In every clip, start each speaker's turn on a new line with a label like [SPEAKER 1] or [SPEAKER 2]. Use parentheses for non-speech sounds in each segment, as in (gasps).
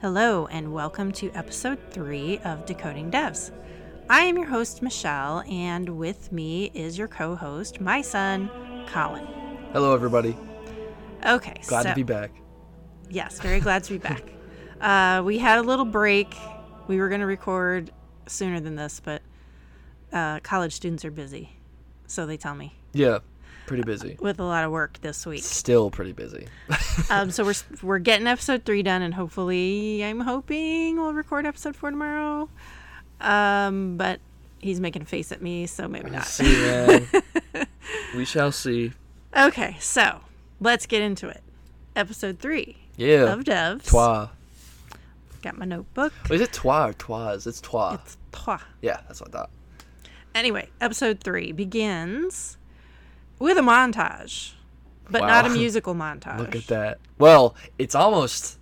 [SPEAKER 1] Hello, and welcome to episode three of Decoding Devs. I am your host, Michelle, and with me is your co host, my son, Colin.
[SPEAKER 2] Hello, everybody.
[SPEAKER 1] Okay,
[SPEAKER 2] Glad
[SPEAKER 1] so,
[SPEAKER 2] to be back.
[SPEAKER 1] (laughs) Yes, very glad to be back. uh, we had a little break. We were going to record sooner than this, but uh, college students are busy, so they tell me,
[SPEAKER 2] Yeah, pretty busy.
[SPEAKER 1] with a lot of work this week.
[SPEAKER 2] Still pretty busy.
[SPEAKER 1] um, so we're s- we're getting episode three done, and hopefully, I'm hoping we'll record episode four tomorrow. Um, but he's making a face at me, so maybe not. (laughs)
[SPEAKER 2] see, man. we shall see.
[SPEAKER 1] Okay, so let's get into it. Episode three
[SPEAKER 2] Yeah.
[SPEAKER 1] of Devs.
[SPEAKER 2] Trois.
[SPEAKER 1] Got my notebook.
[SPEAKER 2] Oh, is it trois or trois? It's trois.
[SPEAKER 1] It's trois.
[SPEAKER 2] yeah, that's what I thought.
[SPEAKER 1] Anyway, episode three begins with a montage, but not a
[SPEAKER 2] Wow. (laughs)
[SPEAKER 1] musical montage.
[SPEAKER 2] Look at that. Well, it's almost.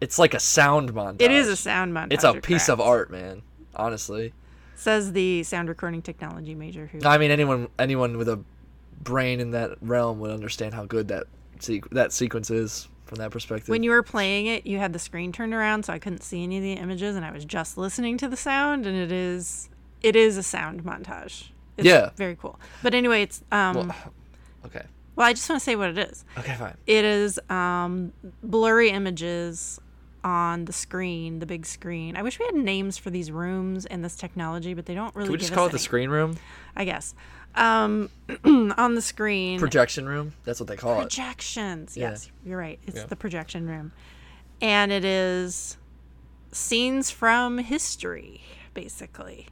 [SPEAKER 2] It's like a sound montage.
[SPEAKER 1] It is a sound montage.
[SPEAKER 2] It's a
[SPEAKER 1] you're
[SPEAKER 2] piece of
[SPEAKER 1] correct.
[SPEAKER 2] art, man. Honestly,
[SPEAKER 1] Says the sound recording technology major who
[SPEAKER 2] I mean, anyone anyone with a brain in that realm would understand how good that sequ- that sequence is from that perspective.
[SPEAKER 1] when you were playing it, you had the screen turned around, so I couldn't see any of the images, and I was just listening to the sound. And it is, it is a sound montage. It's
[SPEAKER 2] Yeah.
[SPEAKER 1] very cool. But anyway, it's um. Well,
[SPEAKER 2] okay.
[SPEAKER 1] I just want to say what it is.
[SPEAKER 2] Okay, fine.
[SPEAKER 1] It is um blurry images on the screen, the big screen. I wish we had names for these rooms and this technology, but they don't really.
[SPEAKER 2] Can we just
[SPEAKER 1] give
[SPEAKER 2] call
[SPEAKER 1] us
[SPEAKER 2] it the
[SPEAKER 1] any,
[SPEAKER 2] screen room?
[SPEAKER 1] I guess. Um, (clears throat) on the screen.
[SPEAKER 2] projection room. That's what they call it.
[SPEAKER 1] projections.
[SPEAKER 2] Yeah.
[SPEAKER 1] Yes, you're right. It's
[SPEAKER 2] Yeah.
[SPEAKER 1] the projection room. And it is scenes from history, basically.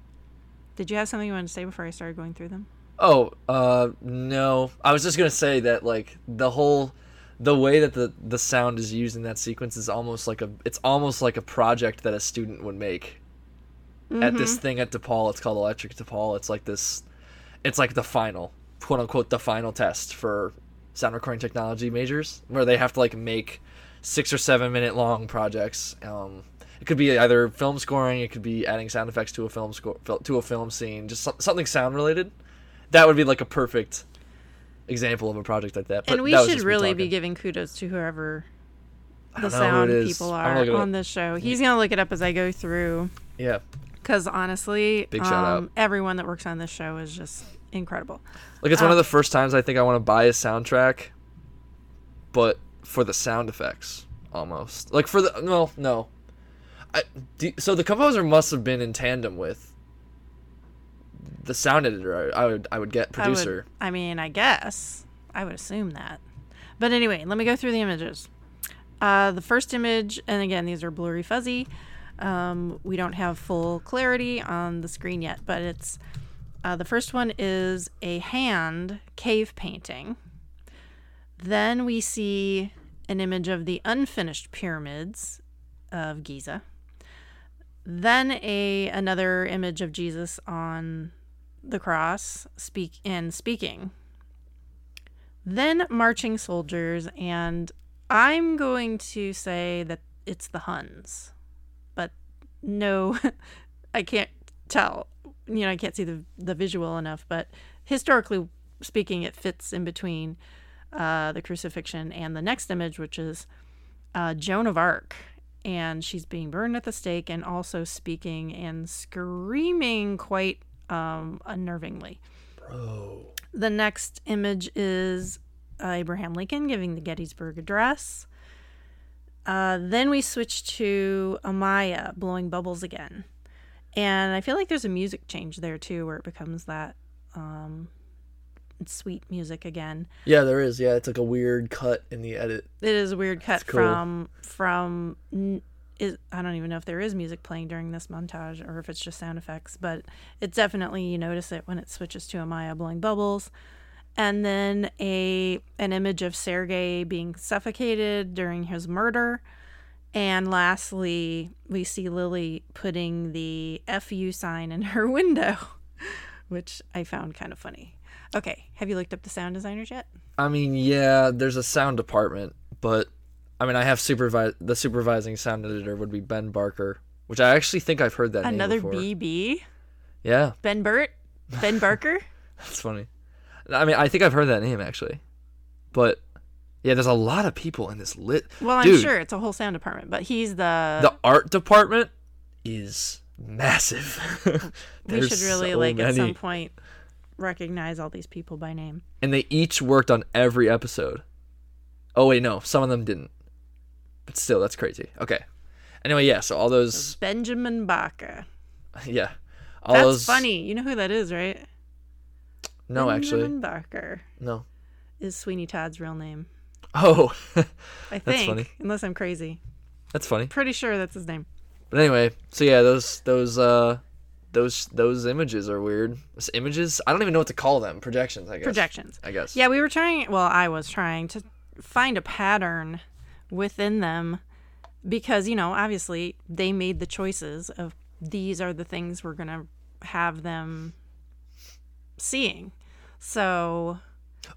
[SPEAKER 1] Did you have something you wanted to say before I started going through them?
[SPEAKER 2] Oh, uh, no. I was just gonna say that like the whole, the way that the the sound is used in that sequence is almost like a it's almost like a project that a student would make. At this
[SPEAKER 1] Mm-hmm.
[SPEAKER 2] thing at DePaul, it's called Electric DePaul. It's like this, it's like the final quote unquote the final test for sound recording technology majors where they have to like make six or seven minute long projects. Um, it could be either film scoring, it could be adding sound effects to a film score to a film scene, just so- something sound related that would be like a perfect example of a project like that. But
[SPEAKER 1] and we
[SPEAKER 2] that was
[SPEAKER 1] should
[SPEAKER 2] just me
[SPEAKER 1] really be
[SPEAKER 2] talking.
[SPEAKER 1] giving kudos to whoever the
[SPEAKER 2] don't know who it
[SPEAKER 1] sound
[SPEAKER 2] is.
[SPEAKER 1] people
[SPEAKER 2] I'm gonna
[SPEAKER 1] are
[SPEAKER 2] look it
[SPEAKER 1] on
[SPEAKER 2] up.
[SPEAKER 1] this show. He's going to look it up as I go through
[SPEAKER 2] yeah.
[SPEAKER 1] because honestly,
[SPEAKER 2] Big shout
[SPEAKER 1] um,
[SPEAKER 2] out.
[SPEAKER 1] everyone that works on this show is just incredible.
[SPEAKER 2] Like it's one of
[SPEAKER 1] Ah.
[SPEAKER 2] the first times I think I want to buy a soundtrack, but for the sound effects almost. Like for the no no, I do, so the composer must have been in tandem with the sound editor. I, I would I would get
[SPEAKER 1] I would-
[SPEAKER 2] producer.
[SPEAKER 1] I, mean, I guess I would assume that. But anyway, let me go through the images. Uh, the first image, and again, these are blurry, fuzzy. Um, we don't have full clarity on the screen yet, but it's uh, the first one is a hand cave painting. Then we see an image of the unfinished pyramids of Giza. Then a another image of Jesus on the cross speak and speaking then marching soldiers and i'm going to say that it's the huns but no (laughs) i can't tell you know i can't see the, the visual enough but historically speaking it fits in between uh, the crucifixion and the next image which is uh, joan of arc and she's being burned at the stake and also speaking and screaming quite um, unnervingly
[SPEAKER 2] Bro,
[SPEAKER 1] the next image is uh, Abraham Lincoln giving the Gettysburg Address. Uh, then we switch to Amaya blowing bubbles again. And I feel like there's a music change there too, where it becomes that um, sweet music again.
[SPEAKER 2] yeah, there is. Yeah, it's like a weird cut in the edit.
[SPEAKER 1] It is a weird cut
[SPEAKER 2] cool.
[SPEAKER 1] from from n- is I don't even know if there is music playing during this montage or if it's just sound effects, but it's definitely you notice it when it switches to Amaya blowing bubbles. And then a an image of Sergei being suffocated during his murder. And lastly, we see Lily putting the FU sign in (laughs) her window, which I found kind of funny. Okay, have you looked up the sound designers yet?
[SPEAKER 2] I mean, yeah, there's a sound department, but I mean, I have supervise the supervising sound editor would be Ben Barker, which I actually think I've heard that
[SPEAKER 1] Another
[SPEAKER 2] name before.
[SPEAKER 1] BB.
[SPEAKER 2] Yeah,
[SPEAKER 1] Ben Burt,
[SPEAKER 2] (laughs)
[SPEAKER 1] Ben Barker.
[SPEAKER 2] that's funny. I mean, I think I've heard that name actually, but Yeah, there's a lot of people in this lit.
[SPEAKER 1] Well,
[SPEAKER 2] Dude,
[SPEAKER 1] I'm sure it's a whole sound department, but he's the.
[SPEAKER 2] the art department is massive. (laughs)
[SPEAKER 1] we should
[SPEAKER 2] There's
[SPEAKER 1] really
[SPEAKER 2] so
[SPEAKER 1] like at
[SPEAKER 2] many.
[SPEAKER 1] some point recognize all these people by name.
[SPEAKER 2] and they each worked on every episode. Oh wait, no, some of them didn't. But still, that's crazy. Okay. Anyway, yeah. So all those,
[SPEAKER 1] Benjamin Baca.
[SPEAKER 2] yeah, all
[SPEAKER 1] That's
[SPEAKER 2] those.
[SPEAKER 1] funny. You know who that is, right? (laughs)
[SPEAKER 2] No, actually,
[SPEAKER 1] Benjamin Barker
[SPEAKER 2] no.
[SPEAKER 1] is Sweeney Todd's real name.
[SPEAKER 2] Oh, (laughs)
[SPEAKER 1] I think,
[SPEAKER 2] That's funny.
[SPEAKER 1] unless I'm crazy.
[SPEAKER 2] that's funny.
[SPEAKER 1] Pretty sure that's his name.
[SPEAKER 2] But anyway, so yeah, those those uh those those images are weird. Those images, I don't even know what to call them. Projections, I guess.
[SPEAKER 1] Projections.
[SPEAKER 2] I guess.
[SPEAKER 1] Yeah, we were trying. Well, I was trying to find a pattern within them because, you know, obviously they made the choices of these are the things we're going to have them seeing. So,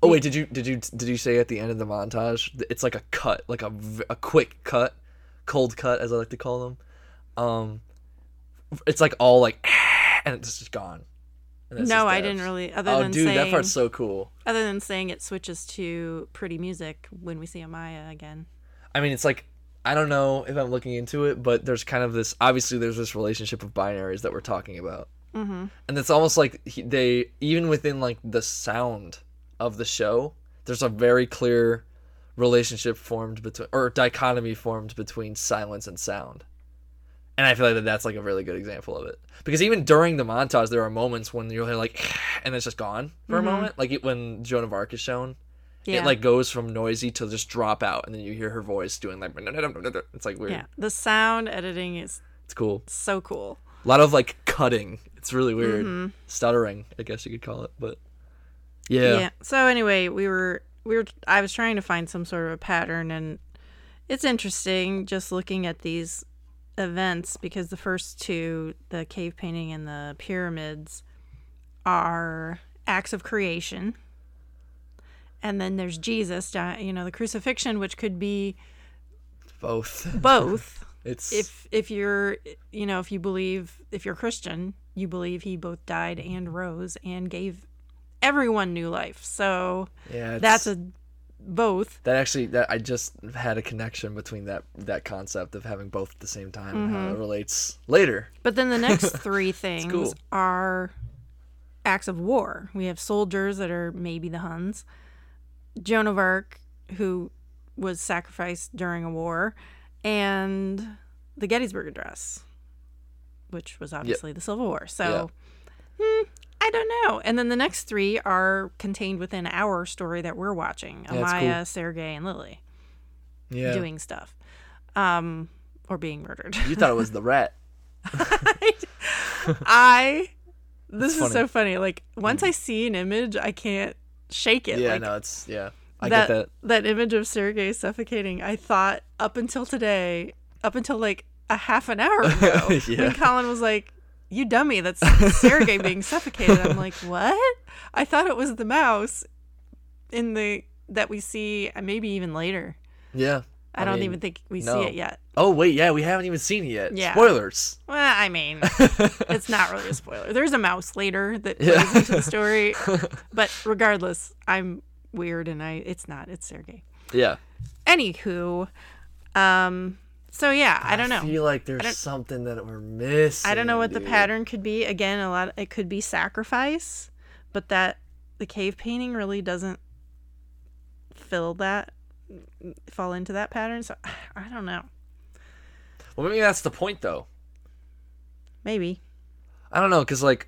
[SPEAKER 2] Oh wait, did you did you did you say at the end of the montage th- it's like a cut, like a v- a quick cut, cold cut as I like to call them. Um it's like all like (laughs) and it's just gone. And it's
[SPEAKER 1] no,
[SPEAKER 2] just
[SPEAKER 1] I
[SPEAKER 2] devs.
[SPEAKER 1] didn't really. Other
[SPEAKER 2] Oh
[SPEAKER 1] than
[SPEAKER 2] dude,
[SPEAKER 1] saying,
[SPEAKER 2] that part's so cool.
[SPEAKER 1] other than saying it switches to pretty music when we see Amaya again.
[SPEAKER 2] I mean, it's like I don't know if I'm looking into it, but there's kind of this. Obviously, there's this relationship of binaries that we're talking about, mm-hmm. and it's almost like he, they even within like the sound of the show, there's a very clear relationship formed between or dichotomy formed between silence and sound. And I feel like that that's like a really good example of it because even during the montage, there are moments when you're like, (sighs) and it's just gone for a moment, like it, when Joan of Arc is shown,
[SPEAKER 1] Yeah.
[SPEAKER 2] it like goes from noisy to just drop out, and then you hear her voice doing like it's like weird.
[SPEAKER 1] yeah, the sound editing is
[SPEAKER 2] It's cool.
[SPEAKER 1] so cool.
[SPEAKER 2] A lot of like cutting. It's really weird.
[SPEAKER 1] Mm-hmm.
[SPEAKER 2] Stuttering, I guess you could call it, but yeah,
[SPEAKER 1] Yeah. So anyway, we were we were I was trying to find some sort of a pattern and it's interesting just looking at these events because the first two, the cave painting and the pyramids are acts of creation. And then there's Jesus, di- you know, the crucifixion which could be
[SPEAKER 2] both.
[SPEAKER 1] both.
[SPEAKER 2] It's
[SPEAKER 1] if if you're, you know, if you believe if you're Christian, you believe he both died and rose and gave everyone new life. So
[SPEAKER 2] yeah, it's,
[SPEAKER 1] that's a both
[SPEAKER 2] that actually that I just had a connection between that that concept of having both at the same time and
[SPEAKER 1] Mm-hmm.
[SPEAKER 2] how it relates later.
[SPEAKER 1] but then the next
[SPEAKER 2] (laughs)
[SPEAKER 1] three things
[SPEAKER 2] cool.
[SPEAKER 1] are acts of war we have soldiers that are maybe the huns joan of arc who was sacrificed during a war and the gettysburg address which was obviously the civil war so hmm, i don't know and then the next three are contained within our story that we're watching
[SPEAKER 2] Yeah, it's cool.
[SPEAKER 1] amaya sergey and lily
[SPEAKER 2] Yeah,
[SPEAKER 1] doing stuff um, or being murdered. (laughs)
[SPEAKER 2] you thought it was the rat.
[SPEAKER 1] I this
[SPEAKER 2] That's
[SPEAKER 1] is so funny. Like once I see an image, I can't shake it.
[SPEAKER 2] Mm-hmm. Yeah,
[SPEAKER 1] like,
[SPEAKER 2] no, it's yeah. I
[SPEAKER 1] that,
[SPEAKER 2] get that.
[SPEAKER 1] image of Sergei suffocating. I thought up until today, up until like a half an hour ago,
[SPEAKER 2] (laughs)
[SPEAKER 1] (laughs)
[SPEAKER 2] Yeah.
[SPEAKER 1] when Colin was like, "You dummy,
[SPEAKER 2] (laughs)
[SPEAKER 1] that's Sergei being suffocated." I'm like, "What?" I thought it was the mouse in the that we see uh, maybe even later.
[SPEAKER 2] Yeah.
[SPEAKER 1] I, don't
[SPEAKER 2] mean,
[SPEAKER 1] even think we
[SPEAKER 2] no.
[SPEAKER 1] see it yet.
[SPEAKER 2] Oh wait, yeah, we haven't even seen it yet.
[SPEAKER 1] Yeah.
[SPEAKER 2] Spoilers.
[SPEAKER 1] Well, I mean, it's not really a spoiler. There's a mouse later that
[SPEAKER 2] Yeah.
[SPEAKER 1] plays into the story, but regardless, I'm weird and I it's not. It's Sergey.
[SPEAKER 2] yeah.
[SPEAKER 1] Anywho, um, so yeah, I don't know.
[SPEAKER 2] feel like there's something that we're missing.
[SPEAKER 1] I don't know what the
[SPEAKER 2] dude.
[SPEAKER 1] pattern could be. Again, a lot it could be sacrifice, but that the cave painting really doesn't fill that fall into that pattern. So (sighs) I don't know.
[SPEAKER 2] Well, maybe that's the point though.
[SPEAKER 1] Maybe.
[SPEAKER 2] I don't know, because like,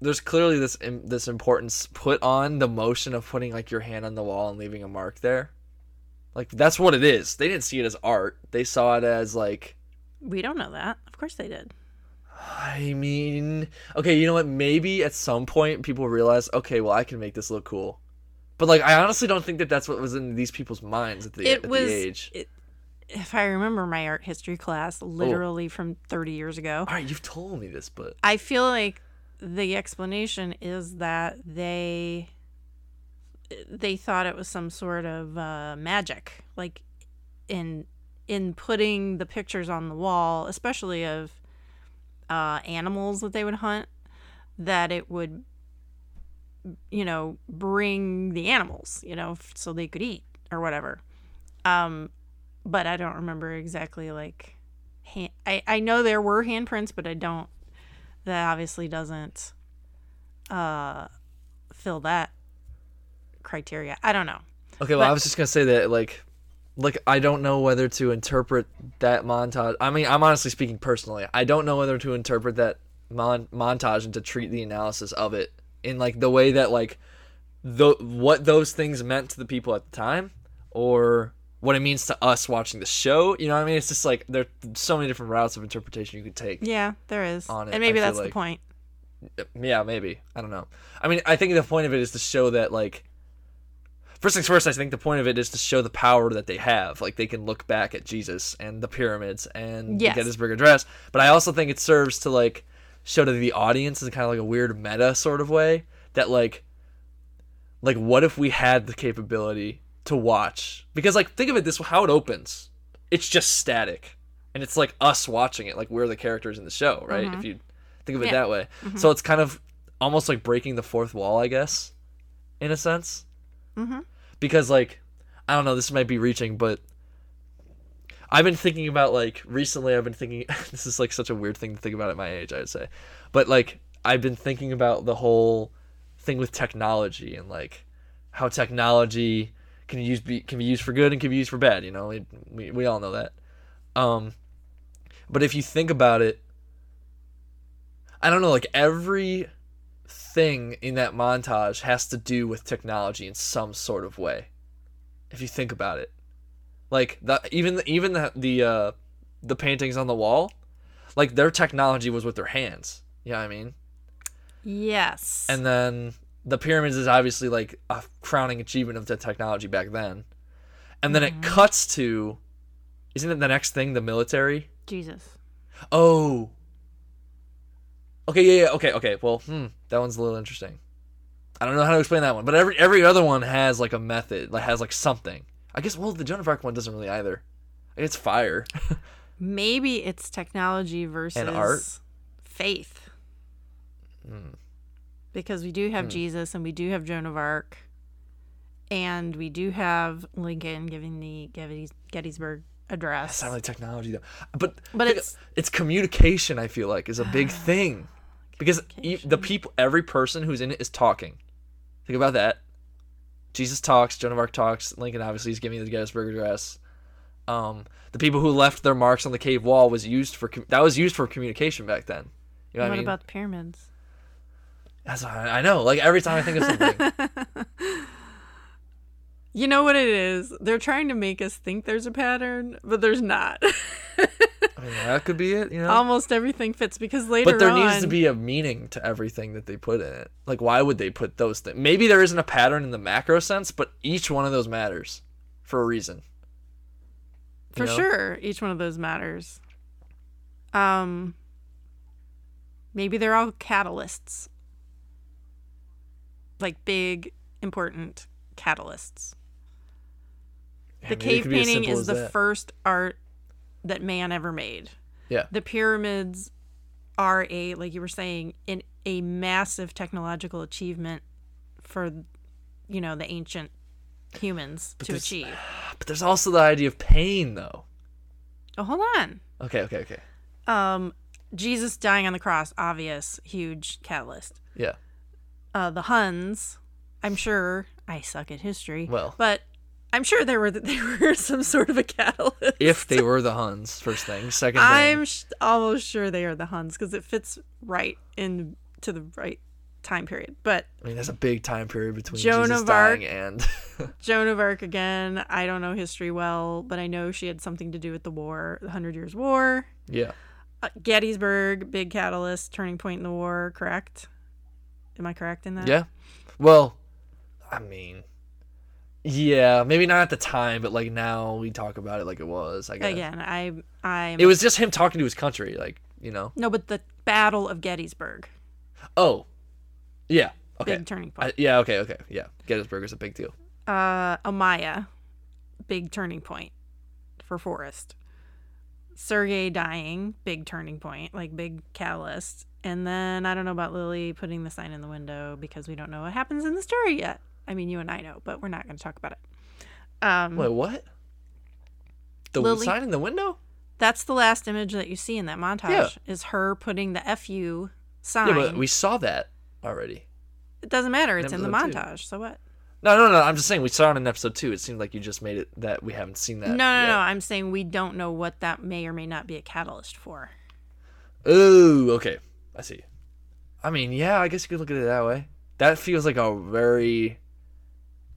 [SPEAKER 2] there's clearly this im- this importance put on the motion of putting like your hand on the wall and leaving a mark there. Like that's what it is. They didn't see it as art. They saw it as like.
[SPEAKER 1] We don't know that. Of course they did.
[SPEAKER 2] I mean, okay, you know what? Maybe at some point people realize, okay, well, I can make this look cool. But like, I honestly don't think that that's what was in these people's minds at the,
[SPEAKER 1] It
[SPEAKER 2] at the
[SPEAKER 1] was-
[SPEAKER 2] age.
[SPEAKER 1] if I remember my art history class, literally from 30 years ago,
[SPEAKER 2] All right, you've told me this, but
[SPEAKER 1] I feel like the explanation is that they they thought it was some sort of uh, magic, like in in putting the pictures on the wall, especially of uh, animals that they would hunt, that it would you know bring the animals, you know, f- so they could eat or whatever. Um, but I don't remember exactly like hand, I I know there were handprints, but I don't. That obviously doesn't uh fill that criteria. I don't know.
[SPEAKER 2] Okay, well, I
[SPEAKER 1] But-
[SPEAKER 2] was just gonna say that, like, like I don't know whether to interpret that montage. I mean, I'm honestly speaking personally, I don't know whether to interpret that mon- montage and to treat the analysis of it in like the way that like the what those things meant to the people at the time, or what it means to us watching the show. You know, what I mean, it's just like there are so many different routes of interpretation you could take.
[SPEAKER 1] Yeah, there is.
[SPEAKER 2] On it,
[SPEAKER 1] and
[SPEAKER 2] I
[SPEAKER 1] maybe
[SPEAKER 2] feel
[SPEAKER 1] that's
[SPEAKER 2] like-
[SPEAKER 1] the point.
[SPEAKER 2] Yeah, maybe. I don't know. I mean, I think the point of it is to show that, like, first things first, I think the point of it is to show the power that they have. Like, they can look back at Jesus and the pyramids and
[SPEAKER 1] Yes.
[SPEAKER 2] the Gettysburg Address. But I also think it serves to, like, show to the audience in kind of like a weird meta sort of way that, like, like what if we had the capability to watch because like think of it this how it opens it's just static and it's like us watching it like we're the characters in the show right if you think of it
[SPEAKER 1] Yeah.
[SPEAKER 2] that way so it's kind of almost like breaking the fourth wall i guess in a sense
[SPEAKER 1] Mhm.
[SPEAKER 2] because like i don't know this might be reaching but i've been thinking about like recently i've been thinking (laughs) this is like such a weird thing to think about at my age i would say but like i've been thinking about the whole thing with technology and like how technology can use be can be used for good and can be used for bad. You know, we we, we all know that. Um, but if you think about it, I don't know. Like every thing in that montage has to do with technology in some sort of way. If you think about it, like the even the, even the the uh, the paintings on the wall, like their technology was with their hands. You know what I mean?
[SPEAKER 1] Yes.
[SPEAKER 2] And then the pyramids is obviously like a crowning achievement of the technology back then. And then it cuts to isn't it the next thing the military?
[SPEAKER 1] Jesus.
[SPEAKER 2] Oh. Okay, yeah, yeah, okay, okay. Well, hmm, that one's a little interesting. I don't know how to explain that one, but every every other one has like a method, like has like something. I guess well, the Joan of Arc one doesn't really either. It's fire.
[SPEAKER 1] Maybe it's technology versus
[SPEAKER 2] art? Hmm.
[SPEAKER 1] faith. Because we do have Jesus and we do have Joan of Arc and we do have Lincoln giving the Gettys- Gettysburg address.
[SPEAKER 2] It's not really technology though. But
[SPEAKER 1] But
[SPEAKER 2] think-
[SPEAKER 1] it's- Ah,
[SPEAKER 2] it's communication. I feel like is a big thing because e- the people, every person who's in it is talking. Think about that. Jesus talks. Joan of Arc talks. Lincoln obviously is giving the Gettysburg Address. Um, the people who left their marks on the cave wall was used for com- that was used for communication back then. You know what,
[SPEAKER 1] what
[SPEAKER 2] I mean?
[SPEAKER 1] about the pyramids?
[SPEAKER 2] That's what I, I know. Like every time I think of
[SPEAKER 1] (laughs)
[SPEAKER 2] something,
[SPEAKER 1] You know what it is? They're trying to make us think there's a pattern, but there's not.
[SPEAKER 2] I mean, that could be it. You
[SPEAKER 1] (laughs)
[SPEAKER 2] know.
[SPEAKER 1] Almost everything fits because later
[SPEAKER 2] But there
[SPEAKER 1] on,
[SPEAKER 2] needs to be a meaning to everything that they put in it. Like, why would they put those things? Maybe there isn't a pattern in the macro sense, but each one of those matters for a reason.
[SPEAKER 1] for
[SPEAKER 2] know?
[SPEAKER 1] sure each one of those matters um maybe they're all catalysts like big important catalysts
[SPEAKER 2] Yeah,
[SPEAKER 1] the
[SPEAKER 2] maybe it
[SPEAKER 1] cave
[SPEAKER 2] could be as
[SPEAKER 1] painting
[SPEAKER 2] simple
[SPEAKER 1] is
[SPEAKER 2] as
[SPEAKER 1] the
[SPEAKER 2] that.
[SPEAKER 1] first art that man ever made
[SPEAKER 2] Yeah.
[SPEAKER 1] the pyramids are a like you were saying in a massive technological achievement for you know the ancient humans to
[SPEAKER 2] there's-
[SPEAKER 1] achieve
[SPEAKER 2] But there's also the idea of pain, though.
[SPEAKER 1] oh hold on
[SPEAKER 2] Okay, okay, okay.
[SPEAKER 1] Um, Jesus dying on the cross, obvious, huge catalyst.
[SPEAKER 2] Yeah.
[SPEAKER 1] Uh, the Huns, I'm sure. I suck at history.
[SPEAKER 2] Well.
[SPEAKER 1] but I'm sure there were (laughs) there were some sort of a catalyst.
[SPEAKER 2] If they were the Huns, first thing. Second thing.
[SPEAKER 1] I'm sh- almost sure they are the Huns because it fits right in to the right time period. But
[SPEAKER 2] I mean, there's a big time period between
[SPEAKER 1] Joan
[SPEAKER 2] Jesus
[SPEAKER 1] of Arc.
[SPEAKER 2] dying and. (laughs)
[SPEAKER 1] Joan of Arc again. I don't know history well, but I know she had something to do with the war, the Hundred Years' War.
[SPEAKER 2] yeah.
[SPEAKER 1] Uh, Gettysburg, big catalyst, turning point in the war. Correct? Am I correct in that?
[SPEAKER 2] Yeah. Well, I mean. Yeah, maybe not at the time, but like now we talk about it like it was. I guess
[SPEAKER 1] again i i
[SPEAKER 2] it was just him talking to his country, like you know.
[SPEAKER 1] no but the battle of gettysburg
[SPEAKER 2] Oh, yeah. Okay.
[SPEAKER 1] big turning
[SPEAKER 2] I,
[SPEAKER 1] point
[SPEAKER 2] yeah. Okay. Okay. Yeah. Gettysburg is a big deal.
[SPEAKER 1] uh amaya big turning point for forrest sergey dying big turning point like big catalyst and then i don't know about lily putting the sign in the window because we don't know what happens in the story yet i mean you and i know but we're not going to talk about it Um,
[SPEAKER 2] Wait, what? The
[SPEAKER 1] Lily-
[SPEAKER 2] sign in the window?
[SPEAKER 1] that's the last image that you see in that montage
[SPEAKER 2] Yeah.
[SPEAKER 1] is her putting the fu sign.
[SPEAKER 2] Yeah, but we saw that already.
[SPEAKER 1] it doesn't matter. It's in the
[SPEAKER 2] Episode two.
[SPEAKER 1] montage. So what?
[SPEAKER 2] No, no, no. I'm just saying we saw it in episode two. It seemed like you just made it that we haven't seen that.
[SPEAKER 1] no, no, no. I'm saying we don't know what that may or may not be a catalyst for.
[SPEAKER 2] no. Ooh, okay. I see. I mean, yeah, I guess you could look at it that way. That feels like a very,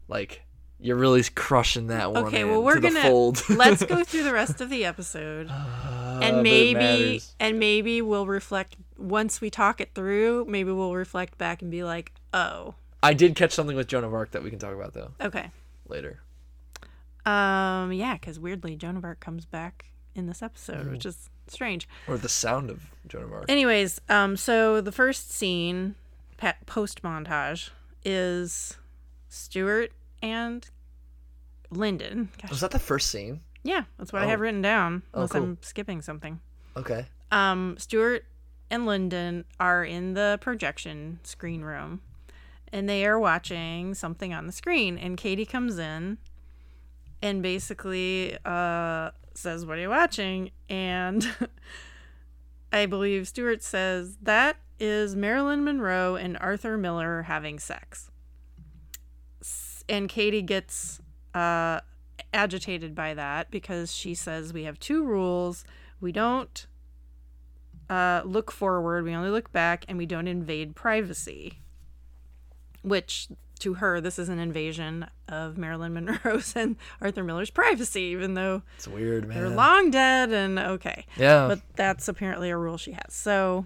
[SPEAKER 2] like, you're really crushing that one.
[SPEAKER 1] Okay,
[SPEAKER 2] in
[SPEAKER 1] well, we're
[SPEAKER 2] to the
[SPEAKER 1] gonna-
[SPEAKER 2] fold.
[SPEAKER 1] Let's
[SPEAKER 2] (laughs)
[SPEAKER 1] go through the rest of the episode.
[SPEAKER 2] Uh, but
[SPEAKER 1] and
[SPEAKER 2] it
[SPEAKER 1] maybe
[SPEAKER 2] matters.
[SPEAKER 1] and maybe we'll reflect once we talk it through maybe we'll reflect back and be like oh
[SPEAKER 2] I did catch something with Joan of Arc that we can talk about though
[SPEAKER 1] okay
[SPEAKER 2] later.
[SPEAKER 1] um yeah because weirdly joan of arc comes back in this episode which is strange
[SPEAKER 2] Or the sound of Joan of Arc.
[SPEAKER 1] anyways um so the first scene post montage is stuart and lyndon Gosh.
[SPEAKER 2] Was that the first scene?
[SPEAKER 1] yeah that's what i
[SPEAKER 2] Oh.
[SPEAKER 1] have written down
[SPEAKER 2] Oh,
[SPEAKER 1] unless
[SPEAKER 2] cool.
[SPEAKER 1] i'm skipping something
[SPEAKER 2] Okay.
[SPEAKER 1] um, Stuart and Lyndon are in the projection screen room and they are watching something on the screen. And Katie comes in and basically uh, says, What are you watching? And (laughs) I believe Stuart says, That is Marilyn Monroe and Arthur Miller having sex. S- And Katie gets uh, agitated by that because she says, We have two rules. We don't uh, look forward, we only look back, and we don't invade privacy. Which, to her, this is an invasion of Marilyn Monroe's (laughs) and Arthur Miller's privacy, even though
[SPEAKER 2] It's weird,
[SPEAKER 1] they're
[SPEAKER 2] man.
[SPEAKER 1] long dead and okay.
[SPEAKER 2] yeah.
[SPEAKER 1] But that's apparently a rule she has. So,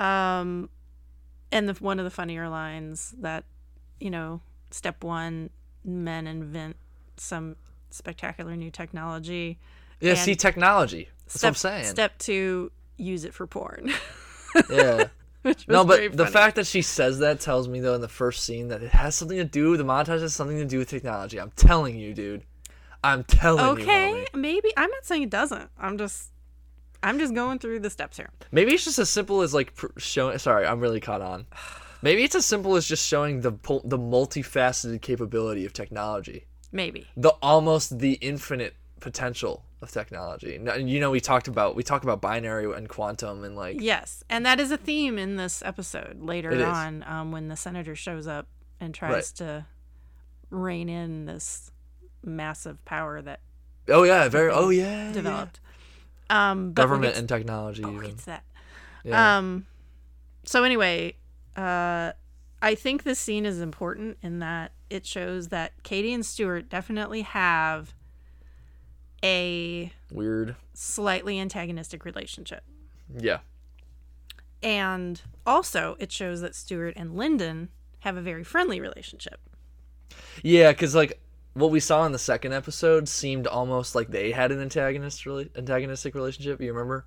[SPEAKER 1] um, and the, one of the funnier lines that, you know, step one men invent some spectacular new technology.
[SPEAKER 2] yeah,
[SPEAKER 1] and-
[SPEAKER 2] see technology. That's
[SPEAKER 1] step,
[SPEAKER 2] what I'm saying.
[SPEAKER 1] Step two, use it for porn. (laughs)
[SPEAKER 2] yeah.
[SPEAKER 1] Which
[SPEAKER 2] no,
[SPEAKER 1] was very
[SPEAKER 2] but the
[SPEAKER 1] funny.
[SPEAKER 2] fact that she says that tells me though in the first scene that it has something to do. The montage has something to do with technology. I'm telling you, dude. I'm telling you.
[SPEAKER 1] okay
[SPEAKER 2] homie.
[SPEAKER 1] maybe i'm not saying it doesn't i'm just i'm just going through the steps here
[SPEAKER 2] Maybe it's just as simple as like pr- showing. Sorry, I'm really caught on. Maybe it's as simple as just showing the pul- the multifaceted capability of technology.
[SPEAKER 1] maybe
[SPEAKER 2] the almost the infinite potential of technology. Now, You know, we talked about we talk about binary and quantum and like
[SPEAKER 1] yes and that is a theme in this episode later
[SPEAKER 2] It is.
[SPEAKER 1] on um, when the senator shows up and tries
[SPEAKER 2] Right.
[SPEAKER 1] to rein in this massive power that
[SPEAKER 2] oh yeah, very oh yeah, yeah.
[SPEAKER 1] developed um but we'll
[SPEAKER 2] government
[SPEAKER 1] get
[SPEAKER 2] and technology.
[SPEAKER 1] to- we'll
[SPEAKER 2] even.
[SPEAKER 1] get to that
[SPEAKER 2] Yeah.
[SPEAKER 1] Um, so anyway, uh, I think this scene is important in that it shows that Katie and Stuart definitely have a
[SPEAKER 2] Weird.
[SPEAKER 1] slightly antagonistic relationship,
[SPEAKER 2] Yeah.
[SPEAKER 1] and also it shows that Stuart and Lyndon have a very friendly relationship.
[SPEAKER 2] Yeah, because like what we saw in the second episode seemed almost like they had an antagonist really antagonistic relationship. You remember?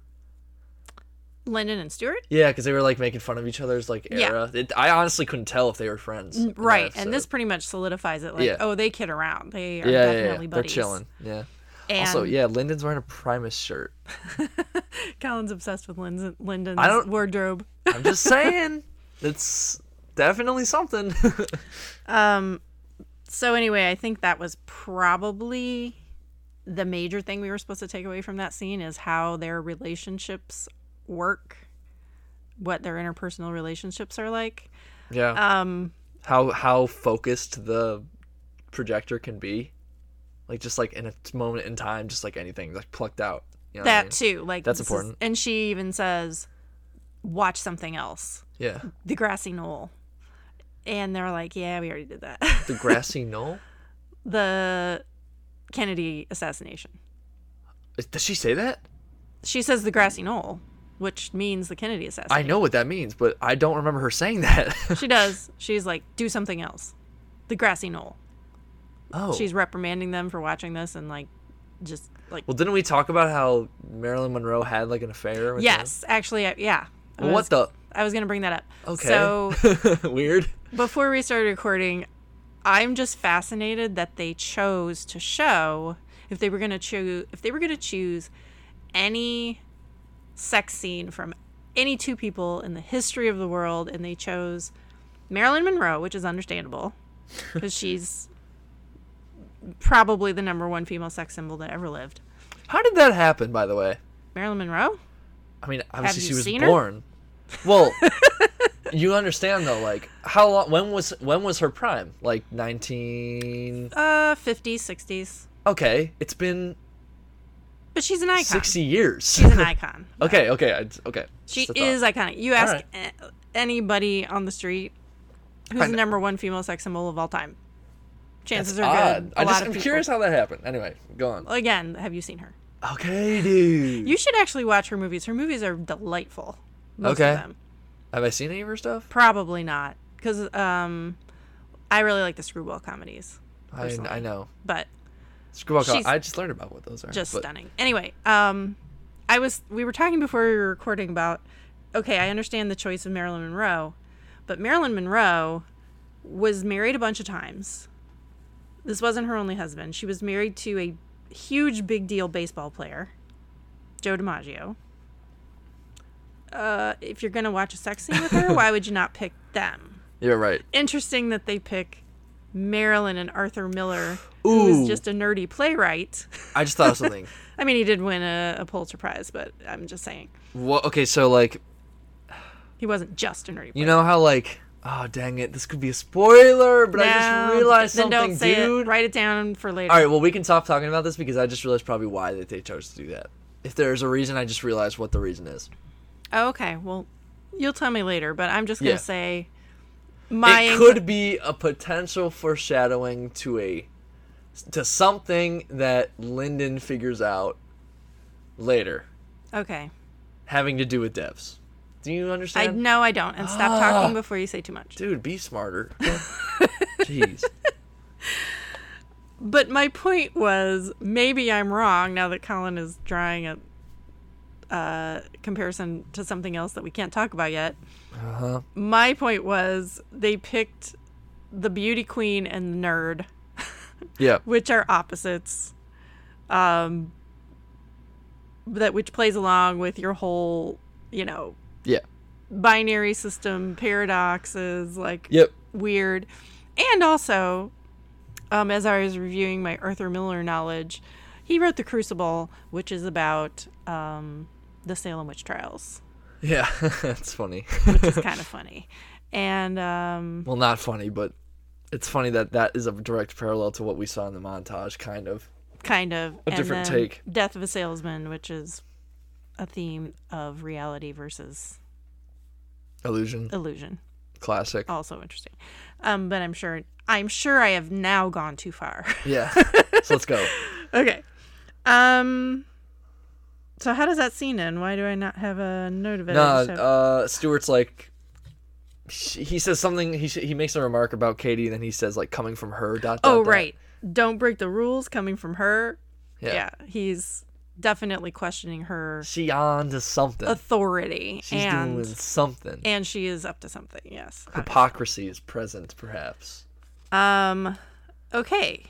[SPEAKER 1] Lyndon and Stuart,
[SPEAKER 2] Yeah, because they were like making fun of each other's like
[SPEAKER 1] Yeah. Mm,
[SPEAKER 2] era. It, I honestly couldn't tell if they were friends. in that
[SPEAKER 1] right? And this
[SPEAKER 2] episode.
[SPEAKER 1] pretty much solidifies it. Like,
[SPEAKER 2] Yeah.
[SPEAKER 1] oh, they kid around. They are
[SPEAKER 2] yeah, yeah, yeah,
[SPEAKER 1] definitely
[SPEAKER 2] they're
[SPEAKER 1] buddies.
[SPEAKER 2] chilling. Yeah.
[SPEAKER 1] And
[SPEAKER 2] also, yeah, Lyndon's wearing a Primus shirt.
[SPEAKER 1] Colin's obsessed with Lyndon, Lyndon's
[SPEAKER 2] I don't-
[SPEAKER 1] wardrobe.
[SPEAKER 2] I'm just saying, it's definitely something. (laughs)
[SPEAKER 1] Um, so anyway, I think that was probably the major thing we were supposed to take away from that scene is how their relationships work, what their interpersonal relationships are like.
[SPEAKER 2] yeah.
[SPEAKER 1] Um,
[SPEAKER 2] how how focused the projector can be, like just like in a moment in time, just like anything, like plucked out. You know what I
[SPEAKER 1] that too, like
[SPEAKER 2] That's
[SPEAKER 1] this is-
[SPEAKER 2] important.
[SPEAKER 1] and she even says, "Watch something else,
[SPEAKER 2] mean? Yeah.
[SPEAKER 1] the grassy knoll," and they're like, "Yeah, we already did that." (laughs)
[SPEAKER 2] The grassy knoll.
[SPEAKER 1] the Kennedy assassination.
[SPEAKER 2] Is- Does she say that?
[SPEAKER 1] She says the grassy knoll, which means the Kennedy assassination.
[SPEAKER 2] I know what that means, but I don't remember her saying that. (laughs)
[SPEAKER 1] She does. She's like, do something else. The grassy knoll.
[SPEAKER 2] oh.
[SPEAKER 1] She's reprimanding them for watching this and like, just like.
[SPEAKER 2] well, didn't we talk about how Marilyn Monroe had like an affair? With
[SPEAKER 1] yes, actually, I, yeah. I
[SPEAKER 2] him? Well,
[SPEAKER 1] was,
[SPEAKER 2] what the? (laughs)
[SPEAKER 1] I was gonna bring that up.
[SPEAKER 2] Okay.
[SPEAKER 1] So
[SPEAKER 2] weird.
[SPEAKER 1] before we started recording, I'm just fascinated that they chose to show if they were gonna choose if they were gonna choose any sex scene from any two people in the history of the world, and they chose Marilyn Monroe, which is understandable because she's probably the number one female sex symbol that ever lived.
[SPEAKER 2] How did that happen, by the way?
[SPEAKER 1] Marilyn Monroe?
[SPEAKER 2] I mean, obviously
[SPEAKER 1] you
[SPEAKER 2] she was
[SPEAKER 1] seen her?
[SPEAKER 2] born.
[SPEAKER 1] (laughs)
[SPEAKER 2] Well, you understand though, like how long? When was when was her prime? Like nineteen?
[SPEAKER 1] Uh, 50s, 60s.
[SPEAKER 2] Okay, it's been
[SPEAKER 1] But she's an icon.
[SPEAKER 2] sixty years.
[SPEAKER 1] She's an icon.
[SPEAKER 2] (laughs) okay, okay, I- okay.
[SPEAKER 1] She
[SPEAKER 2] Just a thought.
[SPEAKER 1] is iconic. You ask
[SPEAKER 2] right.
[SPEAKER 1] a anybody on the street who's
[SPEAKER 2] I
[SPEAKER 1] the
[SPEAKER 2] kn-
[SPEAKER 1] number one female sex symbol of all time. Chances are
[SPEAKER 2] Odd.
[SPEAKER 1] good. A
[SPEAKER 2] I just
[SPEAKER 1] lot of
[SPEAKER 2] I'm
[SPEAKER 1] people-
[SPEAKER 2] curious how that happened. Anyway, go on.
[SPEAKER 1] Again, have you seen her?
[SPEAKER 2] Okay, dude.
[SPEAKER 1] You should actually watch her movies. Her movies are delightful. Most
[SPEAKER 2] Okay.
[SPEAKER 1] Of them.
[SPEAKER 2] Have I seen any of her stuff?
[SPEAKER 1] Probably not, because um, I really like the screwball comedies,
[SPEAKER 2] I, I know.
[SPEAKER 1] but
[SPEAKER 2] Screwball. Co-
[SPEAKER 1] She's
[SPEAKER 2] I just learned about what those are.
[SPEAKER 1] just
[SPEAKER 2] but-
[SPEAKER 1] stunning. Anyway, um, I was we were talking before we were recording about okay, I understand the choice of Marilyn Monroe, but Marilyn Monroe was married a bunch of times. This wasn't her only husband. She was married to a huge big deal baseball player, Joe DiMaggio. Uh, if you're gonna watch a sex scene with her, why would you not pick them?
[SPEAKER 2] You're right.
[SPEAKER 1] Interesting that they pick Marilyn and Arthur Miller, who was
[SPEAKER 2] Ooh.
[SPEAKER 1] just a nerdy playwright. (laughs)
[SPEAKER 2] I just thought of something.
[SPEAKER 1] I mean, he did win a, a Pulitzer Prize, but I'm just saying
[SPEAKER 2] Well, okay, so like
[SPEAKER 1] he wasn't just a nerdy.
[SPEAKER 2] you know how like oh dang it, this could be a spoiler, but I
[SPEAKER 1] No,
[SPEAKER 2] just realized
[SPEAKER 1] then
[SPEAKER 2] something,
[SPEAKER 1] don't say
[SPEAKER 2] dude.
[SPEAKER 1] It. Write it down for later.
[SPEAKER 2] All right, well we can stop talking about this because I just realized probably why that they chose to do that. If there's a reason, I just realized what the reason is.
[SPEAKER 1] Oh, okay. Well, you'll tell me later, but I'm just gonna
[SPEAKER 2] Yeah.
[SPEAKER 1] say my
[SPEAKER 2] it could be a potential foreshadowing to a to something that Lyndon figures out later,
[SPEAKER 1] okay.
[SPEAKER 2] having to do with devs. Do you
[SPEAKER 1] I
[SPEAKER 2] understand?
[SPEAKER 1] no, I don't. And stop
[SPEAKER 2] Ah.
[SPEAKER 1] talking before you say too much.
[SPEAKER 2] Dude,
[SPEAKER 1] (laughs)
[SPEAKER 2] be smarter. Jeez.
[SPEAKER 1] But my point was maybe I'm wrong now that Colin is drawing a uh, comparison to something else that we can't talk about yet.
[SPEAKER 2] Uh-huh.
[SPEAKER 1] My point was they picked the beauty queen and the nerd. (laughs)
[SPEAKER 2] Yeah.
[SPEAKER 1] which are opposites um that which plays along with your whole you know
[SPEAKER 2] Yeah.
[SPEAKER 1] binary system paradoxes like
[SPEAKER 2] Yep.
[SPEAKER 1] weird and also um as i was reviewing my arthur miller knowledge he wrote the crucible which is about um the salem witch trials
[SPEAKER 2] Yeah. (laughs) That's funny.
[SPEAKER 1] it's kind
[SPEAKER 2] (laughs)
[SPEAKER 1] of funny and um
[SPEAKER 2] well, not funny, but it's funny that that is a direct parallel to what we saw in the montage, kind of.
[SPEAKER 1] kind of
[SPEAKER 2] A different
[SPEAKER 1] then
[SPEAKER 2] take.
[SPEAKER 1] Death of a Salesman, which is a theme of reality versus
[SPEAKER 2] Illusion.
[SPEAKER 1] illusion,
[SPEAKER 2] Classic.
[SPEAKER 1] also interesting. Um, but I'm sure I'm sure I have now gone too far. (laughs)
[SPEAKER 2] Yeah. so let's go.
[SPEAKER 1] okay. Um. So how does that scene end? Why do I not have a note of it? I
[SPEAKER 2] No,
[SPEAKER 1] just have-
[SPEAKER 2] uh, Stuart's like, sh- he says something. He sh- he makes a remark about Katie, and then he says like, coming from her. Dot. dot,
[SPEAKER 1] oh
[SPEAKER 2] dot.
[SPEAKER 1] right, don't break the rules coming from her.
[SPEAKER 2] Yeah.
[SPEAKER 1] he's definitely questioning her
[SPEAKER 2] She on to something.
[SPEAKER 1] authority
[SPEAKER 2] She's
[SPEAKER 1] and
[SPEAKER 2] doing something.
[SPEAKER 1] and she is up to something. Yes.
[SPEAKER 2] Hypocrisy is present, perhaps.
[SPEAKER 1] Um, okay.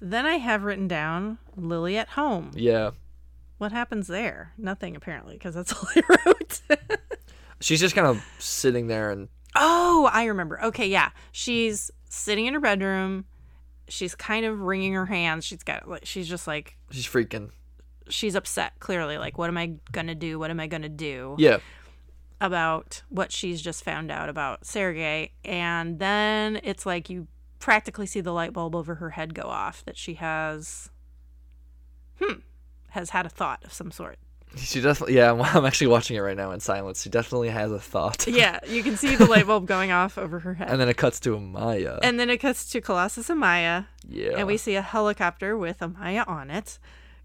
[SPEAKER 1] Then I have written down Lily at home.
[SPEAKER 2] Yeah.
[SPEAKER 1] What happens there? Nothing apparently, because that's (laughs) all I wrote.
[SPEAKER 2] She's just kind of sitting there, and
[SPEAKER 1] oh, I remember. Okay, yeah, she's sitting in her bedroom. She's kind of wringing her hands. She's got like she's just like
[SPEAKER 2] she's freaking.
[SPEAKER 1] she's upset. Clearly, like what am I gonna do? What am I gonna do
[SPEAKER 2] Yeah.
[SPEAKER 1] about what she's just found out about Sergey? And then it's like you practically see the light bulb over her head go off that she has, hmm, has had a thought of some (laughs) sort.
[SPEAKER 2] She definitely. Yeah. I'm- I'm actually watching it right now in silence. She definitely has a thought.
[SPEAKER 1] Yeah, you can see the light bulb going off over her head.
[SPEAKER 2] And then it cuts to Amaya.
[SPEAKER 1] And then it cuts to Colossus and Maya,
[SPEAKER 2] yeah.
[SPEAKER 1] and we see a helicopter with Amaya on it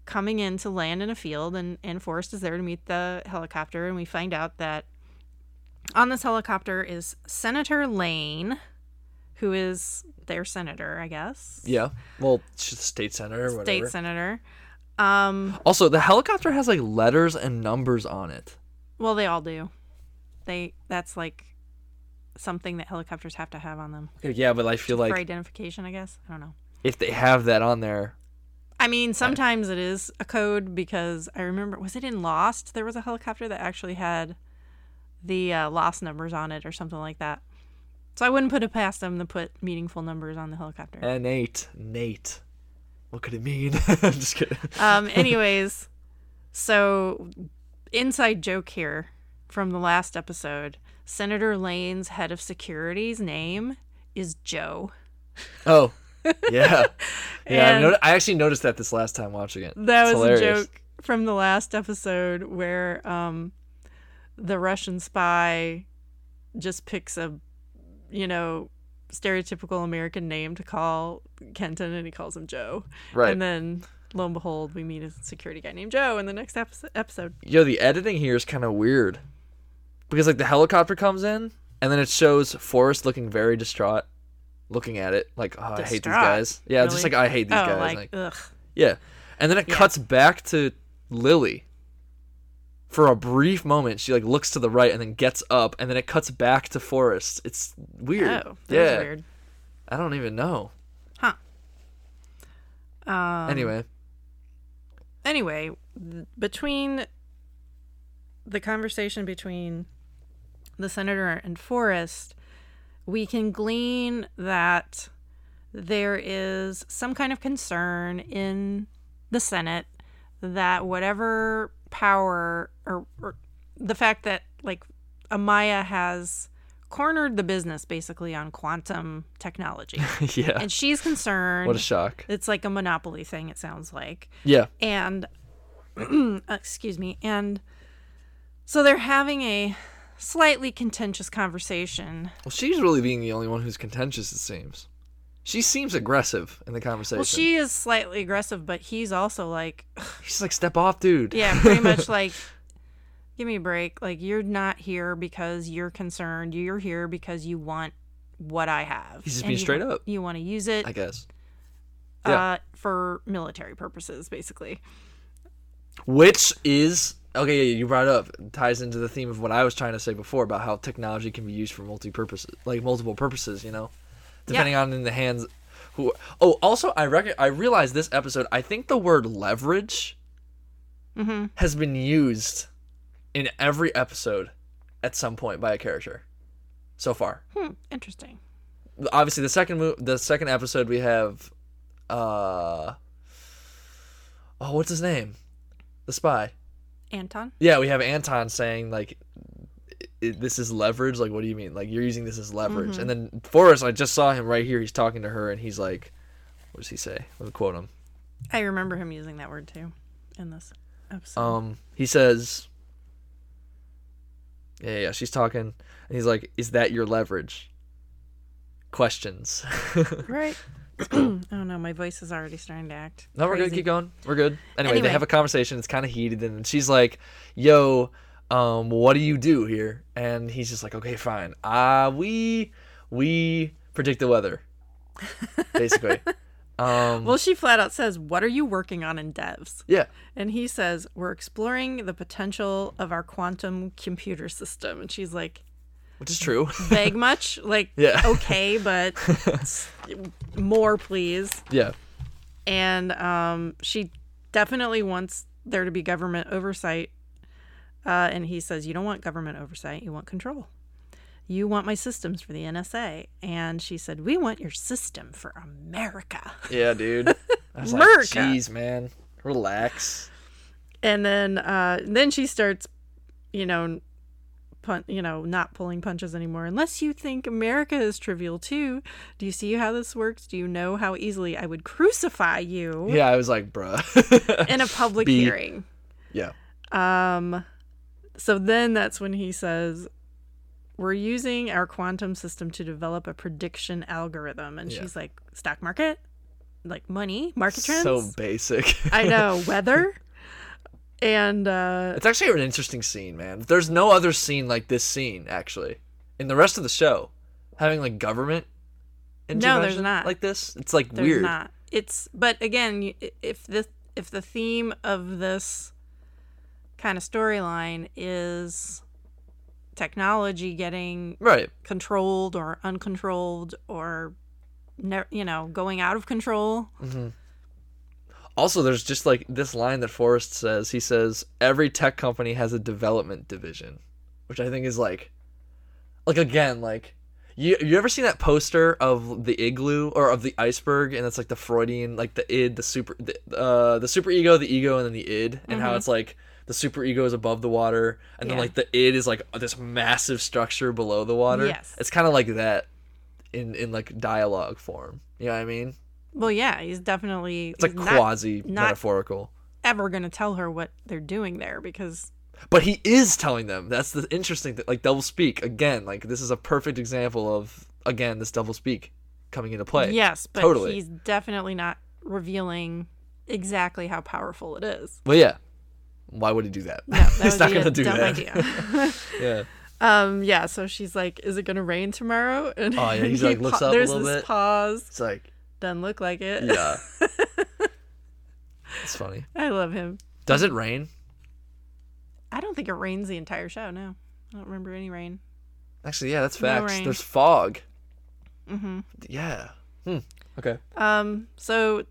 [SPEAKER 1] coming in to land in a field, and, and Forrest is there to meet the helicopter, and we find out that on this helicopter is Senator Lane, who is their senator, I guess.
[SPEAKER 2] Yeah. Well, she's a state senator or whatever.
[SPEAKER 1] State senator. Um,
[SPEAKER 2] also, the helicopter has like letters and numbers on it.
[SPEAKER 1] well, they all do. They that's like something that helicopters have to have on them
[SPEAKER 2] Yeah, but I feel
[SPEAKER 1] for
[SPEAKER 2] like
[SPEAKER 1] identification, I guess. I don't know.
[SPEAKER 2] if they have that on there,
[SPEAKER 1] I mean, sometimes it is a code because I remember was it in Lost? There was a helicopter that actually had the uh, Lost numbers on it or something like that.
[SPEAKER 2] Eh.
[SPEAKER 1] So I wouldn't put it past them to put meaningful numbers on the helicopter.
[SPEAKER 2] N8, Nate. What could it mean? (laughs) I'm just kidding. (laughs)
[SPEAKER 1] Um, anyways, so inside joke here from the last episode Senator Lane's head of security's name is Joe.
[SPEAKER 2] Oh,
[SPEAKER 1] (laughs)
[SPEAKER 2] yeah, yeah. I,
[SPEAKER 1] And-
[SPEAKER 2] noti- I actually noticed that this last time watching it.
[SPEAKER 1] That
[SPEAKER 2] It's
[SPEAKER 1] was
[SPEAKER 2] hilarious.
[SPEAKER 1] a joke from the last episode where um, the Russian spy just picks a, you know, stereotypical American name to call Kenton and he calls him Joe.
[SPEAKER 2] Right.
[SPEAKER 1] And then lo and behold, we meet a security guy named Joe in the next episode. episode.
[SPEAKER 2] Yo, the editing here is kind of weird because like the helicopter comes in and then it shows Forrest looking very distraught, looking at it like oh, I hate these
[SPEAKER 1] Distraught?
[SPEAKER 2] guys. Yeah, just
[SPEAKER 1] Really?
[SPEAKER 2] like I hate these
[SPEAKER 1] oh,
[SPEAKER 2] guys.
[SPEAKER 1] like,
[SPEAKER 2] like-
[SPEAKER 1] ugh.
[SPEAKER 2] Yeah. And then it
[SPEAKER 1] Yeah.
[SPEAKER 2] cuts back to Lily. For a brief moment, she like looks to the right and then gets up, and then it cuts back to Forrest. It's weird.
[SPEAKER 1] Oh, that
[SPEAKER 2] yeah,
[SPEAKER 1] was weird.
[SPEAKER 2] I don't even know.
[SPEAKER 1] Huh. Um,
[SPEAKER 2] anyway, (laughs)
[SPEAKER 1] anyway, th- between the conversation between the senator and Forrest, we can glean that there is some kind of concern in the Senate that whatever power or, or the fact that like Amaya has cornered the business basically on quantum technology
[SPEAKER 2] (laughs) yeah.
[SPEAKER 1] and she's concerned
[SPEAKER 2] What a shock.
[SPEAKER 1] it's like a monopoly thing it sounds like
[SPEAKER 2] Yeah.
[SPEAKER 1] and (clears throat) uh, excuse me and so they're having a slightly contentious conversation
[SPEAKER 2] Well, she's really being the only one who's contentious. It seems. She seems aggressive in the conversation.
[SPEAKER 1] well she is slightly aggressive but he's also
[SPEAKER 2] (laughs)
[SPEAKER 1] like
[SPEAKER 2] She's like, "Step off, dude."
[SPEAKER 1] yeah pretty much like give me a break like you're not here because you're concerned you're here because you want what i have
[SPEAKER 2] He's just
[SPEAKER 1] and
[SPEAKER 2] being
[SPEAKER 1] you
[SPEAKER 2] straight
[SPEAKER 1] want-
[SPEAKER 2] up.
[SPEAKER 1] you want to use it
[SPEAKER 2] (laughs) I guess.
[SPEAKER 1] uh,
[SPEAKER 2] yeah.
[SPEAKER 1] for military purposes basically
[SPEAKER 2] Which is okay. Yeah, you brought it up It ties into the theme of what I was trying to say before about how technology can be used for multi purposes, like multiple purposes. You know, depending on in the hands. Who? Oh, also, I reckon I realized this episode. I think the word leverage
[SPEAKER 1] mm-hmm.
[SPEAKER 2] has been used in every episode at some point by a character so far.
[SPEAKER 1] hmm, interesting
[SPEAKER 2] Obviously, the second mo- the second episode we have, uh, oh, what's his name? The spy.
[SPEAKER 1] anton
[SPEAKER 2] Yeah, we have Anton saying like, i- i "This is leverage." Like, what do you mean? Like, you're using this as leverage. And then Forrest, I just saw him right here. He's talking to her, and he's like, "What does he say?" Let me quote him.
[SPEAKER 1] i remember him using that word too in this episode
[SPEAKER 2] Um, he says, "Yeah, yeah." yeah, She's talking, and he's like, "Is that your leverage?" Questions. (laughs) (clears throat)
[SPEAKER 1] Right. (clears throat) oh no, my voice is already starting to act.
[SPEAKER 2] No, we're good.
[SPEAKER 1] crazy.
[SPEAKER 2] Keep going. We're good. Anyway,
[SPEAKER 1] Anyway.
[SPEAKER 2] they have a conversation. It's kind of heated, and she's like, "Yo, um, what do you do here?" And he's just like, "Okay, fine. Uh, we we predict
[SPEAKER 1] (laughs)
[SPEAKER 2] the weather, basically." um,
[SPEAKER 1] Well, she flat out says, "What are you working on in devs?"
[SPEAKER 2] yeah,
[SPEAKER 1] And he says, "We're exploring the potential of our quantum computer system." And she's like,
[SPEAKER 2] which
[SPEAKER 1] (laughs)
[SPEAKER 2] is true.
[SPEAKER 1] "Vague much? Like,
[SPEAKER 2] (laughs) Yeah.
[SPEAKER 1] okay,
[SPEAKER 2] (laughs)
[SPEAKER 1] but s- more, please."
[SPEAKER 2] yeah,
[SPEAKER 1] And um, she definitely wants there to be government oversight. Uh, and he says, "You don't want government oversight. You want control." You want my systems for the NSA. And she said, We want your system for America. (laughs)
[SPEAKER 2] yeah, dude. I was like,
[SPEAKER 1] America.
[SPEAKER 2] "Jeez, man, relax."
[SPEAKER 1] and then uh then she starts you know pun- you know not pulling punches anymore unless you think america is trivial too do you see how this works do you know how easily i would crucify you
[SPEAKER 2] Yeah, I was like, "Bruh."
[SPEAKER 1] in a public
[SPEAKER 2] Beat.
[SPEAKER 1] hearing
[SPEAKER 2] (laughs) yeah,
[SPEAKER 1] um so then that's when he says we're using our quantum system to develop a prediction algorithm and
[SPEAKER 2] Yeah.
[SPEAKER 1] she's like stock market like money market trends
[SPEAKER 2] so basic.
[SPEAKER 1] i
[SPEAKER 2] (laughs)
[SPEAKER 1] know weather and uh
[SPEAKER 2] It's actually an interesting scene, man. There's no other scene like this scene, actually, in the rest of the show, having like government.
[SPEAKER 1] there's
[SPEAKER 2] intervention
[SPEAKER 1] not.
[SPEAKER 2] Like this, it's like
[SPEAKER 1] There's
[SPEAKER 2] weird.
[SPEAKER 1] not. It's but again, you- i- if the if the theme of this kind of storyline is technology getting
[SPEAKER 2] Right.
[SPEAKER 1] controlled or uncontrolled or ne- you know going out of control,
[SPEAKER 2] Mm-hmm. Also, there's just like this line that Forrest says. He says every tech company has a development division, which I think is like, like again, like You you ever seen that poster of the igloo or of the iceberg and it's like the Freudian like the id the super the, uh the superego the ego and then the id and how it's like the superego is above the water and then
[SPEAKER 1] Mm-hmm. Yeah.
[SPEAKER 2] like the id is like this massive structure below the water.
[SPEAKER 1] Yes.
[SPEAKER 2] It's kind of like that in in like dialogue form. You know what I mean?
[SPEAKER 1] Well, yeah, he's definitely
[SPEAKER 2] It's like
[SPEAKER 1] he's not
[SPEAKER 2] quasi metaphorical.
[SPEAKER 1] ever going to tell her what they're doing there because
[SPEAKER 2] But he is telling them. That's the interesting thing. Like double speak again. Like this is a perfect example of again this double speak coming into play.
[SPEAKER 1] yes, but
[SPEAKER 2] totally.
[SPEAKER 1] he's definitely not revealing exactly how powerful it is.
[SPEAKER 2] (laughs) Well, yeah. Why would he do that?
[SPEAKER 1] No, that
[SPEAKER 2] (laughs) He's
[SPEAKER 1] would
[SPEAKER 2] not
[SPEAKER 1] be
[SPEAKER 2] gonna
[SPEAKER 1] a
[SPEAKER 2] do
[SPEAKER 1] dumb
[SPEAKER 2] that.
[SPEAKER 1] idea.
[SPEAKER 2] (laughs) Yeah.
[SPEAKER 1] um, yeah, so she's like, "Is it gonna rain tomorrow?" And
[SPEAKER 2] Oh, yeah, he's
[SPEAKER 1] (laughs) he
[SPEAKER 2] like, looks
[SPEAKER 1] pa-
[SPEAKER 2] up a
[SPEAKER 1] there's
[SPEAKER 2] little
[SPEAKER 1] this
[SPEAKER 2] bit.
[SPEAKER 1] pause.
[SPEAKER 2] It's like
[SPEAKER 1] (laughs) Doesn't look like it.
[SPEAKER 2] yeah. it's funny.
[SPEAKER 1] (laughs) I love him.
[SPEAKER 2] Does it rain?
[SPEAKER 1] I don't think it rains the entire show. No, I don't remember any rain.
[SPEAKER 2] Actually, yeah, that's
[SPEAKER 1] No
[SPEAKER 2] facts.
[SPEAKER 1] rain.
[SPEAKER 2] There's fog.
[SPEAKER 1] hmm
[SPEAKER 2] Yeah. Hmm. Okay.
[SPEAKER 1] Um, so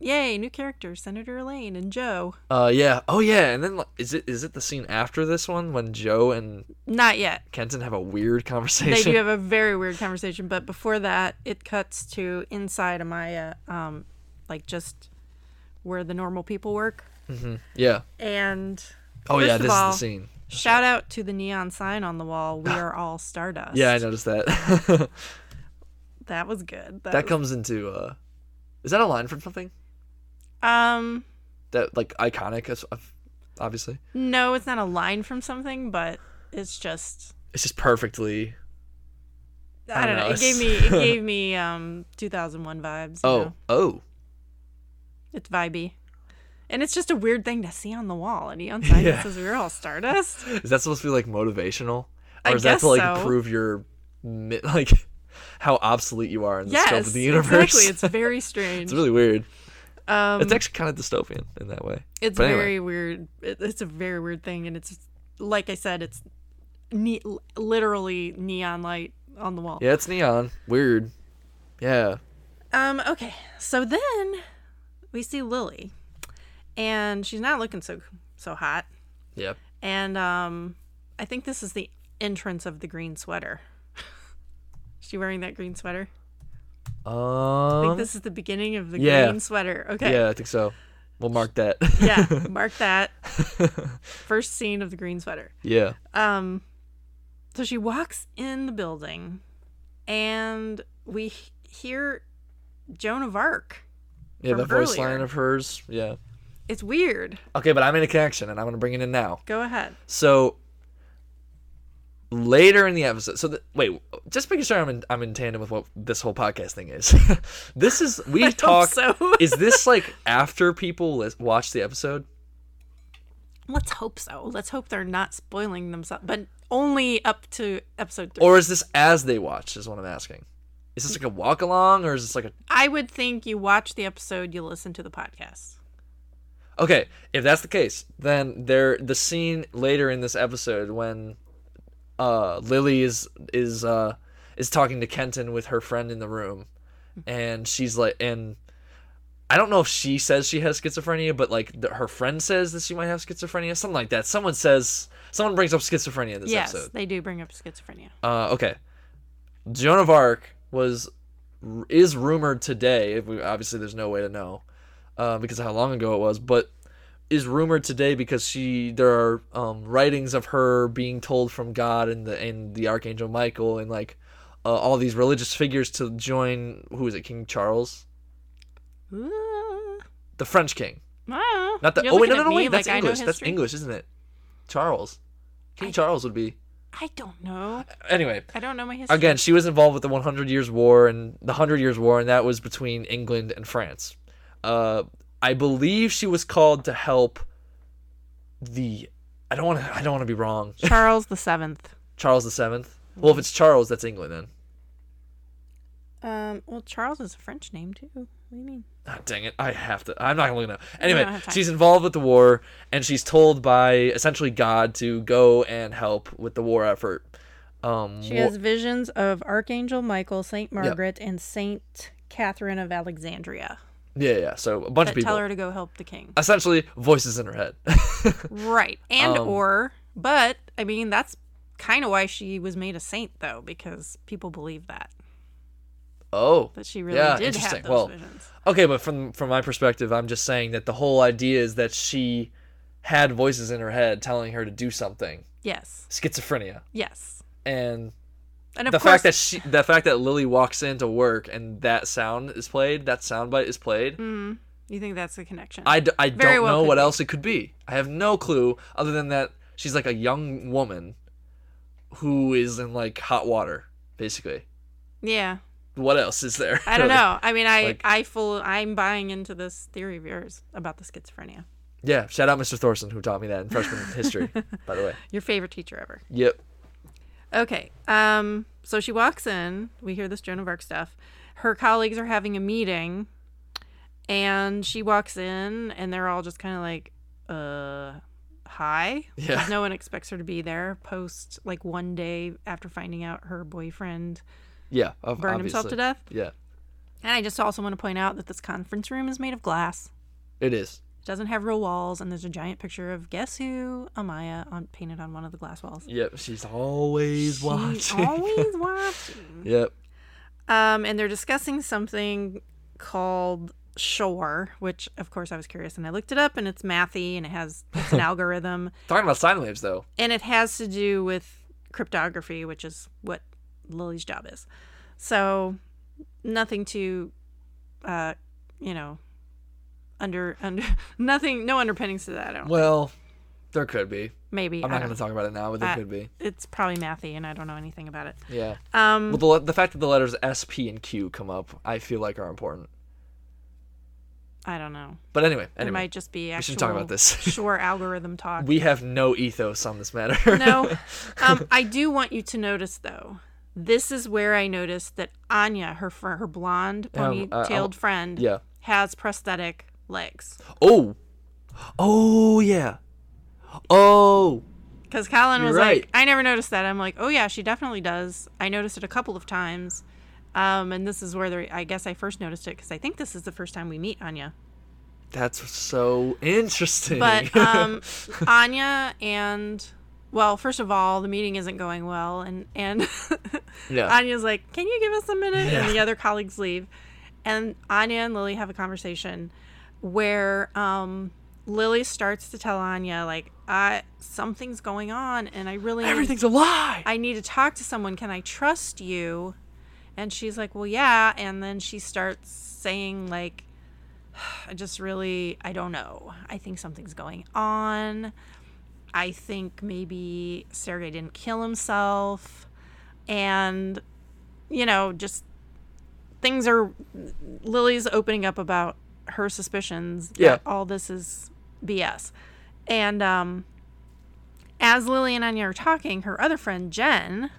[SPEAKER 1] yay, new characters: Senator Elaine and Joe.
[SPEAKER 2] Uh yeah. Oh yeah. And then like, is it is it the scene after this one when Joe and
[SPEAKER 1] Not yet.
[SPEAKER 2] Kenton have a weird
[SPEAKER 1] They
[SPEAKER 2] conversation?
[SPEAKER 1] do have a very weird conversation, but before that, it cuts to inside Amaya, um, like just where the normal people work.
[SPEAKER 2] (laughs) yeah.
[SPEAKER 1] And
[SPEAKER 2] Oh yeah.
[SPEAKER 1] First of
[SPEAKER 2] This
[SPEAKER 1] all-
[SPEAKER 2] is the scene.
[SPEAKER 1] shout out to the neon sign on the wall:
[SPEAKER 2] (laughs)
[SPEAKER 1] "We are all Stardust."
[SPEAKER 2] Yeah, I noticed that. (laughs)
[SPEAKER 1] that was good. That,
[SPEAKER 2] that
[SPEAKER 1] was-
[SPEAKER 2] comes into uh, is that a line from something
[SPEAKER 1] um,
[SPEAKER 2] that like iconic? as- of- Obviously,
[SPEAKER 1] no, it's not a line from something, but it's just
[SPEAKER 2] it's just perfectly.
[SPEAKER 1] I don't know. It gave me
[SPEAKER 2] (laughs)
[SPEAKER 1] it gave me um 2001 vibes. you
[SPEAKER 2] Oh
[SPEAKER 1] know?
[SPEAKER 2] oh
[SPEAKER 1] it's vibey, and it's just a weird thing to see on the wall. And neon sign
[SPEAKER 2] Yeah.
[SPEAKER 1] that says "We're all
[SPEAKER 2] (laughs)
[SPEAKER 1] Stardust."
[SPEAKER 2] Is that supposed to be like motivational,
[SPEAKER 1] I
[SPEAKER 2] or is that
[SPEAKER 1] guess
[SPEAKER 2] to like
[SPEAKER 1] so.
[SPEAKER 2] prove your mi- (laughs) like how obsolete you are in the scope
[SPEAKER 1] yes,
[SPEAKER 2] of the universe?
[SPEAKER 1] exactly. It's very strange.
[SPEAKER 2] (laughs) It's really weird.
[SPEAKER 1] um,
[SPEAKER 2] It's actually kind of dystopian in that way.
[SPEAKER 1] it's
[SPEAKER 2] but anyway.
[SPEAKER 1] very weird. It, it's a very weird thing, and it's like I said, it's ne- literally neon light on the wall.
[SPEAKER 2] Yeah, it's neon. Weird. Yeah.
[SPEAKER 1] Um, okay. So then we see Lily and she's not looking so so hot.
[SPEAKER 2] Yep.
[SPEAKER 1] And um I think this is the entrance of the green sweater. (laughs) is she wearing that green sweater? I think
[SPEAKER 2] Um.
[SPEAKER 1] this is the beginning of the
[SPEAKER 2] yeah.
[SPEAKER 1] green sweater. Okay.
[SPEAKER 2] Yeah, I think so. We'll mark that.
[SPEAKER 1] yeah.
[SPEAKER 2] (laughs)
[SPEAKER 1] Mark that. First scene of the green sweater.
[SPEAKER 2] yeah.
[SPEAKER 1] Um, so she walks in the building, and we h- hear Joan of Arc.
[SPEAKER 2] Yeah.
[SPEAKER 1] From
[SPEAKER 2] That voice
[SPEAKER 1] earlier.
[SPEAKER 2] line of hers. Yeah.
[SPEAKER 1] It's weird.
[SPEAKER 2] Okay, but I made a connection, and I'm gonna bring it in now.
[SPEAKER 1] Go ahead.
[SPEAKER 2] So later in the episode, so the, wait, just making sure I'm in, I'm in tandem with what this whole podcast thing is. (laughs) this is
[SPEAKER 1] (laughs)
[SPEAKER 2] we
[SPEAKER 1] I hope
[SPEAKER 2] talk.
[SPEAKER 1] so.
[SPEAKER 2] is this like after people lis- watch the episode?
[SPEAKER 1] (laughs) Let's hope so. Let's hope they're not spoiling themselves, but only up to episode three.
[SPEAKER 2] Or is this as they watch? Is what I'm asking. Is this like a walk along, or is this like a
[SPEAKER 1] I would think you watch the episode, you listen to the podcast.
[SPEAKER 2] Okay, if that's the case, then there the scene later in this episode when uh Lily is is uh is talking to Kenton with her friend in the room and she's like and I don't know if she says she has schizophrenia, but like th- her friend says that she might have schizophrenia, something like that. Someone says someone brings up schizophrenia in this
[SPEAKER 1] yes,
[SPEAKER 2] episode.
[SPEAKER 1] they do bring up schizophrenia.
[SPEAKER 2] Uh, okay. Joan of Arc was is rumored today. if we- Obviously, there's no way to know uh, because of how long ago it was, but is rumored today because she there are um, writings of her being told from God and the and the archangel Michael and like uh, all these religious figures to join. Who is it? King Charles,
[SPEAKER 1] Ooh.
[SPEAKER 2] the French king,
[SPEAKER 1] Ah.
[SPEAKER 2] not the.
[SPEAKER 1] You're
[SPEAKER 2] oh wait,
[SPEAKER 1] looking
[SPEAKER 2] no, no,
[SPEAKER 1] at
[SPEAKER 2] no,
[SPEAKER 1] me
[SPEAKER 2] wait. That's
[SPEAKER 1] like I know
[SPEAKER 2] English. That's
[SPEAKER 1] history.
[SPEAKER 2] English, isn't it? Charles, King Charles would be.
[SPEAKER 1] I don't know.
[SPEAKER 2] Anyway,
[SPEAKER 1] I don't know my history.
[SPEAKER 2] again, she was involved with the 100 Years' War and the 100 Years' War, and that was between England and France. Uh, I believe she was called to help the. I don't want to. I don't want to be wrong.
[SPEAKER 1] Charles the Seventh.
[SPEAKER 2] Charles the Seventh. Well, if it's Charles, that's England then.
[SPEAKER 1] Um, well, Charles is a French name too. What do you mean?
[SPEAKER 2] Ah, dang it! I have to. I'm not gonna look it up. Anyway,
[SPEAKER 1] have time.
[SPEAKER 2] she's involved with the war, and she's told by essentially God to go and help with the war effort. Um,
[SPEAKER 1] She
[SPEAKER 2] wa-
[SPEAKER 1] has visions of Archangel Michael, Saint Margaret, and Saint Catherine of Alexandria
[SPEAKER 2] yeah, yeah. So a bunch
[SPEAKER 1] that
[SPEAKER 2] of people. Uh,
[SPEAKER 1] tell her to go help the king.
[SPEAKER 2] essentially, voices in her head. (laughs)
[SPEAKER 1] Right, and
[SPEAKER 2] Um,
[SPEAKER 1] or, but I mean that's kind of why she was made a saint, though, because people believe that
[SPEAKER 2] Oh.
[SPEAKER 1] that she really
[SPEAKER 2] Yeah,
[SPEAKER 1] did
[SPEAKER 2] interesting.
[SPEAKER 1] have those
[SPEAKER 2] Well,
[SPEAKER 1] visions.
[SPEAKER 2] Okay, but from from my perspective, I'm just saying that the whole idea is that she had voices in her head telling her to do something.
[SPEAKER 1] Yes,
[SPEAKER 2] Schizophrenia.
[SPEAKER 1] yes,
[SPEAKER 2] And
[SPEAKER 1] and of
[SPEAKER 2] the
[SPEAKER 1] course,
[SPEAKER 2] fact that she the fact that Lily walks into work and that sound is played, that sound bite is played.
[SPEAKER 1] Mhm. you think that's the connection.
[SPEAKER 2] I, d- I
[SPEAKER 1] Very
[SPEAKER 2] don't
[SPEAKER 1] well
[SPEAKER 2] know
[SPEAKER 1] could
[SPEAKER 2] what
[SPEAKER 1] be.
[SPEAKER 2] else it could be. I have no clue other than that she's like a young woman who is in like hot water, basically.
[SPEAKER 1] yeah,
[SPEAKER 2] What else is there?
[SPEAKER 1] I
[SPEAKER 2] (laughs)
[SPEAKER 1] don't
[SPEAKER 2] really?
[SPEAKER 1] know. I mean, I
[SPEAKER 2] Like-
[SPEAKER 1] I full I'm buying into this theory of yours about the schizophrenia.
[SPEAKER 2] Yeah, shout out Mr. Thorson who taught me that in freshman history, by
[SPEAKER 1] (laughs)
[SPEAKER 2] the way.
[SPEAKER 1] Your favorite teacher ever.
[SPEAKER 2] Yep.
[SPEAKER 1] Okay. Um. So she walks in. We hear this Joan of Arc stuff. Her colleagues are having a meeting, and she walks in, and they're all just kind of like, uh, hi. 'Cause
[SPEAKER 2] Yeah.
[SPEAKER 1] No one expects her to be there. Post like one day after finding out her boyfriend
[SPEAKER 2] Yeah. ob-
[SPEAKER 1] burned himself
[SPEAKER 2] obviously.
[SPEAKER 1] to death.
[SPEAKER 2] Yeah.
[SPEAKER 1] And I just also want to point out that this conference room is made of glass.
[SPEAKER 2] It is.
[SPEAKER 1] It doesn't have real walls, and there's a giant picture of guess who, Amaya, on painted on one of the glass walls.
[SPEAKER 2] Yep. She's always
[SPEAKER 1] She's
[SPEAKER 2] watching.
[SPEAKER 1] (laughs)
[SPEAKER 2] (laughs)
[SPEAKER 1] always watching.
[SPEAKER 2] yep.
[SPEAKER 1] Um, and they're discussing something called Shore, which of course I was curious and I looked it up and it's mathy and it has it's
[SPEAKER 2] (laughs)
[SPEAKER 1] an algorithm
[SPEAKER 2] Talking about sine waves though.
[SPEAKER 1] and it has to do with cryptography, which is what Lily's job is. So nothing to uh you know under under (laughs) nothing no underpinnings to that I don't
[SPEAKER 2] Well, there could be.
[SPEAKER 1] maybe
[SPEAKER 2] I'm
[SPEAKER 1] I
[SPEAKER 2] not
[SPEAKER 1] don't-
[SPEAKER 2] going to talk about it now, but there
[SPEAKER 1] I-
[SPEAKER 2] could be.
[SPEAKER 1] it's probably mathy and I don't know anything about it.
[SPEAKER 2] Yeah.
[SPEAKER 1] (laughs) Um
[SPEAKER 2] Well, the, le- the fact that the letters S, P, and Q come up, I feel like are important.
[SPEAKER 1] I don't know.
[SPEAKER 2] But anyway,
[SPEAKER 1] It
[SPEAKER 2] anyway,
[SPEAKER 1] might just be
[SPEAKER 2] we
[SPEAKER 1] actual
[SPEAKER 2] should talk about this. (laughs)
[SPEAKER 1] Shore algorithm talk.
[SPEAKER 2] we have no ethos on this matter.
[SPEAKER 1] no. Um, I do want you to notice though. This is where I noticed that Anya, her fr- her blonde
[SPEAKER 2] Um,
[SPEAKER 1] ponytailed
[SPEAKER 2] I- I-
[SPEAKER 1] friend,
[SPEAKER 2] yeah.
[SPEAKER 1] has prosthetic legs.
[SPEAKER 2] (laughs) Oh. Oh yeah. Oh.
[SPEAKER 1] Because Colin
[SPEAKER 2] You're
[SPEAKER 1] was
[SPEAKER 2] right.
[SPEAKER 1] like, I never noticed that. I'm like, oh yeah, she definitely does. I noticed it a couple of times, um, and this is where the, I guess I first noticed it because I think this is the first time we meet Anya.
[SPEAKER 2] That's so interesting.
[SPEAKER 1] But um, Anya and well, first of all, the meeting isn't going well, and and (laughs)
[SPEAKER 2] Yeah.
[SPEAKER 1] Anya's like, "Can you give us a minute?"
[SPEAKER 2] Yeah.
[SPEAKER 1] And the other colleagues leave, and Anya and Lily have a conversation where um, Lily starts to tell Anya like, "I something's going on, and I really
[SPEAKER 2] (laughs) everything's a lie.
[SPEAKER 1] I need to talk to someone. Can I trust you?" And she's like, "Well, yeah." And then she starts saying like, (sighs) "I just really I don't know. I think something's going on. I think maybe Sergey didn't kill himself." And you know, just things are Lily's opening up about her suspicions that
[SPEAKER 2] Yeah.
[SPEAKER 1] all this is BS. And um as Lily and Anya are talking, her other friend Jen,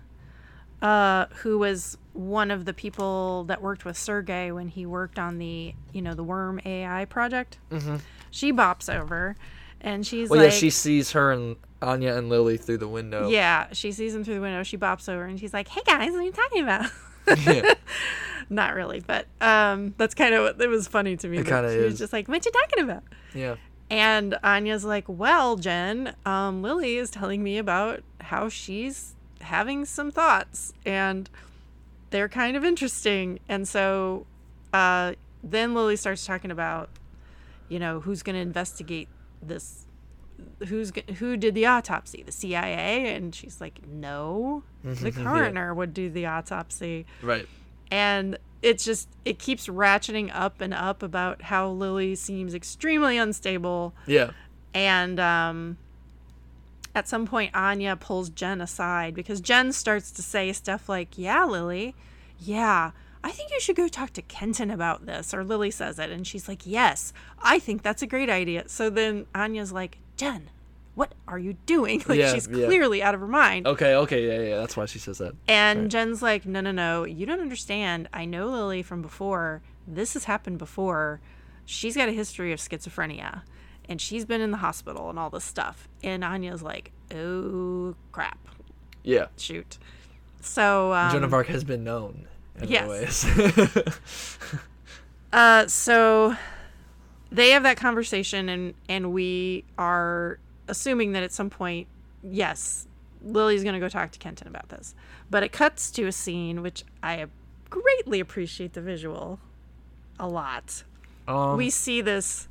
[SPEAKER 1] uh, who was one of the people that worked with Sergey when he worked on the, you know, the worm AI project, she bops over and she's
[SPEAKER 2] Mm-hmm. well,
[SPEAKER 1] like
[SPEAKER 2] yeah, she sees her and Anya and Lily through the window.
[SPEAKER 1] yeah, she sees him through the window. She bops over and she's like, "Hey guys, what are you talking about?" (laughs)
[SPEAKER 2] (laughs) Yeah.
[SPEAKER 1] Not really, but um, that's kind of what it was funny to me. It
[SPEAKER 2] kinda
[SPEAKER 1] she
[SPEAKER 2] is.
[SPEAKER 1] was just like, "What you talking about?"
[SPEAKER 2] yeah.
[SPEAKER 1] And Anya's like, "Well, Jen, um, Lily is telling me about how she's having some thoughts, and they're kind of interesting." And so, uh, then Lily starts talking about, you know, who's going to investigate this, who's go- who did the autopsy, the CIA, and she's like, "No, the coroner would do the autopsy."
[SPEAKER 2] Right.
[SPEAKER 1] and it's just it keeps ratcheting up and up about how Lily seems extremely unstable
[SPEAKER 2] Yeah.
[SPEAKER 1] and um at some point Anya pulls Jen aside because Jen starts to say stuff like, "Yeah, Lily. Yeah, I think you should go talk to Kenton about this." Or Lily says it and she's like, "Yes, I think that's a great idea." So then Anya's like, "Jen, what are you doing?" (laughs) Like
[SPEAKER 2] Yeah,
[SPEAKER 1] she's
[SPEAKER 2] yeah.
[SPEAKER 1] clearly out of her mind.
[SPEAKER 2] Okay. Okay. Yeah. Yeah. That's why she says that.
[SPEAKER 1] And Jen's like, no, no, no, you don't understand. I know Lily from before. This has happened before. She's got a history of schizophrenia and she's been in the hospital and all this stuff. And Anya's like, oh, crap.
[SPEAKER 2] Yeah.
[SPEAKER 1] Shoot. So, um,
[SPEAKER 2] Joan of Arc has been known. In other
[SPEAKER 1] yes.
[SPEAKER 2] ways.
[SPEAKER 1] Uh, so they have that conversation, and and we are assuming that at some point, yes, Lily's going to go talk to Kenton about this. But it cuts to a scene which I greatly appreciate the visual a lot.
[SPEAKER 2] Um,
[SPEAKER 1] we see this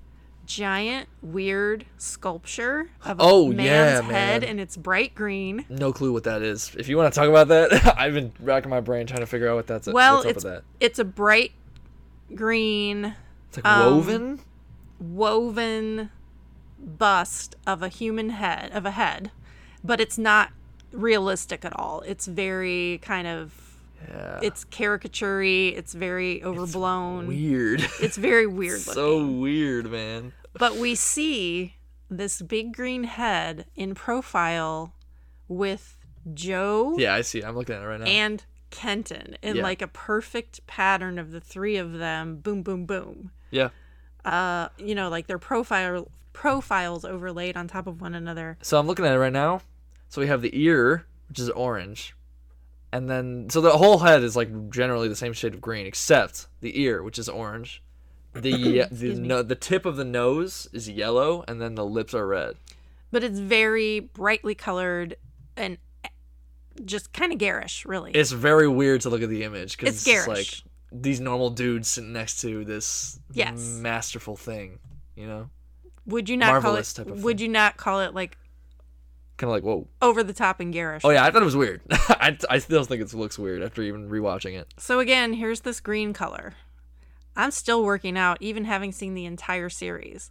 [SPEAKER 1] giant weird sculpture of a
[SPEAKER 2] Oh,
[SPEAKER 1] man's
[SPEAKER 2] yeah,
[SPEAKER 1] head
[SPEAKER 2] man.
[SPEAKER 1] and it's bright green.
[SPEAKER 2] (laughs) no clue what that is. If you want to talk about that, (laughs) I've been racking my brain trying to figure out what that's.
[SPEAKER 1] Well,
[SPEAKER 2] what's up
[SPEAKER 1] it's
[SPEAKER 2] with that?
[SPEAKER 1] it's a bright green
[SPEAKER 2] It's like
[SPEAKER 1] um,
[SPEAKER 2] woven.
[SPEAKER 1] woven bust of a human head of a head, but it's not realistic at all. It's very kind of
[SPEAKER 2] Yeah.
[SPEAKER 1] it's caricaturey, it's very overblown. It's,
[SPEAKER 2] weird. (laughs)
[SPEAKER 1] very weird looking.
[SPEAKER 2] so weird, man.
[SPEAKER 1] But we see this big green head in profile with Joe
[SPEAKER 2] Yeah, I see. I'm looking at it right now.
[SPEAKER 1] and Kenton in
[SPEAKER 2] Yeah.
[SPEAKER 1] like a perfect pattern of the three of them. Boom, boom, boom.
[SPEAKER 2] yeah.
[SPEAKER 1] Uh, you know, like their profile profiles overlaid on top of one another.
[SPEAKER 2] So I'm looking at it right now. So we have the ear, which is orange. And then so the whole head is like generally the same shade of green except the ear, which is orange.
[SPEAKER 1] (coughs)
[SPEAKER 2] The the
[SPEAKER 1] me.
[SPEAKER 2] no, the tip of the nose is yellow and then the lips are red.
[SPEAKER 1] But it's very brightly colored and just kind of garish, really.
[SPEAKER 2] It's very weird to look at the image cuz
[SPEAKER 1] It's
[SPEAKER 2] it's, just
[SPEAKER 1] garish.
[SPEAKER 2] like these normal dudes sitting next to this
[SPEAKER 1] Yes.
[SPEAKER 2] masterful thing, you know?
[SPEAKER 1] would you not call it?
[SPEAKER 2] marvelous type of
[SPEAKER 1] would you not call it like
[SPEAKER 2] Kind of like, whoa.
[SPEAKER 1] over the top and garish?
[SPEAKER 2] Oh yeah, I thought it was weird. (laughs) I, I still think it looks weird after even rewatching it.
[SPEAKER 1] So again, here's this green color. I'm still working out, even having seen the entire series,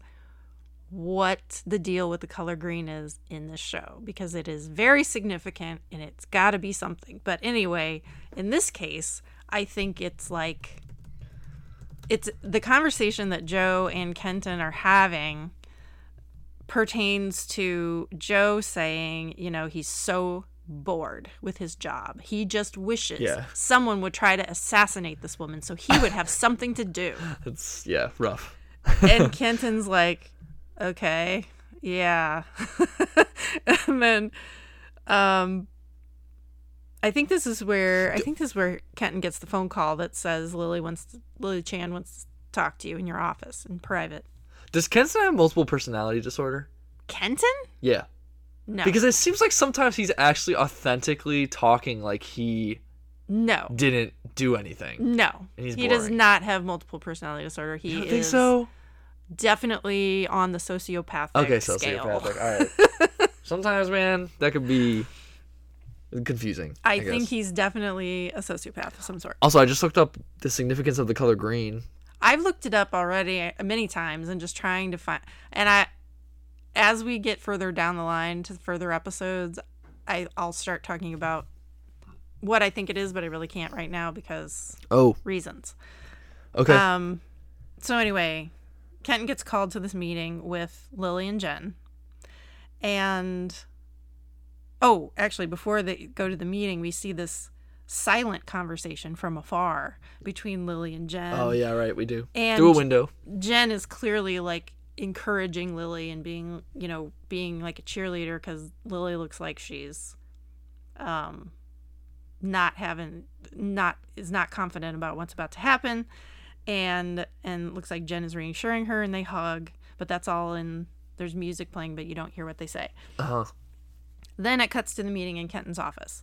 [SPEAKER 1] what the deal with the color green is in this show because it is very significant and it's got to be something. But anyway, in this case, I think it's like it's the conversation that Joe and Kenton are having pertains to Joe saying, you know, he's so bored with his job. He just wishes
[SPEAKER 2] Yeah.
[SPEAKER 1] someone would try to assassinate this woman so he would have something to do.
[SPEAKER 2] It's yeah, rough. (laughs)
[SPEAKER 1] And Kenton's like, okay, yeah. (laughs) and then um I think this is where I think this is where Kenton gets the phone call that says Lily wants to, Lily Chan wants to talk to you in your office in private.
[SPEAKER 2] Does Kenson have multiple personality disorder?
[SPEAKER 1] Kenton?
[SPEAKER 2] Yeah.
[SPEAKER 1] No.
[SPEAKER 2] Because it seems like sometimes he's actually authentically talking like he
[SPEAKER 1] no.
[SPEAKER 2] didn't do anything.
[SPEAKER 1] No,
[SPEAKER 2] And he's
[SPEAKER 1] he does
[SPEAKER 2] boring.
[SPEAKER 1] not have multiple personality disorder. He
[SPEAKER 2] You don't
[SPEAKER 1] is
[SPEAKER 2] think so?
[SPEAKER 1] definitely on the sociopathic
[SPEAKER 2] Okay, so
[SPEAKER 1] scale.
[SPEAKER 2] sociopathic. All
[SPEAKER 1] (laughs)
[SPEAKER 2] right. sometimes, man, that could be confusing.
[SPEAKER 1] I,
[SPEAKER 2] I,
[SPEAKER 1] think
[SPEAKER 2] guess.
[SPEAKER 1] he's definitely a sociopath of some sort.
[SPEAKER 2] Also, I just looked up the significance of the color green.
[SPEAKER 1] I've looked it up already uh, many times and just trying to find. And I, as we get further down the line to further episodes, I, I'll start talking about what I think it is, but I really can't right now because
[SPEAKER 2] Oh,
[SPEAKER 1] reasons.
[SPEAKER 2] okay.
[SPEAKER 1] Um, so anyway, Kenton gets called to this meeting with Lily and Jen, and oh, actually, before they go to the meeting, we see this silent conversation from afar between Lily and Jen.
[SPEAKER 2] oh yeah, right. We do
[SPEAKER 1] and-
[SPEAKER 2] through a window.
[SPEAKER 1] Jen is clearly like encouraging Lily and being, you know, being like a cheerleader because Lily looks like she's, um, not having, not is not confident about what's about to happen, and and looks like Jen is reassuring her, and they hug, but that's all in. There's music playing, but you don't hear what they say.
[SPEAKER 2] Uh huh.
[SPEAKER 1] Then it cuts to the meeting in Kenton's office.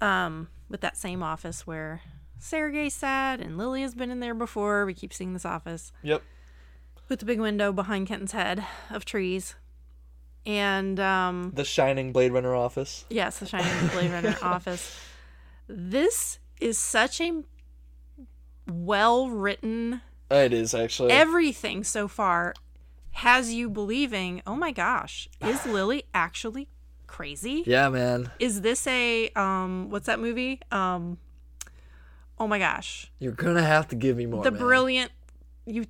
[SPEAKER 1] Um, with that same office where Sergey sat and Lily has been in there before. We keep seeing this office
[SPEAKER 2] Yep.
[SPEAKER 1] with the big window behind Kenton's head of trees. And um
[SPEAKER 2] The shining Blade Runner office.
[SPEAKER 1] yes, the shining Blade Runner office. This is such a well written
[SPEAKER 2] Oh, It is actually.
[SPEAKER 1] everything so far has you believing, oh my gosh, is Lily actually crazy?
[SPEAKER 2] yeah, man.
[SPEAKER 1] Is this a um what's that movie? Um oh my gosh.
[SPEAKER 2] You're gonna have to give me more.
[SPEAKER 1] the
[SPEAKER 2] man.
[SPEAKER 1] brilliant you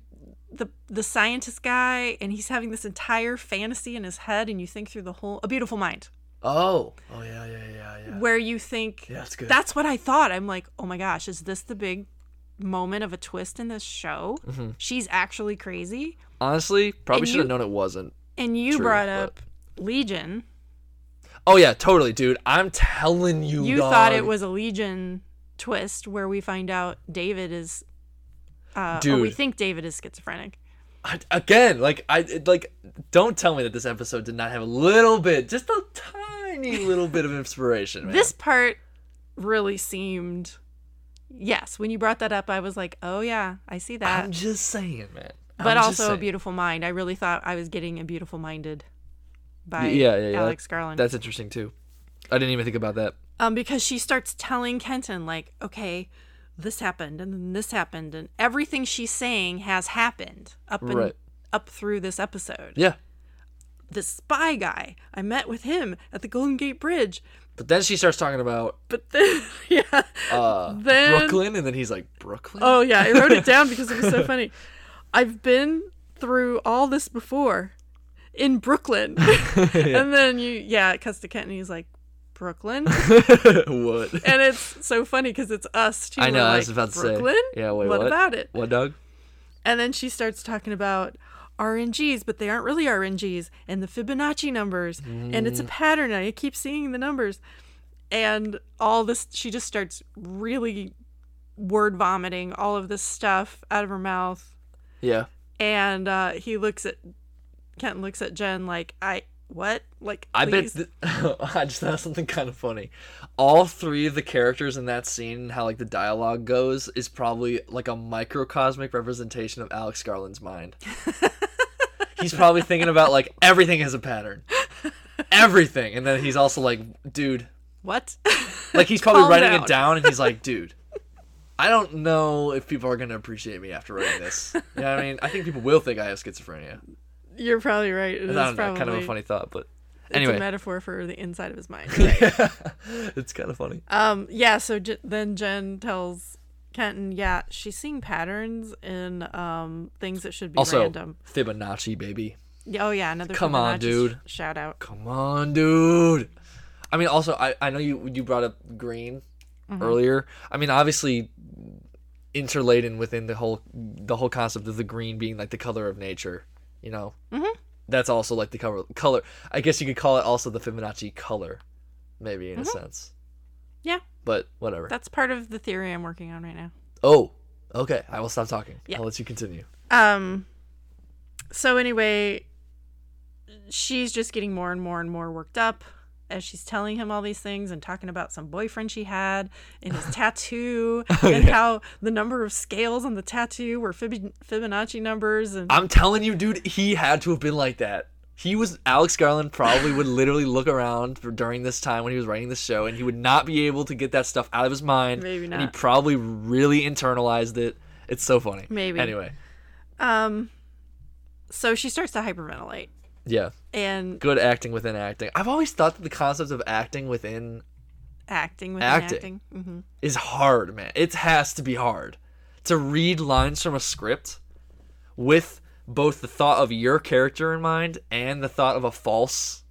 [SPEAKER 1] the the scientist guy and he's having this entire fantasy in his head and you think through the whole a beautiful mind
[SPEAKER 2] Oh. Oh yeah, yeah, yeah, yeah.
[SPEAKER 1] where you think
[SPEAKER 2] Yeah, that's good.
[SPEAKER 1] that's what i thought i'm like oh my gosh is this the big moment of a twist in this show
[SPEAKER 2] Mm-hmm.
[SPEAKER 1] she's actually crazy
[SPEAKER 2] Honestly, probably
[SPEAKER 1] And
[SPEAKER 2] should have
[SPEAKER 1] you-
[SPEAKER 2] known it wasn't.
[SPEAKER 1] and you
[SPEAKER 2] True,
[SPEAKER 1] brought
[SPEAKER 2] but-
[SPEAKER 1] up legion
[SPEAKER 2] Oh yeah, totally, dude. I'm telling you,
[SPEAKER 1] you
[SPEAKER 2] dog.
[SPEAKER 1] thought it was a legion twist where we find out david is uh, or we
[SPEAKER 2] Dude.
[SPEAKER 1] think david is schizophrenic
[SPEAKER 2] I- again. Like I it- like. Don't tell me that this episode did not have a little bit, just a tiny tiny little bit of inspiration, man.
[SPEAKER 1] This part really seemed. Yes, when you brought that up, I was like, oh, yeah, I see that.
[SPEAKER 2] I'm just saying, man. I'm
[SPEAKER 1] but
[SPEAKER 2] just
[SPEAKER 1] also a
[SPEAKER 2] saying.
[SPEAKER 1] beautiful mind. I really thought I was getting a beautiful minded by
[SPEAKER 2] Yeah, yeah, yeah.
[SPEAKER 1] Alex Garland.
[SPEAKER 2] That's interesting too. I didn't even think about that.
[SPEAKER 1] um, because she starts telling Kenton like, okay, this happened and then this happened and everything she's saying has happened up and
[SPEAKER 2] Right.
[SPEAKER 1] up through this episode.
[SPEAKER 2] Yeah.
[SPEAKER 1] This spy guy, I met with him at the Golden Gate Bridge,
[SPEAKER 2] But then she starts talking about
[SPEAKER 1] but then (laughs) yeah,
[SPEAKER 2] uh,
[SPEAKER 1] Then-
[SPEAKER 2] Brooklyn, and then he's like, Brooklyn?
[SPEAKER 1] oh yeah, I wrote it down because it was so funny. I've been through all this before in
[SPEAKER 2] (laughs)
[SPEAKER 1] Brooklyn, (laughs) and then you yeah, it cuts to Kenton. He's like, Brooklyn.
[SPEAKER 2] (laughs) what?
[SPEAKER 1] and it's so funny because it's us too.
[SPEAKER 2] I know,
[SPEAKER 1] We're
[SPEAKER 2] I was
[SPEAKER 1] like,
[SPEAKER 2] about to say.
[SPEAKER 1] Brooklyn?
[SPEAKER 2] Yeah, wait,
[SPEAKER 1] what,
[SPEAKER 2] what?
[SPEAKER 1] about it?
[SPEAKER 2] What, Doug?
[SPEAKER 1] And then she starts talking about RNGs, but they aren't really RNGs, and the Fibonacci numbers, and
[SPEAKER 2] Mm.
[SPEAKER 1] it's a pattern. and I keep seeing the numbers, and all this. She just starts really word vomiting all of this stuff out of her mouth,
[SPEAKER 2] Yeah.
[SPEAKER 1] and uh, he looks at Kent looks at Jen like I what like
[SPEAKER 2] I bet.
[SPEAKER 1] please."
[SPEAKER 2] Th- (laughs) I just thought of something kind of funny. All three of the characters in that scene, how like the dialogue goes, is probably like a microcosmic representation of Alex Garland's
[SPEAKER 1] (laughs)
[SPEAKER 2] mind. he's probably thinking about like everything has a pattern, everything, and then he's also like, dude,
[SPEAKER 1] what
[SPEAKER 2] (laughs) like he's probably
[SPEAKER 1] Calm
[SPEAKER 2] writing it down, and he's like, dude. I don't know if people are gonna appreciate me after writing this. You know what I mean? I think people will think I have schizophrenia.
[SPEAKER 1] (laughs) you're probably right. It is
[SPEAKER 2] I don't know,
[SPEAKER 1] probably
[SPEAKER 2] kind of a funny thought, but
[SPEAKER 1] It's a
[SPEAKER 2] anyway,
[SPEAKER 1] metaphor for the inside of his
[SPEAKER 2] (laughs)
[SPEAKER 1] mind.
[SPEAKER 2] it's kind of funny.
[SPEAKER 1] um, yeah. So J- then Jen tells Kenton, yeah, she's seeing patterns in um things that should be
[SPEAKER 2] Also,
[SPEAKER 1] random.
[SPEAKER 2] Fibonacci, baby.
[SPEAKER 1] Yeah, Oh yeah, another
[SPEAKER 2] Come on,
[SPEAKER 1] Fibonacci
[SPEAKER 2] dude.
[SPEAKER 1] sh- Shout out.
[SPEAKER 2] Come on, dude. I mean, also, I, I know you you brought up green
[SPEAKER 1] Mm-hmm.
[SPEAKER 2] earlier. I mean, obviously, interladen within the whole the whole concept of the green being like the color of nature. You know, mm-hmm. that's also like the color color. I guess you could call it also the Fibonacci color, maybe in a sense.
[SPEAKER 1] Mm-hmm. Yeah,
[SPEAKER 2] But whatever.
[SPEAKER 1] that's part of the theory I'm working on right now.
[SPEAKER 2] oh, okay. I will stop talking.
[SPEAKER 1] Yeah.
[SPEAKER 2] I'll let you continue.
[SPEAKER 1] Um. So anyway, she's just getting more and more and more worked up as she's telling him all these things and talking about some boyfriend she had and
[SPEAKER 2] (laughs)
[SPEAKER 1] his tattoo
[SPEAKER 2] Oh,
[SPEAKER 1] and how the number of scales on the tattoo were Fibon- Fibonacci numbers and
[SPEAKER 2] I'm telling you, dude, he had to have been like that. He was Alex Garland
[SPEAKER 1] (laughs)
[SPEAKER 2] probably would literally look around for, during this time when he was writing this show, and he would not be able to get that stuff out of his mind.
[SPEAKER 1] Maybe
[SPEAKER 2] And he
[SPEAKER 1] not.
[SPEAKER 2] probably really internalized it. It's so funny.
[SPEAKER 1] Maybe.
[SPEAKER 2] Anyway,
[SPEAKER 1] um so she starts to hyperventilate
[SPEAKER 2] yeah,
[SPEAKER 1] and
[SPEAKER 2] good acting within acting. I've always thought that the concept of acting within
[SPEAKER 1] acting with
[SPEAKER 2] Acting.
[SPEAKER 1] acting. acting. hmm
[SPEAKER 2] is hard, man. It has to be hard to read lines from a script with both the thought of your character in mind and the thought of a false,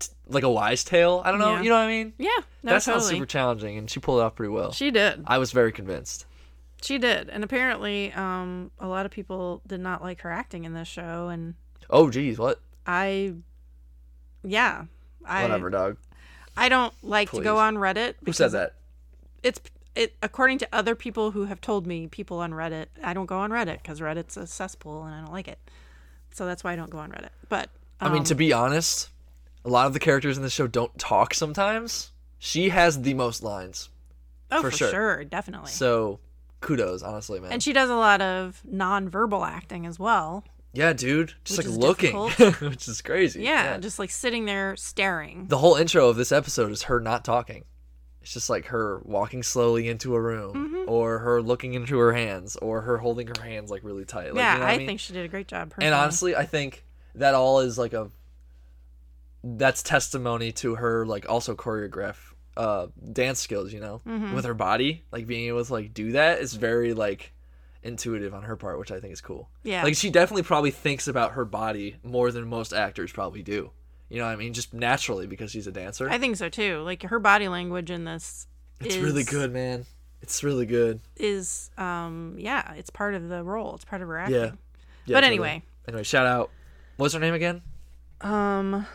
[SPEAKER 2] t- like a wise tale. I don't know.
[SPEAKER 1] Yeah.
[SPEAKER 2] You know what I mean?
[SPEAKER 1] Yeah, no,
[SPEAKER 2] that sounds
[SPEAKER 1] totally.
[SPEAKER 2] super challenging, and she pulled it off pretty well.
[SPEAKER 1] she did.
[SPEAKER 2] I was very convinced.
[SPEAKER 1] She did. And apparently um a lot of people did not like her acting in this show and
[SPEAKER 2] Oh, geez, what?
[SPEAKER 1] I, yeah, I
[SPEAKER 2] Whatever, dog.
[SPEAKER 1] I don't like to go
[SPEAKER 2] Please.
[SPEAKER 1] on Reddit.
[SPEAKER 2] Who
[SPEAKER 1] because
[SPEAKER 2] said that?
[SPEAKER 1] It's it according to other people who have told me people on Reddit. I don't go on Reddit because Reddit's a cesspool and I don't like it, so that's why I don't go on Reddit. But um,
[SPEAKER 2] I mean, to be honest, a lot of the characters in the show don't talk sometimes. She has the most lines,
[SPEAKER 1] oh
[SPEAKER 2] for
[SPEAKER 1] for,
[SPEAKER 2] sure.
[SPEAKER 1] sure. definitely.
[SPEAKER 2] so kudos, honestly, man.
[SPEAKER 1] and she does a lot of nonverbal acting as well.
[SPEAKER 2] yeah, dude, just
[SPEAKER 1] Which
[SPEAKER 2] like
[SPEAKER 1] is
[SPEAKER 2] looking, (laughs) which is crazy.
[SPEAKER 1] Yeah, just like sitting there staring.
[SPEAKER 2] the whole intro of this episode is her not talking. It's just like her walking slowly into a room,
[SPEAKER 1] Mm-hmm.
[SPEAKER 2] or her looking into her hands, or her holding her hands like really tight. Like,
[SPEAKER 1] yeah,
[SPEAKER 2] you know what
[SPEAKER 1] I,
[SPEAKER 2] I mean?
[SPEAKER 1] think she did a great job.
[SPEAKER 2] and
[SPEAKER 1] personally.
[SPEAKER 2] honestly i think that all is like a that's testimony to her like also choreograph uh dance skills you know
[SPEAKER 1] Mm-hmm.
[SPEAKER 2] with her body like being able to like do that is very like intuitive on her part which i think is cool
[SPEAKER 1] Yeah.
[SPEAKER 2] like she definitely probably thinks about her body more than most actors probably do you know what i mean just naturally because she's a dancer
[SPEAKER 1] I think so too. Like her body language in this.
[SPEAKER 2] it's
[SPEAKER 1] is,
[SPEAKER 2] really good man it's really good
[SPEAKER 1] Is um yeah, it's part of the role. It's part of her acting.
[SPEAKER 2] yeah, Yeah,
[SPEAKER 1] But
[SPEAKER 2] totally.
[SPEAKER 1] anyway.
[SPEAKER 2] anyway shout out what's her name again
[SPEAKER 1] Um,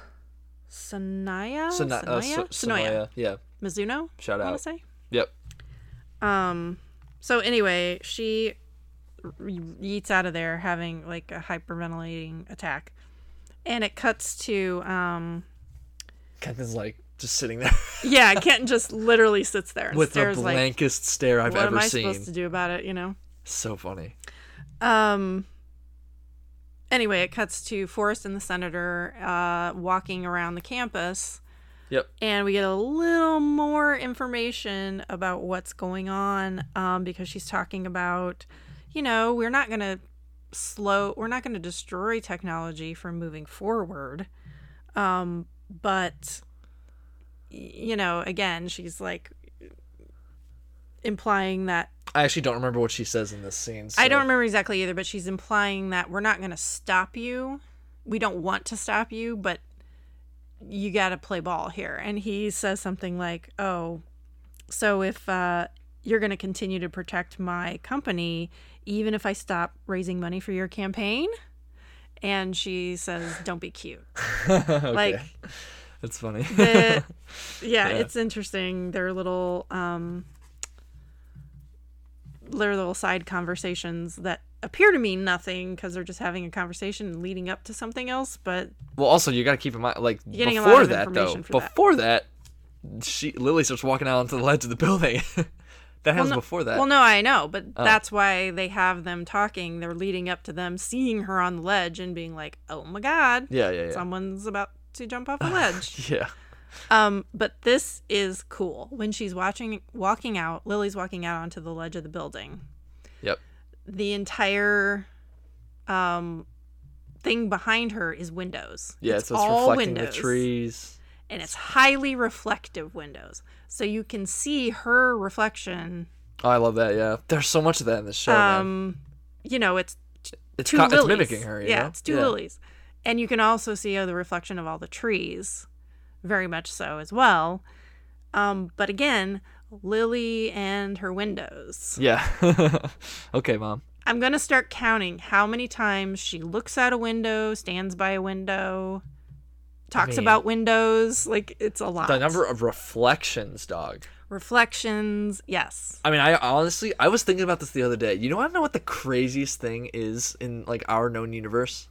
[SPEAKER 1] Sanaya,
[SPEAKER 2] Sana- uh,
[SPEAKER 1] Sanaya,
[SPEAKER 2] Sa- Sonoya. yeah
[SPEAKER 1] Mizuno.
[SPEAKER 2] Shout
[SPEAKER 1] I wanna
[SPEAKER 2] out.
[SPEAKER 1] Say.
[SPEAKER 2] yep
[SPEAKER 1] Um, so anyway, she r- yeets out of there having like a hyperventilating attack, and it cuts to um,
[SPEAKER 2] Kenton's like just sitting there (laughs)
[SPEAKER 1] Yeah, Kenton just literally sits there and
[SPEAKER 2] with the
[SPEAKER 1] stares like,
[SPEAKER 2] blankest stare I've
[SPEAKER 1] what am
[SPEAKER 2] ever
[SPEAKER 1] I
[SPEAKER 2] seen.
[SPEAKER 1] supposed to do about it? You know.
[SPEAKER 2] So funny.
[SPEAKER 1] Um. Anyway, it cuts to Forrest and the senator uh, walking around the campus,
[SPEAKER 2] Yep.
[SPEAKER 1] and we get a little more information about what's going on um, because she's talking about, you know, we're not going to slow, we're not going to destroy technology from moving forward. Um, but, y- you know, again, she's like implying that
[SPEAKER 2] I actually don't remember what she says in this scene.
[SPEAKER 1] I
[SPEAKER 2] so-
[SPEAKER 1] don't remember exactly either, but she's implying that we're not going to stop you. We don't want to stop you, but you got to play ball here. And he says something like, "Oh, so if uh, you're going to continue to protect my company, even if I stop raising money for your campaign," and she says, "Don't be cute."
[SPEAKER 2] (laughs) okay.
[SPEAKER 1] Like-
[SPEAKER 2] that's funny. (laughs)
[SPEAKER 1] the- yeah, it's interesting. Their little um, their little side conversations that appear to mean nothing because they're just having a conversation leading up to something else. But
[SPEAKER 2] well, also you got to keep in mind, like
[SPEAKER 1] You're getting a lot
[SPEAKER 2] before
[SPEAKER 1] of
[SPEAKER 2] that though,
[SPEAKER 1] information for that.
[SPEAKER 2] before that, she Lily starts walking out onto the ledge of the building. (laughs) that happens
[SPEAKER 1] no-
[SPEAKER 2] before that. Oh.
[SPEAKER 1] well, no, I know, but that's why they have them talking. They're leading up to them seeing her on the ledge and being like, "Oh my god,
[SPEAKER 2] yeah, yeah, yeah.
[SPEAKER 1] someone's about to jump off a ledge."
[SPEAKER 2] (laughs) yeah.
[SPEAKER 1] Um, but this is cool. When she's watching walking out, Lily's walking out onto the ledge of the building.
[SPEAKER 2] Yep.
[SPEAKER 1] The entire um thing behind her is windows.
[SPEAKER 2] Yeah, so it's
[SPEAKER 1] all
[SPEAKER 2] reflecting
[SPEAKER 1] windows,
[SPEAKER 2] the trees.
[SPEAKER 1] And it's highly reflective windows. So you can see her reflection.
[SPEAKER 2] Oh, I love that. Yeah, there's so much of that in this show. man.
[SPEAKER 1] um you know, it's
[SPEAKER 2] It's,
[SPEAKER 1] two
[SPEAKER 2] co-
[SPEAKER 1] lilies.
[SPEAKER 2] it's mimicking her. you
[SPEAKER 1] yeah,
[SPEAKER 2] know?
[SPEAKER 1] it's two lilies, and you can also see uh, the reflection of all the trees, very much so as well. Um, but again, Lily and her windows.
[SPEAKER 2] Yeah. (laughs) okay, mom.
[SPEAKER 1] I'm gonna start counting how many times she looks out a window, stands by a window, talks
[SPEAKER 2] mean-
[SPEAKER 1] about windows. Like it's a lot.
[SPEAKER 2] The number of reflections, dog.
[SPEAKER 1] reflections. Yes.
[SPEAKER 2] I mean, I honestly, I was thinking about this the other day. You know, I don't know what the craziest thing is in like our known universe.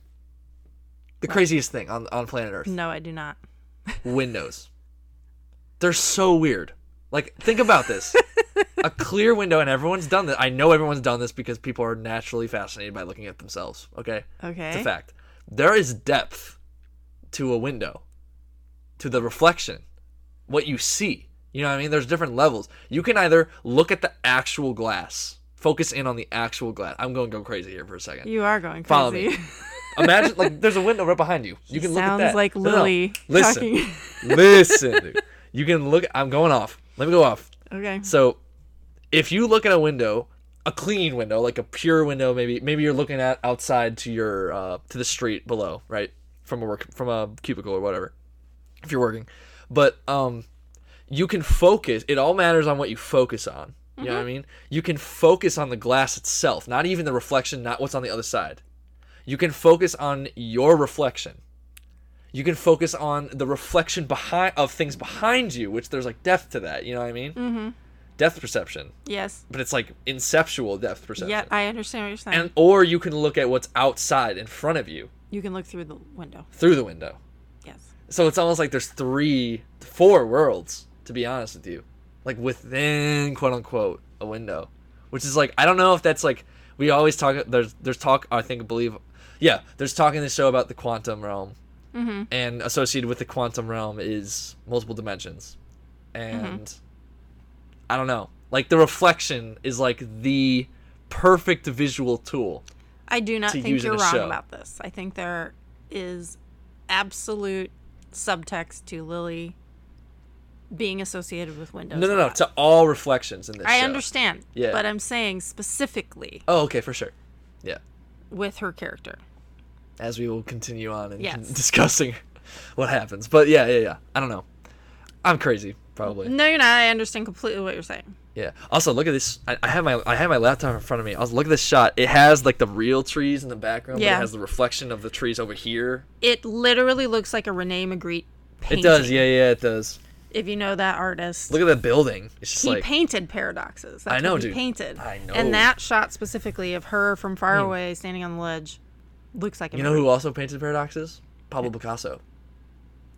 [SPEAKER 2] The craziest thing on on planet Earth:
[SPEAKER 1] No, I do not.
[SPEAKER 2] windows. They're so weird. Like, think about this:
[SPEAKER 1] (laughs)
[SPEAKER 2] a clear window, and everyone's done this. I know everyone's done this because people are naturally fascinated by looking at themselves. Okay, it's
[SPEAKER 1] Okay.
[SPEAKER 2] a fact. There is depth to a window, to the reflection, what you see. You know what I mean? There's different levels. You can either look at the actual glass, focus in on the actual glass. I'm going to go crazy here for a second.
[SPEAKER 1] You are going crazy.
[SPEAKER 2] Follow me. Imagine like there's a window right behind you. You can look at
[SPEAKER 1] Sounds
[SPEAKER 2] that.
[SPEAKER 1] like
[SPEAKER 2] No, no, no.
[SPEAKER 1] Lily
[SPEAKER 2] Listen,
[SPEAKER 1] talking. (laughs)
[SPEAKER 2] listen. dude. You can look. I'm going off. Let me go off.
[SPEAKER 1] okay.
[SPEAKER 2] So, if you look at a window, a clean window, like a pure window, maybe maybe you're looking at outside to your uh, to the street below, right, from a work from a cubicle or whatever, if you're working. But um, you can focus. It all matters on what you focus on. You know what I mean? You can focus on the glass itself, not even the reflection, not what's on the other side. You can focus on your reflection. You can focus on the reflection behind of things behind you, which there's like depth to that. You know what I mean? depth perception,
[SPEAKER 1] Yes.
[SPEAKER 2] but it's like inceptual depth perception.
[SPEAKER 1] Yeah, I understand what you're saying.
[SPEAKER 2] and or you can look at what's outside in front of you
[SPEAKER 1] you can look through the window.
[SPEAKER 2] through the window.
[SPEAKER 1] Yes.
[SPEAKER 2] So it's almost like there's three, four worlds to be honest with you, like within quote unquote a window, which is like I don't know if that's like we always talk. There's there's talk I think believe, yeah. There's talk in the show about the quantum realm, and associated with the quantum realm is multiple dimensions, and I don't know. Like the reflection is like the perfect visual tool.
[SPEAKER 1] I do not
[SPEAKER 2] to
[SPEAKER 1] think
[SPEAKER 2] use in
[SPEAKER 1] you're
[SPEAKER 2] a
[SPEAKER 1] wrong
[SPEAKER 2] show.
[SPEAKER 1] about this. I think there is absolute subtext to Lily being associated with Windows.
[SPEAKER 2] No, no,
[SPEAKER 1] a
[SPEAKER 2] no.
[SPEAKER 1] lot.
[SPEAKER 2] To all reflections in this.
[SPEAKER 1] I
[SPEAKER 2] show.
[SPEAKER 1] understand.
[SPEAKER 2] Yeah.
[SPEAKER 1] But I'm saying specifically
[SPEAKER 2] Oh, okay, for sure. Yeah.
[SPEAKER 1] with her character.
[SPEAKER 2] as we will continue on and
[SPEAKER 1] Yes.
[SPEAKER 2] (laughs) discussing what happens. But yeah, yeah, yeah. I don't know. I'm crazy, probably.
[SPEAKER 1] No, you're not. I understand completely what you're saying.
[SPEAKER 2] Yeah. Also, look at this. I, I have my I have my laptop in front of me. Also, look at this shot. It has like the real trees in the background. But
[SPEAKER 1] Yeah.
[SPEAKER 2] it has the reflection of the trees over here.
[SPEAKER 1] It literally looks like a Rene Magritte painting.
[SPEAKER 2] It does. Yeah, yeah, it does.
[SPEAKER 1] If you know that artist.
[SPEAKER 2] Look at that building. It's just
[SPEAKER 1] he
[SPEAKER 2] like
[SPEAKER 1] painted paradoxes. That's
[SPEAKER 2] I know,
[SPEAKER 1] what he
[SPEAKER 2] dude.
[SPEAKER 1] painted.
[SPEAKER 2] I know. Hmm.
[SPEAKER 1] And that shot specifically of her from far away standing on the ledge looks like a
[SPEAKER 2] you know who also painted paradoxes? Pablo Picasso.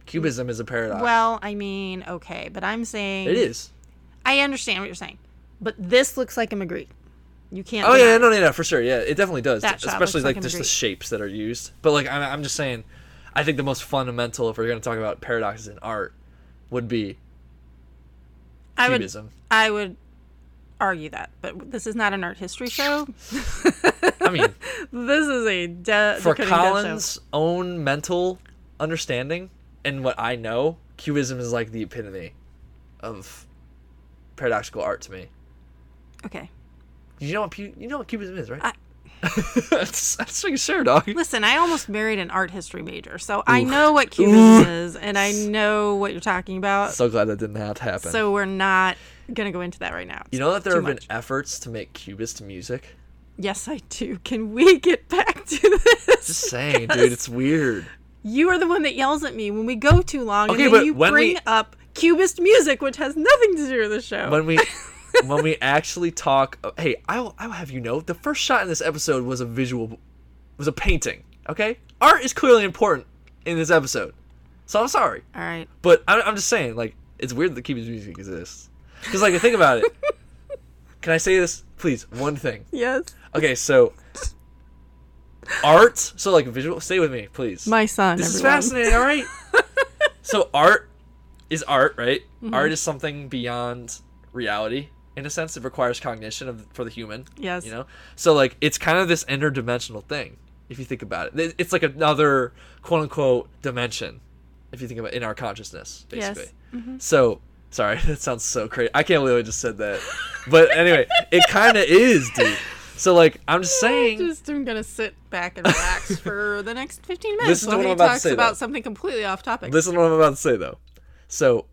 [SPEAKER 2] Cubism is a paradox.
[SPEAKER 1] Well, I mean, okay, but I'm saying
[SPEAKER 2] it is.
[SPEAKER 1] I understand what you're saying, but this looks like a Magritte. You can't.
[SPEAKER 2] Oh
[SPEAKER 1] deny
[SPEAKER 2] yeah,
[SPEAKER 1] it.
[SPEAKER 2] no, no, no, for sure. Yeah, it definitely does.
[SPEAKER 1] That shot
[SPEAKER 2] Especially
[SPEAKER 1] looks
[SPEAKER 2] like
[SPEAKER 1] fucking
[SPEAKER 2] just the
[SPEAKER 1] great.
[SPEAKER 2] shapes that are used. But like I'm, I'm just saying, I think the most fundamental, if we're gonna talk about paradoxes in art, would be
[SPEAKER 1] I would.
[SPEAKER 2] cubism.
[SPEAKER 1] I would argue that, but this is not an art history show. (laughs)
[SPEAKER 2] I mean,
[SPEAKER 1] This is a de-
[SPEAKER 2] for
[SPEAKER 1] decoding death show.
[SPEAKER 2] Colin's own mental understanding and what I know, cubism is like the epitome of paradoxical art to me.
[SPEAKER 1] Okay,
[SPEAKER 2] You know what pu- you know what cubism is, right?
[SPEAKER 1] I-
[SPEAKER 2] (laughs) that's, that's pretty sure, dog.
[SPEAKER 1] listen. I almost married an art history major, so I know what cubism is, and I know what you're talking about. So,
[SPEAKER 2] So glad that didn't have to happen.
[SPEAKER 1] we're not gonna go into that right now.
[SPEAKER 2] you know that there
[SPEAKER 1] Too
[SPEAKER 2] have
[SPEAKER 1] much.
[SPEAKER 2] been efforts to make cubist music.
[SPEAKER 1] Yes, I do. Can we (laughs) get back to this?
[SPEAKER 2] Just saying, dude, it's weird.
[SPEAKER 1] You are the one that yells at me when we go too long,
[SPEAKER 2] Okay,
[SPEAKER 1] and
[SPEAKER 2] but
[SPEAKER 1] then you
[SPEAKER 2] when
[SPEAKER 1] bring
[SPEAKER 2] we-
[SPEAKER 1] up cubist music, which has nothing to do with the show.
[SPEAKER 2] When we when we actually talk, hey, I'll I'll have you know, the first shot in this episode was a visual, was a painting. Okay, art is clearly important in this episode, so I'm sorry,
[SPEAKER 1] All right.
[SPEAKER 2] but I'm, I'm just saying, like, it's weird that Cubist music exists. Because like, think about it. Can I say this, please? One thing.
[SPEAKER 1] Yes.
[SPEAKER 2] Okay, so art. So like visual. Stay with me, please.
[SPEAKER 1] My son.
[SPEAKER 2] This is
[SPEAKER 1] everyone.
[SPEAKER 2] fascinating,
[SPEAKER 1] (laughs)
[SPEAKER 2] all right? so art is art, right?
[SPEAKER 1] Mm-hmm.
[SPEAKER 2] Art is something beyond reality in a sense. It requires cognition of, for the human.
[SPEAKER 1] Yes.
[SPEAKER 2] You know? So like it's kind of this interdimensional thing if you think about it. It- It's like another quote unquote dimension if you think about it, in our consciousness
[SPEAKER 1] Yes. Mm-hmm.
[SPEAKER 2] basically. So sorry, (laughs) that sounds so crazy. I can't believe I just said that. But anyway, it kind of is, dude. So like
[SPEAKER 1] (laughs)
[SPEAKER 2] I'm just saying
[SPEAKER 1] Just I'm gonna sit back and
[SPEAKER 2] (laughs)
[SPEAKER 1] relax for the next 15 minutes
[SPEAKER 2] Listen to
[SPEAKER 1] while
[SPEAKER 2] what
[SPEAKER 1] he
[SPEAKER 2] I'm about to
[SPEAKER 1] talks
[SPEAKER 2] say,
[SPEAKER 1] about
[SPEAKER 2] though.
[SPEAKER 1] something completely off topic.
[SPEAKER 2] Listen to what I'm about to say though. So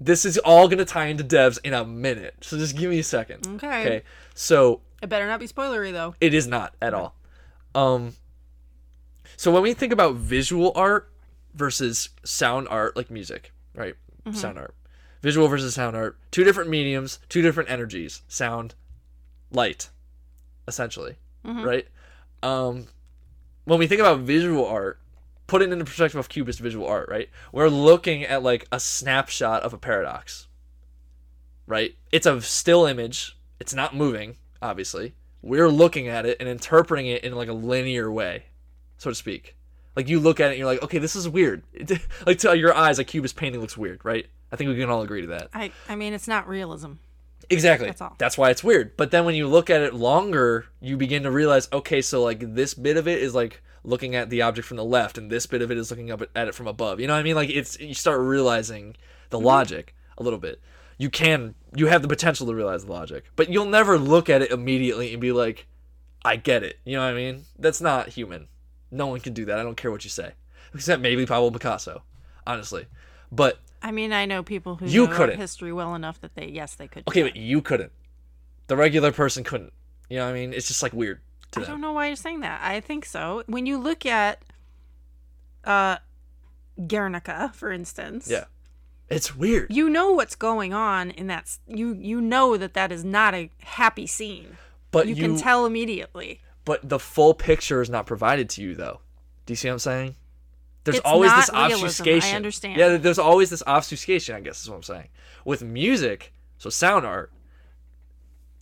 [SPEAKER 2] this is all gonna tie into devs in a minute. So just give me a second.
[SPEAKER 1] Okay.
[SPEAKER 2] Okay. So
[SPEAKER 1] It better not be spoilery though.
[SPEAKER 2] it is not at all. Um so when we think about visual art versus sound art, like music, right? Sound art. Visual versus sound art, two different mediums, two different energies. Sound, light, essentially. Right? Um when we think about visual art, put it in the perspective of cubist visual art, right? We're looking at like a snapshot of a paradox, right? It's a still image. It's not moving, obviously. We're looking at it and interpreting it in like a linear way, so to speak. Like you look at it and you're like, okay, this is weird. (laughs) like to your eyes, a cubist painting looks weird, right? I think we can all agree to that.
[SPEAKER 1] I I mean it's not realism.
[SPEAKER 2] Exactly.
[SPEAKER 1] That's all.
[SPEAKER 2] That's why it's weird. But then when you look at it longer, you begin to realize, okay, so like this bit of it is like looking at the object from the left, and this bit of it is looking up at it from above. You know what I mean? Like it's you start realizing the
[SPEAKER 1] Mm-hmm.
[SPEAKER 2] logic a little bit. You can you have the potential to realize the logic, but you'll never look at it immediately and be like, I get it. You know what I mean? That's not human. No one can do that. I don't care what you say, except maybe Pablo Picasso, honestly. But
[SPEAKER 1] I mean I know people who
[SPEAKER 2] You
[SPEAKER 1] know art
[SPEAKER 2] couldn't.
[SPEAKER 1] history well enough that they yes they could. do
[SPEAKER 2] Okay,
[SPEAKER 1] that.
[SPEAKER 2] but you couldn't. The regular person couldn't. You know what I mean? It's just like weird to
[SPEAKER 1] I
[SPEAKER 2] them.
[SPEAKER 1] don't know why you're saying that. I think so. When you look at uh Guernica, for instance,
[SPEAKER 2] Yeah. It's weird.
[SPEAKER 1] you know what's going on in that. s- You you know that that is not a happy scene.
[SPEAKER 2] But
[SPEAKER 1] You
[SPEAKER 2] you,
[SPEAKER 1] can tell immediately.
[SPEAKER 2] but the full picture is not provided to you though. Do you see what I'm saying? There's
[SPEAKER 1] It's
[SPEAKER 2] always
[SPEAKER 1] not
[SPEAKER 2] this
[SPEAKER 1] realism, I
[SPEAKER 2] obfuscation.
[SPEAKER 1] understand.
[SPEAKER 2] Yeah, there's always this obfuscation, I guess is what I'm saying. With music, so sound art,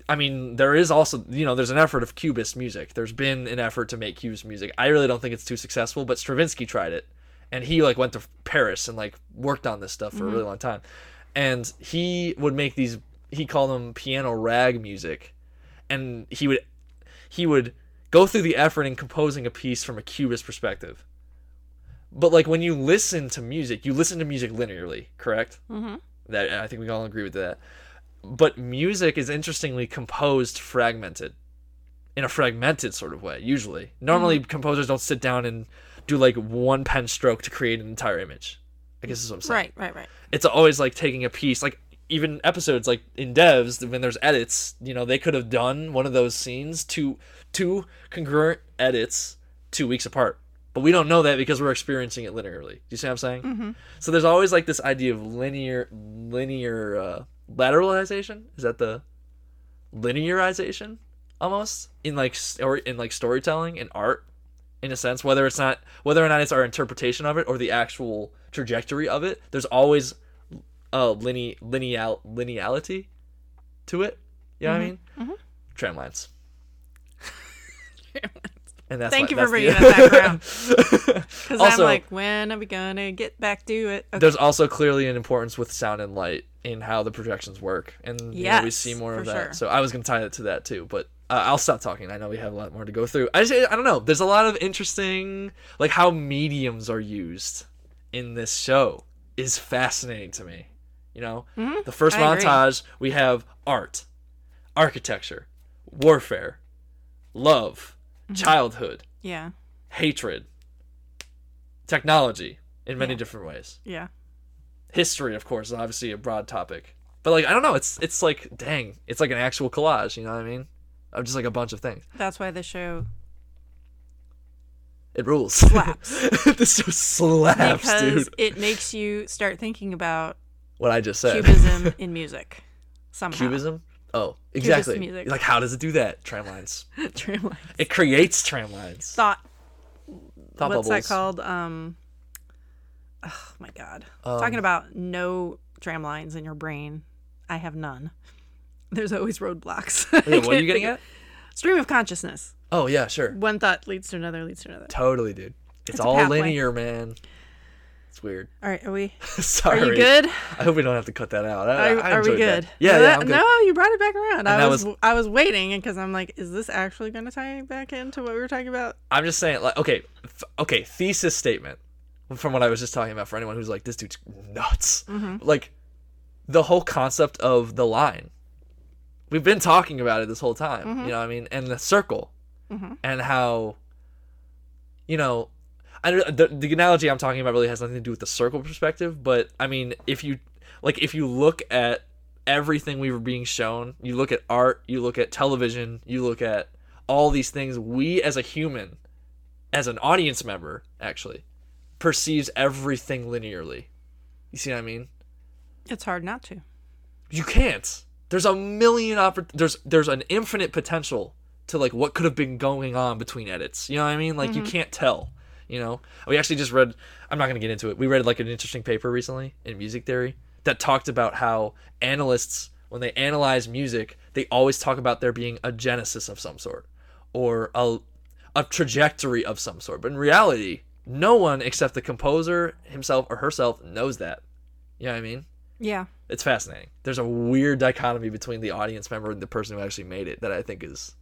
[SPEAKER 2] I mean, there is also, you know, there's an effort of cubist music. There's been an effort to make cubist music. I really don't think it's too successful, but Stravinsky tried it. And he like went to Paris and like worked on this stuff for
[SPEAKER 1] Mm-hmm.
[SPEAKER 2] a really long time. And he would make these he called them piano rag music. And he would he would go through the effort in composing a piece from a cubist perspective. But like when you listen to music, you listen to music linearly, correct? Mm-hmm. That I think we all agree with that. But music is interestingly composed fragmented, in a fragmented sort of way. Usually, normally composers don't sit down and do like one pen stroke to create an entire image. I guess is what I'm saying
[SPEAKER 1] Right, right, right.
[SPEAKER 2] it's always like taking a piece like even episodes like in devs when there's edits you know they could have done one of those scenes two two congruent edits two weeks apart but we don't know that because we're experiencing it linearly do you see what i'm saying mm-hmm. so there's always like this idea of linear linear uh, lateralization is that the linearization almost in like s- or in like storytelling and art in a sense whether it's not whether or not it's our interpretation of it or the actual trajectory of it, there's always uh linear lineal lineality to it. You know
[SPEAKER 1] Mm-hmm.
[SPEAKER 2] what I mean?
[SPEAKER 1] (laughs)
[SPEAKER 2] Tram lines. And that's
[SPEAKER 1] Thank
[SPEAKER 2] why-
[SPEAKER 1] you for bringing
[SPEAKER 2] that's (laughs)
[SPEAKER 1] that (laughs) background.
[SPEAKER 2] the-
[SPEAKER 1] Because I'm
[SPEAKER 2] Also-
[SPEAKER 1] like, when are we gonna get back to it? Okay.
[SPEAKER 2] there's also clearly an importance with sound and light in how the projections work, and you know, we
[SPEAKER 1] Yes,
[SPEAKER 2] see more of
[SPEAKER 1] for
[SPEAKER 2] that.
[SPEAKER 1] sure.
[SPEAKER 2] So I was gonna tie it to that too, but uh, I'll stop talking. I know we have a lot more to go through. I just, I don't know. There's a lot of interesting, like how mediums are used in this show is fascinating to me. You know, the first
[SPEAKER 1] Mm-hmm. I agree.
[SPEAKER 2] montage we have art, architecture, warfare, love,
[SPEAKER 1] Mm-hmm.
[SPEAKER 2] childhood,
[SPEAKER 1] Yeah,
[SPEAKER 2] hatred, technology in many different ways
[SPEAKER 1] yeah.
[SPEAKER 2] history of course is obviously a broad topic but like i don't know it's it's like dang it's like an actual collage you know what i mean of just like a bunch of things
[SPEAKER 1] That's why the show
[SPEAKER 2] it rules
[SPEAKER 1] Slaps.
[SPEAKER 2] (laughs) this so slaps
[SPEAKER 1] because
[SPEAKER 2] dude
[SPEAKER 1] it makes you start thinking about
[SPEAKER 2] what i just said
[SPEAKER 1] cubism in music somehow.
[SPEAKER 2] cubism oh exactly
[SPEAKER 1] music.
[SPEAKER 2] like how does it do that tram lines
[SPEAKER 1] (laughs) Tramline.
[SPEAKER 2] it creates tram lines
[SPEAKER 1] Thought.
[SPEAKER 2] Thought
[SPEAKER 1] what's
[SPEAKER 2] bubbles.
[SPEAKER 1] that called? Um. Oh my god.
[SPEAKER 2] Um,
[SPEAKER 1] Talking about no tram lines in your brain. I have none. (laughs) There's always roadblocks. (laughs) I
[SPEAKER 2] Wait, Oh, what are
[SPEAKER 1] can't
[SPEAKER 2] you getting
[SPEAKER 1] think of-
[SPEAKER 2] at
[SPEAKER 1] Stream of consciousness.
[SPEAKER 2] oh yeah sure
[SPEAKER 1] One thought leads to another, leads to another.
[SPEAKER 2] totally dude it's,
[SPEAKER 1] a
[SPEAKER 2] all
[SPEAKER 1] pathway.
[SPEAKER 2] linear man it's weird (laughs)
[SPEAKER 1] All right, are we?
[SPEAKER 2] sorry
[SPEAKER 1] Are you good?
[SPEAKER 2] i hope we don't have to cut that out I,
[SPEAKER 1] Are,
[SPEAKER 2] I
[SPEAKER 1] are we
[SPEAKER 2] enjoyed that.
[SPEAKER 1] good? No,
[SPEAKER 2] yeah yeah
[SPEAKER 1] that-
[SPEAKER 2] I'm good.
[SPEAKER 1] no, you brought it back around. I
[SPEAKER 2] that
[SPEAKER 1] was,
[SPEAKER 2] was-
[SPEAKER 1] I was waiting because I'm like, is this actually going to tie back into what we were talking about?
[SPEAKER 2] I'm just saying, like, okay, th- okay, thesis statement from what I was just talking about for anyone who's like, this dude's nuts. Like, the whole concept of the line. We've been talking about it this whole time, you know what I mean? And the circle and how, you know, I don't, the, the analogy I'm talking about really has nothing to do with the circle perspective, but I mean, if you like, if you look at everything we were being shown, you look at art, you look at television, you look at all these things we as a human as an audience member actually perceives everything linearly you see what i mean
[SPEAKER 1] It's hard not to.
[SPEAKER 2] you can't there's a million oppor- there's there's an infinite potential to like what could have been going on between edits you know what i mean like you can't tell you know we actually just read i'm not going to get into it we read like an interesting paper recently in music theory that talked about how analysts when they analyze music they always talk about there being a genesis of some sort or a a trajectory of some sort but in reality no one except the composer himself or herself knows that you know what i mean
[SPEAKER 1] Yeah.
[SPEAKER 2] it's fascinating. There's a weird dichotomy between the audience member and the person who actually made it that I think is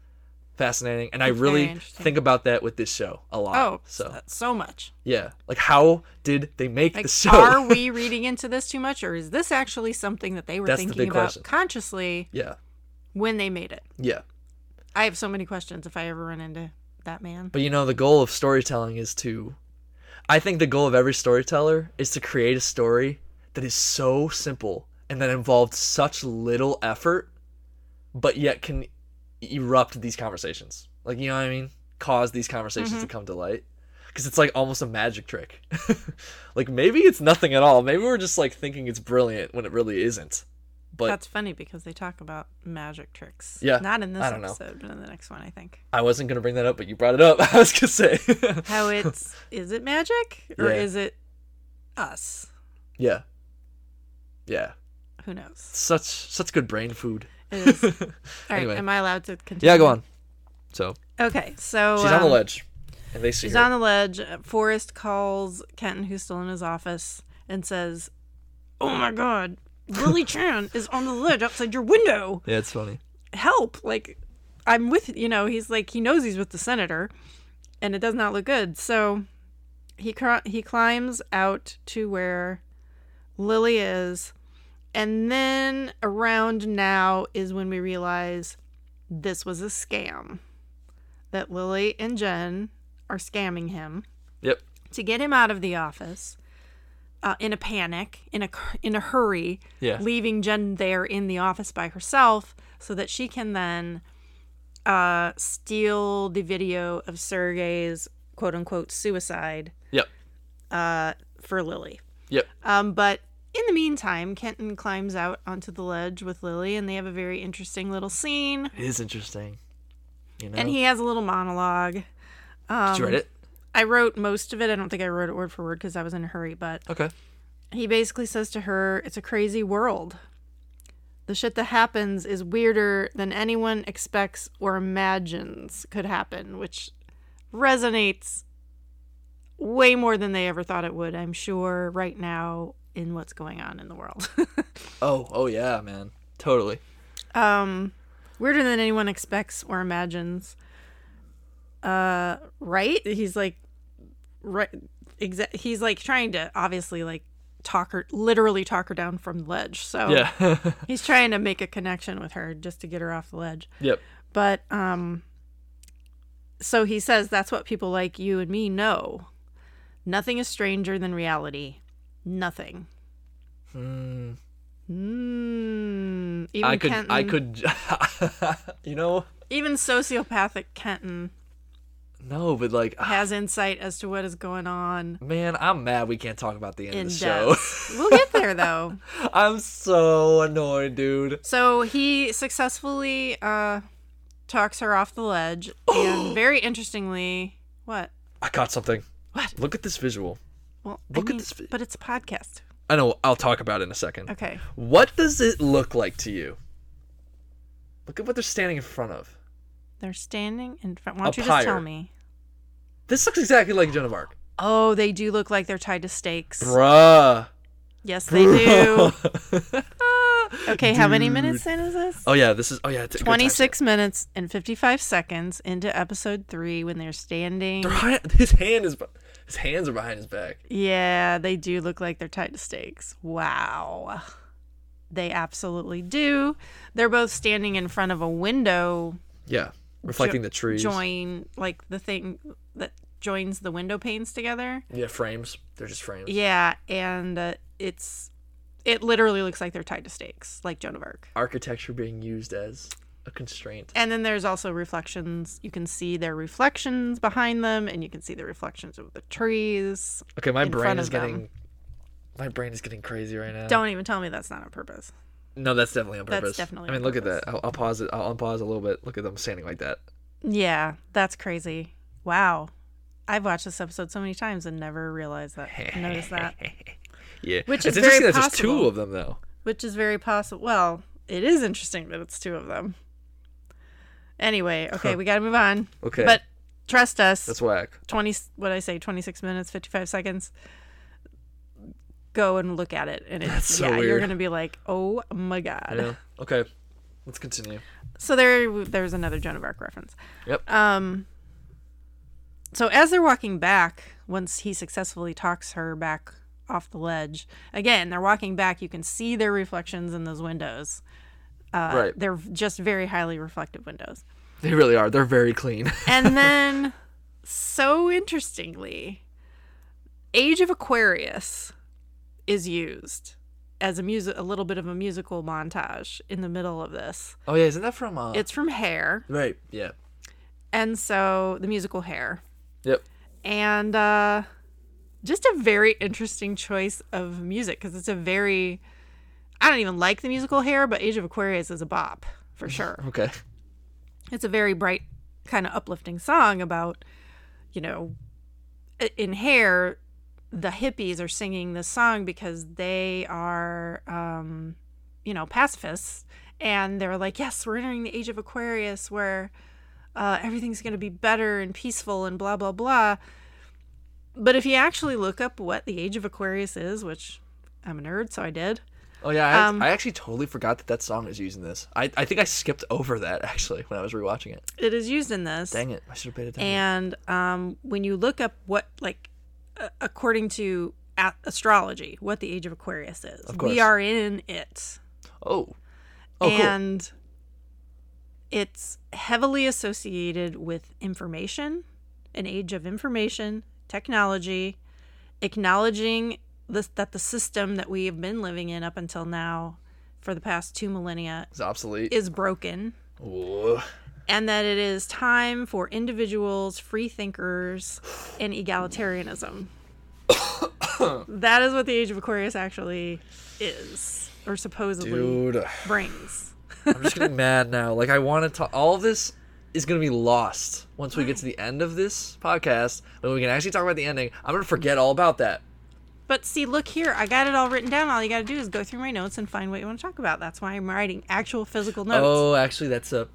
[SPEAKER 2] fascinating, and I
[SPEAKER 1] very
[SPEAKER 2] really
[SPEAKER 1] interesting.
[SPEAKER 2] think about that with this show a lot.
[SPEAKER 1] Oh, so,
[SPEAKER 2] so
[SPEAKER 1] so much.
[SPEAKER 2] yeah, like how did they make
[SPEAKER 1] Like,
[SPEAKER 2] (laughs) the show?
[SPEAKER 1] are we reading into this too much, or is this actually something that they were
[SPEAKER 2] That's the
[SPEAKER 1] thinking
[SPEAKER 2] big
[SPEAKER 1] about
[SPEAKER 2] question.
[SPEAKER 1] consciously
[SPEAKER 2] yeah,
[SPEAKER 1] when they made it?
[SPEAKER 2] yeah.
[SPEAKER 1] I have so many questions if I ever run into that man.
[SPEAKER 2] But you know, the goal of storytelling is to. I think the goal of every storyteller is to create a story that is so simple and that involved such little effort, but yet can erupt these conversations. Like, you know what I mean? Cause these conversations to come to light. Because it's like almost a magic trick. (laughs) like, maybe it's nothing at all. Maybe we're just like thinking it's brilliant when it really isn't. But
[SPEAKER 1] That's funny because they talk about magic tricks.
[SPEAKER 2] Yeah,
[SPEAKER 1] Not in this
[SPEAKER 2] I don't know.
[SPEAKER 1] episode, but in the next one, I think.
[SPEAKER 2] I wasn't going to bring that up, but you brought it up. (laughs) I was going to say.
[SPEAKER 1] How it's is it magic or
[SPEAKER 2] Yeah.
[SPEAKER 1] is it us?
[SPEAKER 2] (laughs) yeah. Yeah.
[SPEAKER 1] Who knows?
[SPEAKER 2] Such such good brain food.
[SPEAKER 1] It
[SPEAKER 2] (laughs)
[SPEAKER 1] is. All right,
[SPEAKER 2] Anyway.
[SPEAKER 1] am I allowed to continue?
[SPEAKER 2] Yeah, go on. So
[SPEAKER 1] Okay, so
[SPEAKER 2] she's on the
[SPEAKER 1] um,
[SPEAKER 2] ledge, and they see
[SPEAKER 1] She's
[SPEAKER 2] her.
[SPEAKER 1] on the ledge. Forrest calls Kenton, who's still in his office, and says, "Oh my God, Lily Chan is on the ledge outside your window.
[SPEAKER 2] yeah, it's funny.
[SPEAKER 1] Help! Like, I'm with you know. He's like he knows he's with the senator, and it does not look good. So he cr- he climbs out to where Lily is, and then around now is when we realize this was a scam. That Lily and Jen are scamming him
[SPEAKER 2] Yep.
[SPEAKER 1] to get him out of the office uh, in a panic, in a cur- in a hurry,
[SPEAKER 2] Yeah.
[SPEAKER 1] leaving Jen there in the office by herself, so that she can then uh, steal the video of Sergey's quote unquote suicide
[SPEAKER 2] Yep.
[SPEAKER 1] uh, for Lily.
[SPEAKER 2] Yep.
[SPEAKER 1] Um, but in the meantime, Kenton climbs out onto the ledge with Lily, and they have a very interesting little scene.
[SPEAKER 2] It is interesting. You know.
[SPEAKER 1] And he has a little monologue.
[SPEAKER 2] Did you read it?
[SPEAKER 1] I wrote most of it. I don't think I wrote it word for word because I was in a hurry, but
[SPEAKER 2] Okay.
[SPEAKER 1] he basically says to her, It's a crazy world. The shit that happens is weirder than anyone expects or imagines could happen, which resonates way more than they ever thought it would, I'm sure, right now in what's going on in the world. (laughs)
[SPEAKER 2] Oh, oh yeah, man. Totally.
[SPEAKER 1] um, weirder than anyone expects or imagines. Uh, right? He's like, right? Exa- he's like trying to obviously like talk her, literally talk her down from the ledge. So
[SPEAKER 2] Yeah. (laughs)
[SPEAKER 1] he's trying to make a connection with her just to get her off the ledge.
[SPEAKER 2] yep.
[SPEAKER 1] But um, so he says that's what people like you and me know. Nothing is stranger than reality. Nothing.
[SPEAKER 2] Hmm.
[SPEAKER 1] Mm. Even
[SPEAKER 2] I could. I
[SPEAKER 1] Kenton-
[SPEAKER 2] could. (laughs) you know.
[SPEAKER 1] even sociopathic Kenton
[SPEAKER 2] No, but like,
[SPEAKER 1] has insight as to what is going on
[SPEAKER 2] man, I'm mad we can't talk about the end
[SPEAKER 1] in
[SPEAKER 2] of the
[SPEAKER 1] depth. we'll get there though.
[SPEAKER 2] show. (laughs) I'm so annoyed, dude.
[SPEAKER 1] So he successfully uh, talks her off the ledge,
[SPEAKER 2] (gasps)
[SPEAKER 1] and very interestingly, what?
[SPEAKER 2] I caught something.
[SPEAKER 1] What?
[SPEAKER 2] Look at this visual.
[SPEAKER 1] Well,
[SPEAKER 2] Look
[SPEAKER 1] I
[SPEAKER 2] at
[SPEAKER 1] mean,
[SPEAKER 2] this vi-
[SPEAKER 1] but it's a podcast.
[SPEAKER 2] I know. I'll talk about it in a second.
[SPEAKER 1] Okay.
[SPEAKER 2] What does it look like to you? Look at what they're standing in front of.
[SPEAKER 1] They're standing in front. Why don't
[SPEAKER 2] A
[SPEAKER 1] you just
[SPEAKER 2] pyre.
[SPEAKER 1] tell me?
[SPEAKER 2] This looks exactly like Joan of Arc.
[SPEAKER 1] Oh, they do look like they're tied to stakes.
[SPEAKER 2] Bruh.
[SPEAKER 1] Yes, they do.
[SPEAKER 2] do.
[SPEAKER 1] Okay, how many
[SPEAKER 2] Dude.
[SPEAKER 1] minutes in is this?
[SPEAKER 2] (laughs) oh yeah, this is. Oh yeah, it's a good time
[SPEAKER 1] 26 minutes and 55 seconds into episode three when they're standing.
[SPEAKER 2] stamp. Right- His hand is. be- His hands are behind his back.
[SPEAKER 1] Yeah, they do look like they're tied to stakes. Wow. They absolutely do. They're both standing in front of a window
[SPEAKER 2] Yeah, reflecting the trees.
[SPEAKER 1] join like the thing that joins the window panes together.
[SPEAKER 2] Yeah, frames. They're just frames.
[SPEAKER 1] Yeah, and uh, it's it literally looks like they're tied to stakes, like Joan of Arc.
[SPEAKER 2] Architecture being used as a constraint.
[SPEAKER 1] And then there's also reflections. You can see their reflections behind them, and you can see the reflections of the trees.
[SPEAKER 2] Okay, my
[SPEAKER 1] in
[SPEAKER 2] brain
[SPEAKER 1] front
[SPEAKER 2] is
[SPEAKER 1] of them.
[SPEAKER 2] getting. My brain is getting crazy right now.
[SPEAKER 1] Don't even tell me that's not on purpose.
[SPEAKER 2] No, that's definitely on
[SPEAKER 1] That's
[SPEAKER 2] purpose.
[SPEAKER 1] definitely
[SPEAKER 2] I mean,
[SPEAKER 1] on
[SPEAKER 2] look
[SPEAKER 1] purpose.
[SPEAKER 2] at that. I'll, I'll pause it. I'll unpause a little bit. Look at them standing like that.
[SPEAKER 1] Yeah, that's crazy. Wow. I've watched this episode so many times and never realized (laughs) that, noticed that,
[SPEAKER 2] Yeah.
[SPEAKER 1] Which is
[SPEAKER 2] it's interesting
[SPEAKER 1] very
[SPEAKER 2] that there's two
[SPEAKER 1] possible.
[SPEAKER 2] of them though.
[SPEAKER 1] which is very possible. Well, it is interesting that it's two of them. Anyway, okay, we got to move on.
[SPEAKER 2] Okay.
[SPEAKER 1] But trust us,
[SPEAKER 2] That's whack.
[SPEAKER 1] 20 what I say, 26 minutes, 55 seconds. Go and look at it and it's
[SPEAKER 2] That's so
[SPEAKER 1] yeah, you're
[SPEAKER 2] weird.
[SPEAKER 1] going to be like, "Oh my god."
[SPEAKER 2] Yeah. Okay. Let's continue.
[SPEAKER 1] So there there's another Joan of Arc reference.
[SPEAKER 2] Yep.
[SPEAKER 1] Um, so as they're walking back, once he successfully talks her back off the ledge, again, they're walking back. You can see their reflections in those windows. Uh,
[SPEAKER 2] Right.
[SPEAKER 1] They're just very highly reflective windows.
[SPEAKER 2] They really are. They're very clean. (laughs)
[SPEAKER 1] And then, so interestingly, Age of Aquarius is used as a music, a little bit of a musical montage in the middle of this.
[SPEAKER 2] oh yeah, isn't that from? Uh...
[SPEAKER 1] It's from Hair,
[SPEAKER 2] right. Yeah.
[SPEAKER 1] and so the musical Hair.
[SPEAKER 2] Yep.
[SPEAKER 1] and uh, just a very interesting choice of music because it's a very i don't even like the musical hair but age of aquarius is a bop for sure
[SPEAKER 2] Okay.
[SPEAKER 1] it's a very bright kind of uplifting song about you know i- in hair the hippies are singing this song because they are um you know pacifists and they're like yes we're entering the age of aquarius where uh, everything's going to be better and peaceful and blah blah blah but if you actually look up what the age of aquarius is which i'm a nerd so i did
[SPEAKER 2] Oh yeah. I,
[SPEAKER 1] Um,
[SPEAKER 2] I actually totally forgot that that song is used in this. I I think I skipped over that actually when I was rewatching it.
[SPEAKER 1] it is used in this
[SPEAKER 2] Dang it! I should have paid attention.
[SPEAKER 1] And um, when you look up what, like, uh, according to a- astrology, what the age of Aquarius is,
[SPEAKER 2] course.
[SPEAKER 1] we are in it.
[SPEAKER 2] oh. Oh cool.
[SPEAKER 1] and it's heavily associated with information, an age of information, technology, acknowledging this, that the system that we have been living in up until now for the past two millennia
[SPEAKER 2] It's obsolete.
[SPEAKER 1] is broken
[SPEAKER 2] Ooh.
[SPEAKER 1] and that it is time for individuals, free thinkers, and
[SPEAKER 2] (coughs)
[SPEAKER 1] egalitarianism. that is what the Age of Aquarius actually is, or supposedly
[SPEAKER 2] Dude.
[SPEAKER 1] brings.
[SPEAKER 2] I'm just getting mad now. Like I want to talk. All this is going to be lost once we get to the end of this podcast when we can actually talk about the ending. I'm going to forget all about that.
[SPEAKER 1] But see, look here. I got it all written down. All you got to do is go through my notes and find what you want to talk about. That's why I'm writing actual physical notes.
[SPEAKER 2] Oh, actually, that's a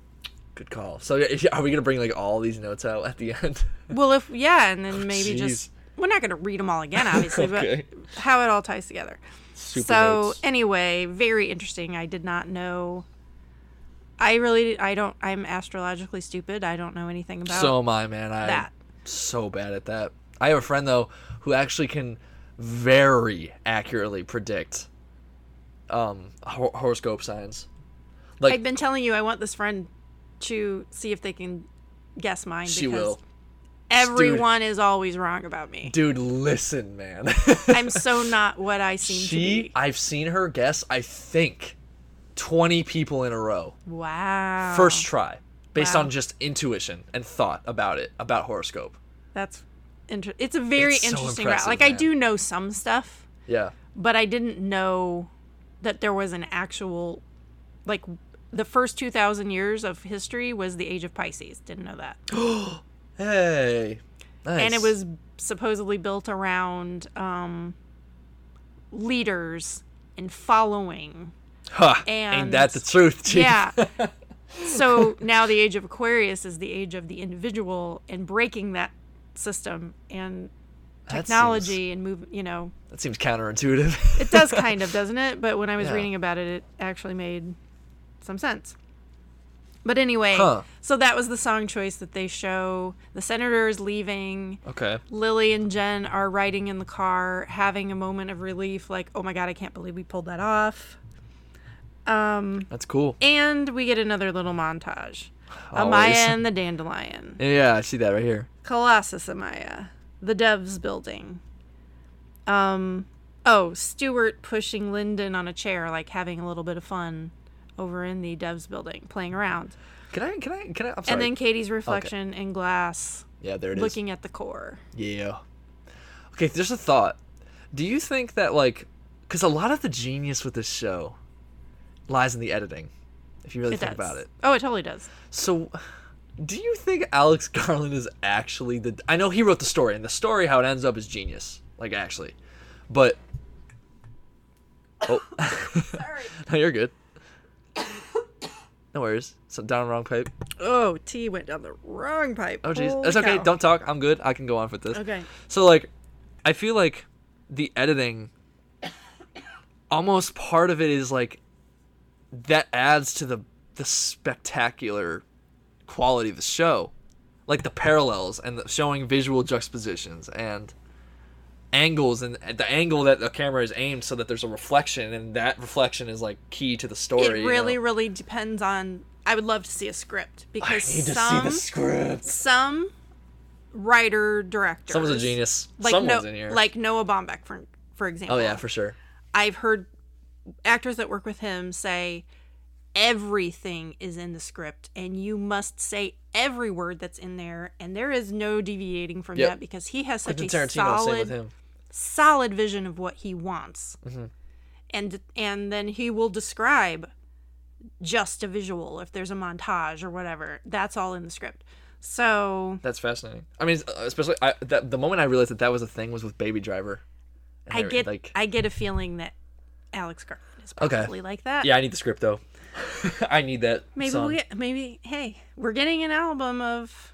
[SPEAKER 2] good call. So, yeah, if- are we going to bring like all these notes out at the end? (laughs)
[SPEAKER 1] Well, if yeah, and then maybe
[SPEAKER 2] Oh, jeez.
[SPEAKER 1] just we're not going to read them all again, obviously,
[SPEAKER 2] (laughs) Okay.
[SPEAKER 1] but how it all ties together.
[SPEAKER 2] Super
[SPEAKER 1] so
[SPEAKER 2] notes.
[SPEAKER 1] anyway, very interesting. I did not know. I really, I don't. I'm astrologically stupid. I don't know anything about
[SPEAKER 2] So am I, man. I
[SPEAKER 1] that.
[SPEAKER 2] so bad at that. I have a friend though who actually can very accurately predict um hor- horoscope signs. Like
[SPEAKER 1] I've been telling you, I want this friend to see if they can guess mine.
[SPEAKER 2] she
[SPEAKER 1] because
[SPEAKER 2] will.
[SPEAKER 1] Everyone is always wrong about
[SPEAKER 2] (laughs)
[SPEAKER 1] me.
[SPEAKER 2] Dude, listen, man. (laughs)
[SPEAKER 1] I'm so not what I seem to
[SPEAKER 2] she
[SPEAKER 1] be.
[SPEAKER 2] I've seen her guess I think 20 people in a row.
[SPEAKER 1] Wow.
[SPEAKER 2] First try based
[SPEAKER 1] Wow.
[SPEAKER 2] on just intuition and thought about it about horoscope.
[SPEAKER 1] That's inter- it's a very
[SPEAKER 2] It's so
[SPEAKER 1] interesting route.
[SPEAKER 2] impressive,
[SPEAKER 1] Like I
[SPEAKER 2] man.
[SPEAKER 1] do know some stuff,
[SPEAKER 2] Yeah.
[SPEAKER 1] but I didn't know that there was an actual like the first 2000 years of history was the age of Pisces. Didn't know that.
[SPEAKER 2] Hey. Nice.
[SPEAKER 1] And it was supposedly built around um leaders and
[SPEAKER 2] (laughs)
[SPEAKER 1] following.
[SPEAKER 2] huh, ain't
[SPEAKER 1] and-
[SPEAKER 2] that the truth, chief?
[SPEAKER 1] Yeah. so now the age of Aquarius is the age of the individual and breaking that system and
[SPEAKER 2] That seems-
[SPEAKER 1] technology and move, you know,
[SPEAKER 2] That seems, counterintuitive. (laughs)
[SPEAKER 1] It does kind of, doesn't it? But when I was
[SPEAKER 2] Yeah.
[SPEAKER 1] reading about it, it actually made some sense. But anyway,
[SPEAKER 2] Huh.
[SPEAKER 1] so that was the song choice that they show. The senator is leaving.
[SPEAKER 2] okay.
[SPEAKER 1] Lily and Jen are riding in the car, having a moment of relief, like, oh my God, I can't believe we pulled that off. Um,
[SPEAKER 2] That's cool.
[SPEAKER 1] and we get another little montage
[SPEAKER 2] Always.
[SPEAKER 1] Amaya and the dandelion,
[SPEAKER 2] Yeah, I see that right here.
[SPEAKER 1] Colossus Amaya, the Devs building. Um, oh, Stewart pushing Lyndon on a chair, like having a little bit of fun over in the Devs building, playing around.
[SPEAKER 2] Can I? Can I? Can I? I'm sorry.
[SPEAKER 1] And then Katie's reflection in glass,
[SPEAKER 2] yeah, there it is.
[SPEAKER 1] looking at the core.
[SPEAKER 2] Yeah. Okay, there's a thought. Do you think that like, because a lot of the genius with this show lies in the editing, if you really
[SPEAKER 1] It does.
[SPEAKER 2] think about it.
[SPEAKER 1] Oh, it totally does.
[SPEAKER 2] So, do you think Alex (laughs) Garland is actually the? I know he wrote the story, and the story how it ends up is genius. Like actually, but oh,
[SPEAKER 1] Sorry.
[SPEAKER 2] (laughs) no, you're good. No worries. So down wrong pipe.
[SPEAKER 1] Oh, T went down the wrong pipe.
[SPEAKER 2] Oh jeez,
[SPEAKER 1] Holy
[SPEAKER 2] it's okay.
[SPEAKER 1] cow.
[SPEAKER 2] Don't talk. I'm good. I can go on with this.
[SPEAKER 1] Okay.
[SPEAKER 2] So like, I feel like the editing, almost part of it is like, that adds to the the spectacular quality of the show, like the parallels and the showing visual juxtapositions and angles and the angle that the camera is aimed so that there's a reflection and that reflection is like key to the story.
[SPEAKER 1] It
[SPEAKER 2] you know?
[SPEAKER 1] really, really depends on. I would love to see a script
[SPEAKER 2] I
[SPEAKER 1] because
[SPEAKER 2] need to see
[SPEAKER 1] some
[SPEAKER 2] the script.
[SPEAKER 1] some writer director
[SPEAKER 2] Someone's a genius.
[SPEAKER 1] like
[SPEAKER 2] Someone's
[SPEAKER 1] no,
[SPEAKER 2] in here.
[SPEAKER 1] like Noah Baumbach for for example.
[SPEAKER 2] oh yeah, for sure.
[SPEAKER 1] I've heard actors that work with him say everything is in the script and you must say every word that's in there and there is no deviating from
[SPEAKER 2] Yep.
[SPEAKER 1] that because he has such
[SPEAKER 2] Quentin
[SPEAKER 1] a
[SPEAKER 2] Tarantino, same with
[SPEAKER 1] solid
[SPEAKER 2] him. Mm-hmm.
[SPEAKER 1] solid vision of what he wants. And and then he will describe just a visual if there's a montage or whatever. That's all in the script. So
[SPEAKER 2] That's fascinating. I mean, uh, especially I, that, the moment I realized that that was a thing was with Baby Driver. And
[SPEAKER 1] I
[SPEAKER 2] they-
[SPEAKER 1] get
[SPEAKER 2] like,
[SPEAKER 1] I get a feeling that Alex Garland is
[SPEAKER 2] Okay.
[SPEAKER 1] probably like that.
[SPEAKER 2] yeah, I need the script though. (laughs) I need that.
[SPEAKER 1] Maybe
[SPEAKER 2] song.
[SPEAKER 1] we maybe hey, we're getting an album of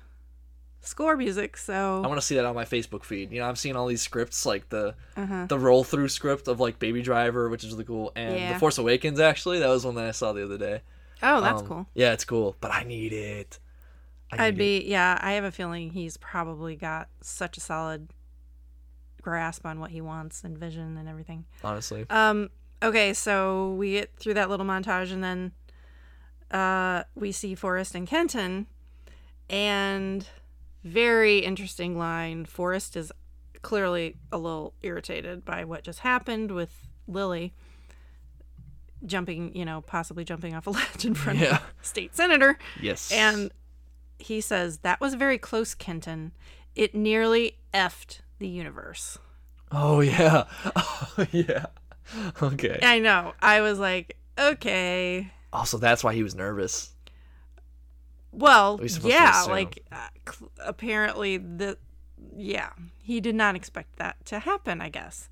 [SPEAKER 1] score music, so
[SPEAKER 2] I want to see that on my Facebook feed. You know, I'm seeing all these scripts, like the
[SPEAKER 1] uh-huh.
[SPEAKER 2] the roll through script of like Baby Driver, which is really cool, and
[SPEAKER 1] Yeah.
[SPEAKER 2] The Force Awakens. Actually, that was one that I saw the other day.
[SPEAKER 1] Oh, that's
[SPEAKER 2] Um,
[SPEAKER 1] cool.
[SPEAKER 2] Yeah, it's cool, but I need it. I
[SPEAKER 1] I'd
[SPEAKER 2] need it.
[SPEAKER 1] be yeah, I have a feeling he's probably got such a solid grasp on what he wants and vision and everything.
[SPEAKER 2] honestly.
[SPEAKER 1] (laughs) Um okay, so we get through that little montage and then uh we see Forrest and Kenton and very interesting line. Forrest is clearly a little irritated by what just happened with Lily jumping, you know, possibly jumping off a (laughs) ledge in front of
[SPEAKER 2] (laughs) Yeah.
[SPEAKER 1] a state senator.
[SPEAKER 2] Yes.
[SPEAKER 1] And he says, That was very close, Kenton. It nearly effed the universe.
[SPEAKER 2] oh yeah, (laughs) oh yeah. (laughs) Okay.
[SPEAKER 1] I know. I was like, okay.
[SPEAKER 2] Also, that's why he was nervous.
[SPEAKER 1] Well,
[SPEAKER 2] least supposed to
[SPEAKER 1] yeah,
[SPEAKER 2] assume.
[SPEAKER 1] like uh, cl- apparently the yeah, he did not expect that to happen, I guess.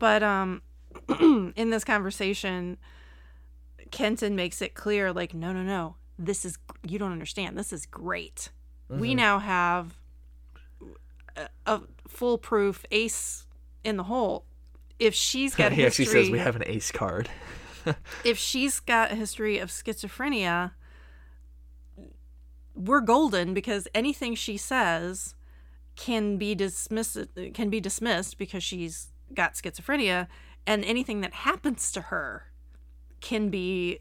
[SPEAKER 1] But um (clears throat) in this conversation Kenton makes it clear like no, no, no. This is you don't understand. This is great. We
[SPEAKER 2] Mhm.
[SPEAKER 1] now have a, a foolproof ace in the hole. If she's got a
[SPEAKER 2] (laughs) he
[SPEAKER 1] history
[SPEAKER 2] actually says we have an ace card.
[SPEAKER 1] if she's got a history of schizophrenia, we're golden because anything she says can be dismissed can be dismissed because she's got schizophrenia and anything that happens to her can be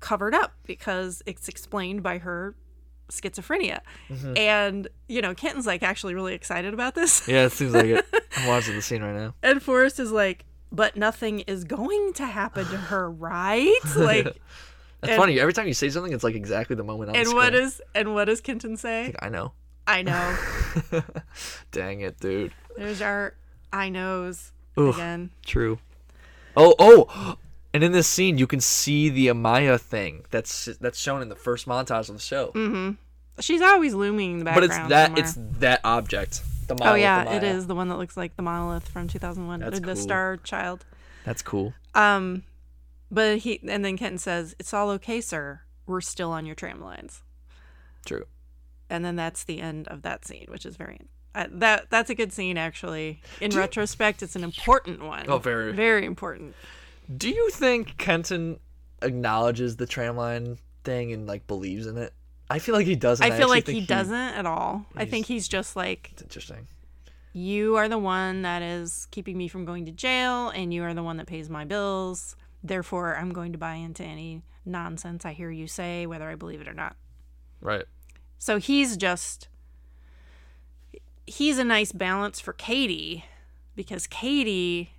[SPEAKER 1] covered up because it's explained by her schizophrenia. And you know, Kenton's like actually really excited about this.
[SPEAKER 2] (laughs) Yeah, it seems like it. (laughs) I'm watching the scene right now.
[SPEAKER 1] (laughs) And Forrest is like, but nothing is going to happen to her, right? Like
[SPEAKER 2] That's
[SPEAKER 1] And-
[SPEAKER 2] funny. Every time you say something, it's like exactly the moment on the
[SPEAKER 1] and
[SPEAKER 2] screen.
[SPEAKER 1] what is and what does Kenton say?
[SPEAKER 2] Like, (laughs) I know.
[SPEAKER 1] I know.
[SPEAKER 2] Dang it, dude.
[SPEAKER 1] There's our I knows
[SPEAKER 2] Oof.
[SPEAKER 1] again.
[SPEAKER 2] True. Oh, oh, (gasps) and in this scene, you can see the Amaya thing that's that's shown in the first montage of the show.
[SPEAKER 1] Mm-hmm. She's always looming in the
[SPEAKER 2] but
[SPEAKER 1] Mm, background.
[SPEAKER 2] it's that
[SPEAKER 1] somewhere.
[SPEAKER 2] it's that object. The
[SPEAKER 1] oh
[SPEAKER 2] monolith
[SPEAKER 1] yeah, it
[SPEAKER 2] Amaya.
[SPEAKER 1] is the one that looks like the monolith from 2001,
[SPEAKER 2] That's
[SPEAKER 1] or the
[SPEAKER 2] cool.
[SPEAKER 1] Star Child.
[SPEAKER 2] That's cool.
[SPEAKER 1] Um, but he and then Kenton says, "It's all okay, sir. We're still on your tram lines."
[SPEAKER 2] True.
[SPEAKER 1] And then that's the end of that scene, which is very uh, that that's a good scene actually. In retrospect, it's an important one.
[SPEAKER 2] Oh, very.
[SPEAKER 1] very important.
[SPEAKER 2] Do you think Kenton acknowledges the tramline thing and like believes in it? I feel like he doesn't.
[SPEAKER 1] I feel
[SPEAKER 2] actually
[SPEAKER 1] like
[SPEAKER 2] think
[SPEAKER 1] he doesn't at all. I
[SPEAKER 2] he's-
[SPEAKER 1] think he's just like
[SPEAKER 2] It's interesting.
[SPEAKER 1] you are the one that is keeping me from going to jail and you are the one that pays my bills therefore i'm going to buy into any nonsense i hear you say whether i believe it or not
[SPEAKER 2] Right.
[SPEAKER 1] so he's just he's a nice balance for katie because katie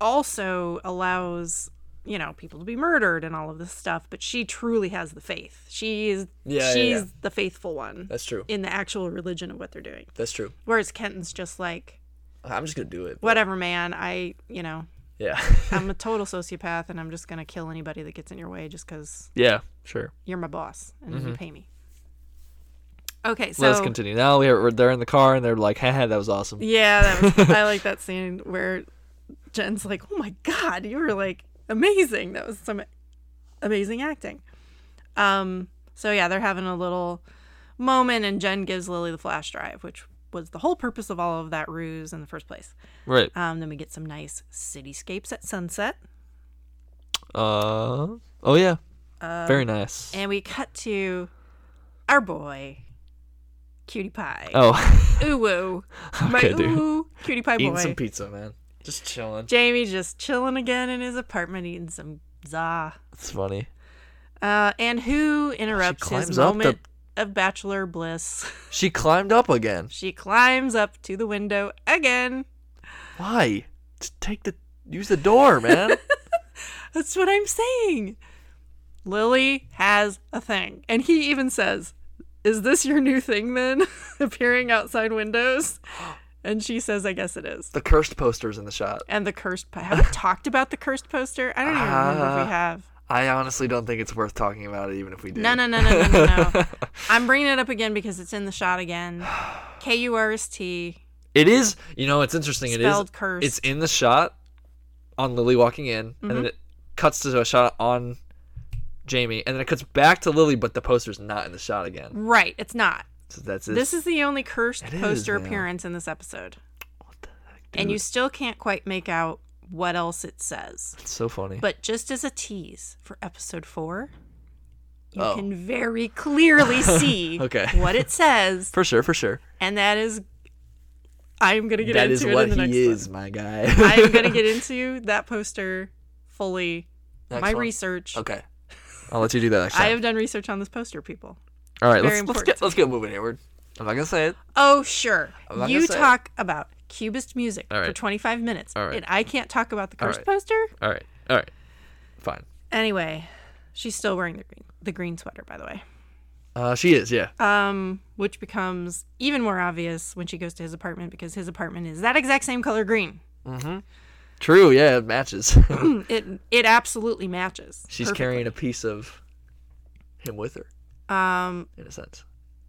[SPEAKER 1] also allows you know people to be murdered and all of this stuff but she truly has the faith she is
[SPEAKER 2] Yeah, yeah,
[SPEAKER 1] she's
[SPEAKER 2] yeah.
[SPEAKER 1] the faithful one
[SPEAKER 2] That's true.
[SPEAKER 1] in the actual religion of what they're doing
[SPEAKER 2] That's true.
[SPEAKER 1] whereas kenton's just like
[SPEAKER 2] I'm just gonna do it.
[SPEAKER 1] whatever man i you know
[SPEAKER 2] Yeah.
[SPEAKER 1] i'm a total sociopath and i'm just gonna kill anybody that gets in your way just because
[SPEAKER 2] (laughs) yeah. Sure.
[SPEAKER 1] you're my boss and you pay me okay so
[SPEAKER 2] Let's continue. Now we are, they're in the car and they're like, "Haha, that was awesome."
[SPEAKER 1] yeah that was, i like that scene where jen's like oh my god you were like amazing that was some amazing acting um so yeah they're having a little moment and jen gives lily the flash drive which was the whole purpose of all of that ruse in the first place
[SPEAKER 2] Right.
[SPEAKER 1] um then we get some nice cityscapes at sunset
[SPEAKER 2] Uh. Oh yeah. Very nice.
[SPEAKER 1] Uh, And we cut to our boy, Cutie Pie. (laughs)
[SPEAKER 2] oh,
[SPEAKER 1] Ooh, woo. My
[SPEAKER 2] Okay,
[SPEAKER 1] ooh,
[SPEAKER 2] dude.
[SPEAKER 1] woo, Cutie Pie
[SPEAKER 2] (laughs) eating
[SPEAKER 1] boy.
[SPEAKER 2] some pizza, man. Just chilling.
[SPEAKER 1] Jamie just chilling again in his apartment, eating some za.
[SPEAKER 2] It's funny.
[SPEAKER 1] Uh, and who interrupts his
[SPEAKER 2] climbs up the-
[SPEAKER 1] moment of bachelor bliss? (laughs)
[SPEAKER 2] She climbed up again.
[SPEAKER 1] she climbs up to the window again.
[SPEAKER 2] Why? Just take the use
[SPEAKER 1] (laughs)
[SPEAKER 2] the door, man.
[SPEAKER 1] That's what I'm saying. Lily has a thing. And he even says, Is this your new thing then? (laughs) Appearing outside windows?
[SPEAKER 2] (gasps)
[SPEAKER 1] And she says, I guess it is.
[SPEAKER 2] the cursed posters in the shot.
[SPEAKER 1] And the cursed po-
[SPEAKER 2] (laughs)
[SPEAKER 1] Have we talked about the cursed poster? I don't even remember if
[SPEAKER 2] Uh,
[SPEAKER 1] we have.
[SPEAKER 2] I honestly don't think it's worth talking about it, even if we do.
[SPEAKER 1] No, no, no, no, no, no,
[SPEAKER 2] (laughs)
[SPEAKER 1] no. I'm bringing it up again because it's in the shot
[SPEAKER 2] (sighs)
[SPEAKER 1] again. K U R S T.
[SPEAKER 2] It is. You know, it's interesting. It is.
[SPEAKER 1] Spelled cursed.
[SPEAKER 2] It's in the shot on Lily walking in, and
[SPEAKER 1] Mm-hmm.
[SPEAKER 2] then it cuts to a shot on Jamie, and then it cuts back to Lily, but the poster's not in the shot again.
[SPEAKER 1] Right, it's not.
[SPEAKER 2] So that's it.
[SPEAKER 1] This is the only cursed
[SPEAKER 2] It is
[SPEAKER 1] poster
[SPEAKER 2] now.
[SPEAKER 1] appearance in this episode. And you still can't quite make out what else it says.
[SPEAKER 2] It's so funny.
[SPEAKER 1] But just as a tease for episode four, you
[SPEAKER 2] Oh.
[SPEAKER 1] can very
[SPEAKER 2] (laughs)
[SPEAKER 1] clearly see
[SPEAKER 2] Okay.
[SPEAKER 1] what it says,
[SPEAKER 2] for sure, for sure.
[SPEAKER 1] and that is, I'm gonna get
[SPEAKER 2] That
[SPEAKER 1] into
[SPEAKER 2] is
[SPEAKER 1] it
[SPEAKER 2] what
[SPEAKER 1] in the next
[SPEAKER 2] he is, my guy.
[SPEAKER 1] one. I'm
[SPEAKER 2] (laughs)
[SPEAKER 1] gonna get into that poster fully.
[SPEAKER 2] Next
[SPEAKER 1] my
[SPEAKER 2] one.
[SPEAKER 1] research.
[SPEAKER 2] Okay. I'll let you do that next
[SPEAKER 1] I
[SPEAKER 2] time.
[SPEAKER 1] have done research on this poster, people.
[SPEAKER 2] All right,
[SPEAKER 1] very
[SPEAKER 2] let's, let's
[SPEAKER 1] important
[SPEAKER 2] get
[SPEAKER 1] to
[SPEAKER 2] let's get moving here. We're, I'm not gonna say it.
[SPEAKER 1] Oh sure,
[SPEAKER 2] I'm not
[SPEAKER 1] you
[SPEAKER 2] gonna say it.
[SPEAKER 1] talk about Cubist music
[SPEAKER 2] All
[SPEAKER 1] for
[SPEAKER 2] right.
[SPEAKER 1] 25 minutes,
[SPEAKER 2] All right.
[SPEAKER 1] and I can't talk about the
[SPEAKER 2] All
[SPEAKER 1] cursed
[SPEAKER 2] right.
[SPEAKER 1] poster.
[SPEAKER 2] All right, all right, fine.
[SPEAKER 1] Anyway, she's still wearing the green, the green sweater, by the way.
[SPEAKER 2] Uh, she is, yeah.
[SPEAKER 1] um, which becomes even more obvious when she goes to his apartment because his apartment is that exact same color green. (clears throat)
[SPEAKER 2] Mm-hmm. True, yeah, it matches. (laughs)
[SPEAKER 1] it it absolutely matches.
[SPEAKER 2] She's
[SPEAKER 1] Perfect.
[SPEAKER 2] carrying a piece of him with her.
[SPEAKER 1] Um,
[SPEAKER 2] in a sense.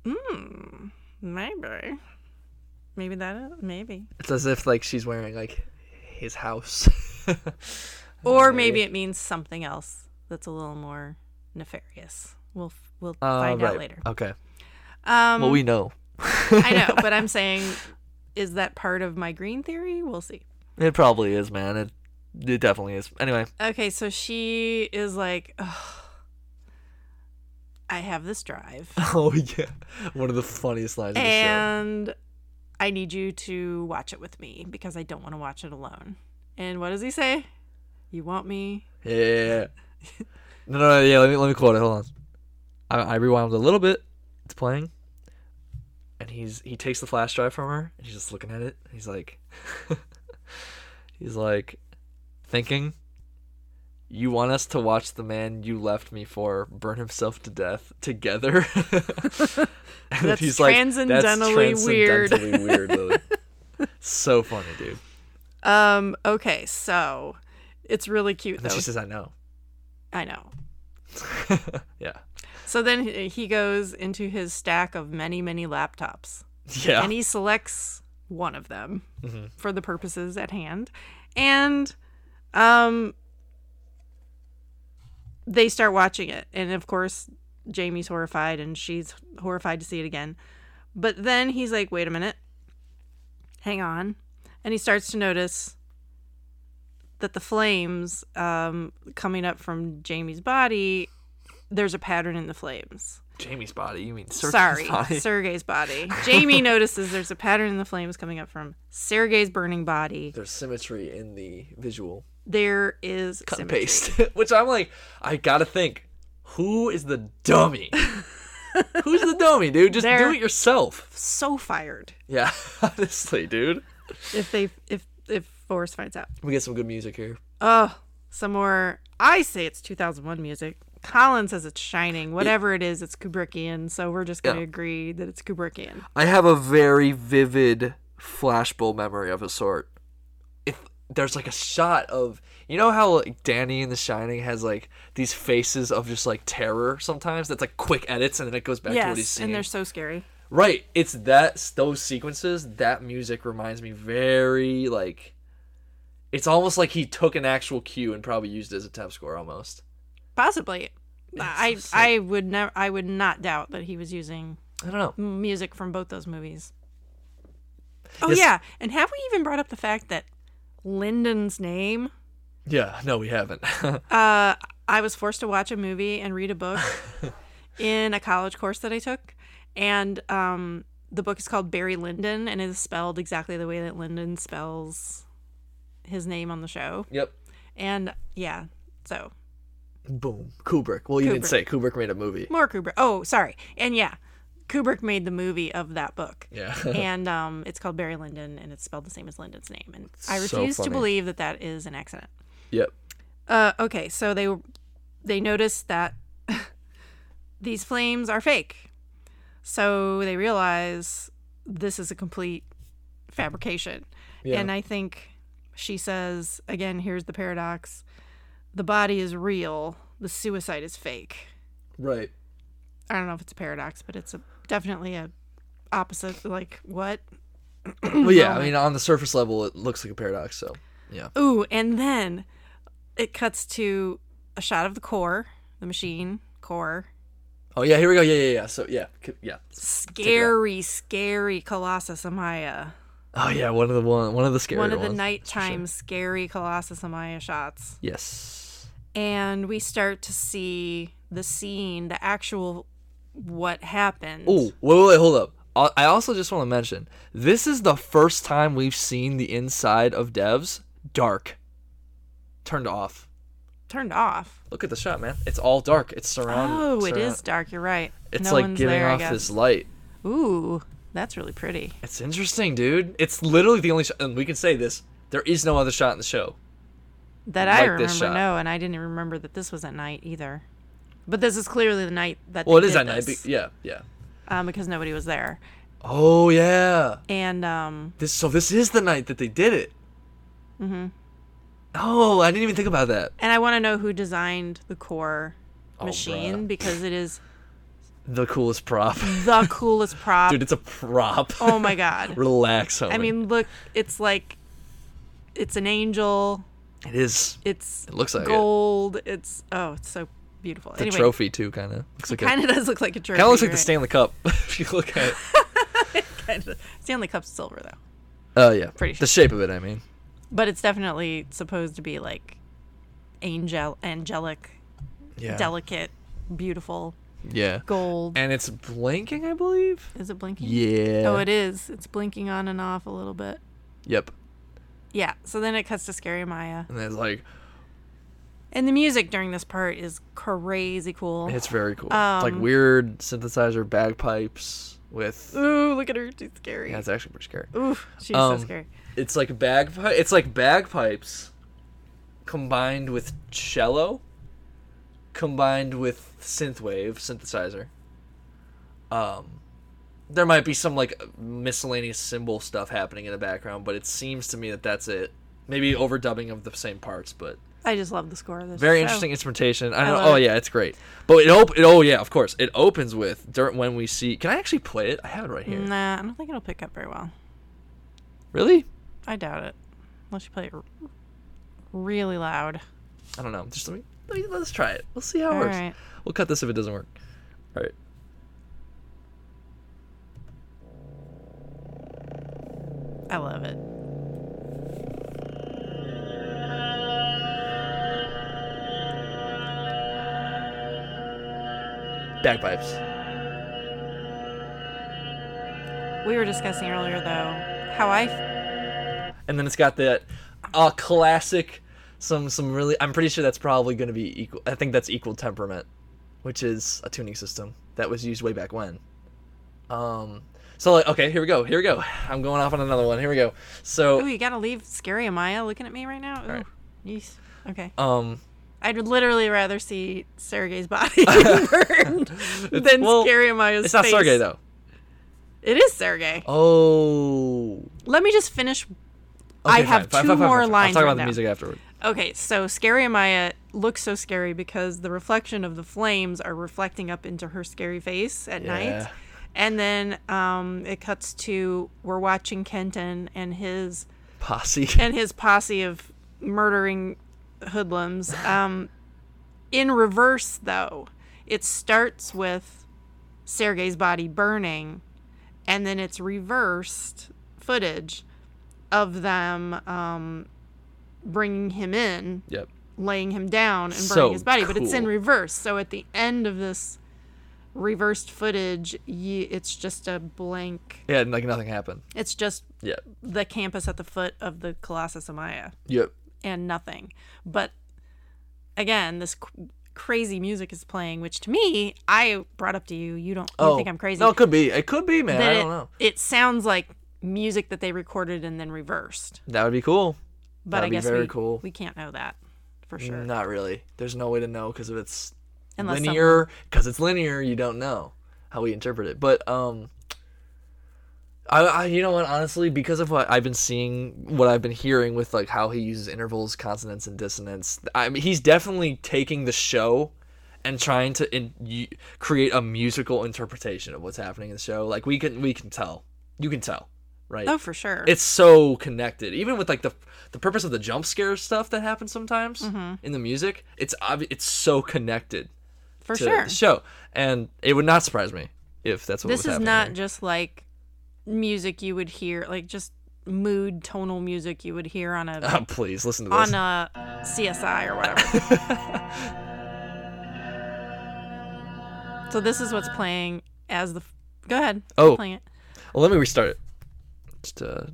[SPEAKER 1] mm, maybe. Maybe that is. Maybe.
[SPEAKER 2] It's as if like she's wearing like his house. (laughs)
[SPEAKER 1] Or maybe it means something else that's a little more nefarious. We'll f- we'll
[SPEAKER 2] Uh,
[SPEAKER 1] find out
[SPEAKER 2] right.
[SPEAKER 1] later.
[SPEAKER 2] Okay.
[SPEAKER 1] Um,
[SPEAKER 2] well, we know.
[SPEAKER 1] (laughs) I know, but I'm saying, is that part of my green theory? We'll see.
[SPEAKER 2] (laughs) It probably is, man. It it definitely is. Anyway, (laughs)
[SPEAKER 1] Okay, so she is like, "Ugh, I have this drive,
[SPEAKER 2] oh yeah, one of the funniest lines of the show.
[SPEAKER 1] and I need you to watch it with me because I don't want to watch it alone. And what does he say? You want me?
[SPEAKER 2] Yeah. (laughs) No, no, no, yeah. Let me let me quote it. Hold on. I, I rewound a little bit. It's playing, and he's he takes the flash drive from her, and he's just looking at it. He's like, (laughs) he's like, thinking. You want us to watch the man you left me for burn himself to death together? (laughs) and
[SPEAKER 1] That's transcendentally weird."
[SPEAKER 2] transcendentally
[SPEAKER 1] (laughs)
[SPEAKER 2] weird, Lily." so funny, dude.
[SPEAKER 1] Um. Okay, so it's really cute
[SPEAKER 2] And then
[SPEAKER 1] though.
[SPEAKER 2] she says, "I know."
[SPEAKER 1] I know.
[SPEAKER 2] (laughs) yeah.
[SPEAKER 1] So then he he goes into his stack of many, many laptops.
[SPEAKER 2] Yeah.
[SPEAKER 1] and he selects one of them
[SPEAKER 2] Mhm.
[SPEAKER 1] for the purposes at hand and um they start watching it and of course Jamie's horrified and she's horrified to see it again but then he's like wait a minute hang on and he starts to notice that the flames um, coming up from Jamie's body there's a pattern in the flames
[SPEAKER 2] Jamie's body. You mean Serge's
[SPEAKER 1] Sorry,
[SPEAKER 2] body?
[SPEAKER 1] Sergey's body. Jamie notices there's a pattern in the flames coming up from Sergey's burning body.
[SPEAKER 2] There's symmetry in the visual
[SPEAKER 1] There is
[SPEAKER 2] cut
[SPEAKER 1] symmetry.
[SPEAKER 2] and paste, (laughs) which I'm like, I gotta think, who is the
[SPEAKER 1] (laughs)
[SPEAKER 2] dummy? Who's the dummy, dude? Just do
[SPEAKER 1] There-
[SPEAKER 2] it yourself.
[SPEAKER 1] So fired
[SPEAKER 2] Yeah, (laughs) honestly, dude.
[SPEAKER 1] if they if if Forrest finds out.
[SPEAKER 2] We get some good music here.
[SPEAKER 1] Oh, some more. I say it's 2001 music. Colin says it's shining. Whatever it is, it's Kubrickian. So we're just gonna
[SPEAKER 2] Yeah.
[SPEAKER 1] agree that it's Kubrickian.
[SPEAKER 2] I have a very vivid flashbulb memory of a sort. If there's like a shot of you know how like Danny in The Shining has like these faces of just like terror sometimes. That's like quick edits and then it goes back to what he's
[SPEAKER 1] yes,
[SPEAKER 2] seeing.
[SPEAKER 1] and they're so scary.
[SPEAKER 2] Right. It's that those sequences, that music reminds me very like it's almost like he took an actual cue and probably used it as a tap score almost.
[SPEAKER 1] Possibly. I
[SPEAKER 2] so-
[SPEAKER 1] I would never. I would not doubt that he was using
[SPEAKER 2] I don't know.
[SPEAKER 1] music from both those movies. Oh
[SPEAKER 2] Yes.
[SPEAKER 1] yeah, and have we even brought up the fact that Lyndon's name?
[SPEAKER 2] Yeah, no we haven't. (laughs)
[SPEAKER 1] Uh, I was forced to watch a movie and read a book in a college course that I took, and um, the book is called Barry Lyndon and is spelled exactly the way that Lyndon spells his name on the show.
[SPEAKER 2] yep.
[SPEAKER 1] And yeah, so
[SPEAKER 2] Boom. Kubrick. Well, you didn't
[SPEAKER 1] Kubrick.
[SPEAKER 2] say Kubrick made a movie.
[SPEAKER 1] more Kubrick. Oh, sorry, and yeah, Kubrick made the movie of that book.
[SPEAKER 2] (laughs) Yeah.
[SPEAKER 1] and um, it's called Barry Lyndon, and it's spelled the same as Lyndon's name. And I
[SPEAKER 2] So
[SPEAKER 1] refuse to
[SPEAKER 2] funny.
[SPEAKER 1] believe that that is an accident.
[SPEAKER 2] yep.
[SPEAKER 1] Uh, okay, so they they noticed that (laughs) these flames are fake, so they realize this is a complete fabrication.
[SPEAKER 2] Yeah.
[SPEAKER 1] And I think she says again, here's the paradox: the body is real, the suicide is fake. (clears throat)
[SPEAKER 2] right.
[SPEAKER 1] I don't know if it's a paradox, but it's a, definitely a opposite. Like what?
[SPEAKER 2] Well, yeah, I mean on the surface level it looks like a paradox, so. Yeah.
[SPEAKER 1] Ooh, and then it cuts to a shot of the core, the machine core.
[SPEAKER 2] Oh yeah, here we go. Yeah, yeah, yeah. So yeah, K- yeah.
[SPEAKER 1] Scary, scary Colossus Amaya.
[SPEAKER 2] Oh yeah, one of the one one of the scary
[SPEAKER 1] One of the
[SPEAKER 2] ones, that's for sure.
[SPEAKER 1] nighttime scary Colossus Amaya shots.
[SPEAKER 2] Yes.
[SPEAKER 1] And we start to see the scene, the actual what happened.
[SPEAKER 2] Oh, wait, wait, wait, hold up. I I also just want to mention this is the first time we've seen the inside of devs dark, turned off.
[SPEAKER 1] Turned off.
[SPEAKER 2] Look at the shot, man. It's all dark. It's surrounded.
[SPEAKER 1] Oh, it
[SPEAKER 2] surround-
[SPEAKER 1] is dark. You're right.
[SPEAKER 2] It's
[SPEAKER 1] no
[SPEAKER 2] like
[SPEAKER 1] one's
[SPEAKER 2] giving
[SPEAKER 1] there, I
[SPEAKER 2] off
[SPEAKER 1] guess.
[SPEAKER 2] this light.
[SPEAKER 1] Ooh, that's really pretty.
[SPEAKER 2] It's interesting, dude. It's literally the only shot, and we can say this. There is no other shot in the show.
[SPEAKER 1] that I
[SPEAKER 2] like this
[SPEAKER 1] remember.
[SPEAKER 2] shot.
[SPEAKER 1] No, and I didn't remember that this was at night either. But this is clearly the night that.
[SPEAKER 2] Well, it
[SPEAKER 1] they
[SPEAKER 2] is
[SPEAKER 1] did
[SPEAKER 2] at night.
[SPEAKER 1] this,
[SPEAKER 2] But yeah, yeah.
[SPEAKER 1] um, because nobody was there,
[SPEAKER 2] Oh yeah.
[SPEAKER 1] and um,
[SPEAKER 2] This so this is the night that they did it. Mm-hmm. Oh, I didn't even think about that.
[SPEAKER 1] and I want to know who designed the core
[SPEAKER 2] Oh,
[SPEAKER 1] machine
[SPEAKER 2] bruh.
[SPEAKER 1] because it is
[SPEAKER 2] the coolest prop. (laughs)
[SPEAKER 1] the (laughs) coolest prop.
[SPEAKER 2] Dude, it's a prop.
[SPEAKER 1] oh my
[SPEAKER 2] (laughs)
[SPEAKER 1] god.
[SPEAKER 2] Relax, homie.
[SPEAKER 1] I mean, look, it's like it's an angel.
[SPEAKER 2] it is
[SPEAKER 1] It's
[SPEAKER 2] It looks like it.
[SPEAKER 1] gold. It's oh, it's so beautiful.
[SPEAKER 2] the
[SPEAKER 1] anyway,
[SPEAKER 2] trophy too, kind of. Looks like a,
[SPEAKER 1] kind of (laughs) does look like a trophy.
[SPEAKER 2] kind of looks like the
[SPEAKER 1] right?
[SPEAKER 2] Stanley Cup (laughs) if you look at it.
[SPEAKER 1] (laughs) Kinda. Stanley Cup's silver though,
[SPEAKER 2] Oh yeah,
[SPEAKER 1] Pretty
[SPEAKER 2] the shape of it. I mean,
[SPEAKER 1] but it's definitely supposed to be like angel, angelic,
[SPEAKER 2] yeah,
[SPEAKER 1] delicate, beautiful
[SPEAKER 2] yeah,
[SPEAKER 1] gold.
[SPEAKER 2] and it's blinking, I believe.
[SPEAKER 1] is it blinking?
[SPEAKER 2] Yeah.
[SPEAKER 1] Oh, it is. It's blinking on and off a little bit.
[SPEAKER 2] Yep.
[SPEAKER 1] Yeah. So then it cuts to Scary Maya,
[SPEAKER 2] And it's like
[SPEAKER 1] and the music during this part is crazy cool.
[SPEAKER 2] it's very cool. it's
[SPEAKER 1] Um,
[SPEAKER 2] like weird synthesizer bagpipes with.
[SPEAKER 1] Ooh, look at her. She's scary.
[SPEAKER 2] Yeah, it's actually pretty scary.
[SPEAKER 1] Ooh, she's
[SPEAKER 2] Um,
[SPEAKER 1] so scary.
[SPEAKER 2] It's like bagpipe. It's like bagpipes combined with cello, combined with synthwave synthesizer. Um, there might be some like miscellaneous cymbal stuff happening in the background, but it seems to me that that's it. Maybe overdubbing of the same parts, but
[SPEAKER 1] I just love the score of this.
[SPEAKER 2] very
[SPEAKER 1] show.
[SPEAKER 2] interesting instrumentation. I don't.
[SPEAKER 1] love
[SPEAKER 2] oh
[SPEAKER 1] Oh. it.
[SPEAKER 2] yeah, it's great. But it op- it, Oh yeah, of course. It opens with dirt when we see. Can I actually play it? I have it right here.
[SPEAKER 1] Nah, I don't think it'll pick up very well.
[SPEAKER 2] Really?
[SPEAKER 1] I doubt it. Unless you play it r- really loud.
[SPEAKER 2] I don't know. Just let me, let me- let's try it. We'll see how it
[SPEAKER 1] All
[SPEAKER 2] works.
[SPEAKER 1] right.
[SPEAKER 2] We'll cut this if it doesn't work. All right.
[SPEAKER 1] I love it.
[SPEAKER 2] Bagpipes.
[SPEAKER 1] We were discussing earlier, though, how I. F-
[SPEAKER 2] And then it's got that uh, classic. Some some really. I'm pretty sure that's probably going to be equal. I think that's equal temperament, which is a tuning system that was used way back when. Um. So like, okay, here we go. Here we go. I'm going off on another one. Here we go. So.
[SPEAKER 1] Ooh, you gotta leave Scary Amaya looking at me right now? Ooh.
[SPEAKER 2] right.
[SPEAKER 1] Yeesh. Okay.
[SPEAKER 2] Um,
[SPEAKER 1] I'd literally rather see Sergei's
[SPEAKER 2] (laughs)
[SPEAKER 1] body (laughs) burned than
[SPEAKER 2] well,
[SPEAKER 1] Scary Amaya's
[SPEAKER 2] it's not
[SPEAKER 1] face.
[SPEAKER 2] Sergey though.
[SPEAKER 1] It is Sergei.
[SPEAKER 2] Oh,
[SPEAKER 1] Let me just finish. I
[SPEAKER 2] Okay,
[SPEAKER 1] have
[SPEAKER 2] fine, fine,
[SPEAKER 1] two
[SPEAKER 2] fine, fine,
[SPEAKER 1] more
[SPEAKER 2] fine.
[SPEAKER 1] lines.
[SPEAKER 2] I'll talk
[SPEAKER 1] right
[SPEAKER 2] about the
[SPEAKER 1] now.
[SPEAKER 2] music afterward.
[SPEAKER 1] Okay, so Scary Amaya looks so scary because the reflection of the flames are reflecting up into her scary face at
[SPEAKER 2] Yeah.
[SPEAKER 1] night. And then um, it cuts to we're watching Kenton and his
[SPEAKER 2] Posse.
[SPEAKER 1] and his posse of murdering hoodlums. Um, in reverse, though, it starts with Sergei's body burning, and then it's reversed footage of them um, bringing him in,
[SPEAKER 2] yep.
[SPEAKER 1] laying him down, and burning
[SPEAKER 2] So
[SPEAKER 1] his body. But it's in
[SPEAKER 2] cool.
[SPEAKER 1] reverse. So at the end of this reversed footage, ye- it's just a blank.
[SPEAKER 2] Yeah, and like nothing happened.
[SPEAKER 1] It's just
[SPEAKER 2] Yep.
[SPEAKER 1] the campus at the foot of the Colossus of Maya
[SPEAKER 2] Yep.
[SPEAKER 1] and nothing. But again, this c- crazy music is playing, which to me, I brought up to you. You don't you think I'm crazy?
[SPEAKER 2] Oh. No, it could be. It could be, man.
[SPEAKER 1] that
[SPEAKER 2] I
[SPEAKER 1] it,
[SPEAKER 2] don't know.
[SPEAKER 1] It sounds like music that they recorded and then reversed.
[SPEAKER 2] That would be cool.
[SPEAKER 1] But
[SPEAKER 2] That'd
[SPEAKER 1] I
[SPEAKER 2] be
[SPEAKER 1] guess
[SPEAKER 2] very
[SPEAKER 1] we,
[SPEAKER 2] cool.
[SPEAKER 1] we can't know that for sure.
[SPEAKER 2] Not really. There's no way to know because if it's
[SPEAKER 1] Unless
[SPEAKER 2] linear, because it's linear, you don't know how we interpret it. But um, I, I you know what? Honestly, because of what I've been seeing, what I've been hearing with like how he uses intervals, consonants, and dissonance, I mean, he's definitely taking the show and trying to in, y create a musical interpretation of what's happening in the show. Like we can we can tell. You can tell, right?
[SPEAKER 1] Oh, for sure.
[SPEAKER 2] it's so connected even with like the the purpose of the jump scare stuff that happens sometimes
[SPEAKER 1] Mm-hmm.
[SPEAKER 2] in the music it's obvi- it's so connected
[SPEAKER 1] for
[SPEAKER 2] to
[SPEAKER 1] sure.
[SPEAKER 2] the show and it would not surprise me if that's what
[SPEAKER 1] This
[SPEAKER 2] was
[SPEAKER 1] is
[SPEAKER 2] happening
[SPEAKER 1] not
[SPEAKER 2] here. (laughs)
[SPEAKER 1] just like music you would hear, like just mood tonal music you would hear on a
[SPEAKER 2] (laughs) oh, please listen to this
[SPEAKER 1] on uh, a CSI or
[SPEAKER 2] (laughs)
[SPEAKER 1] whatever. so this is what's playing as the. f- Go ahead.
[SPEAKER 2] Oh.
[SPEAKER 1] playing it.
[SPEAKER 2] well, let me restart it just uh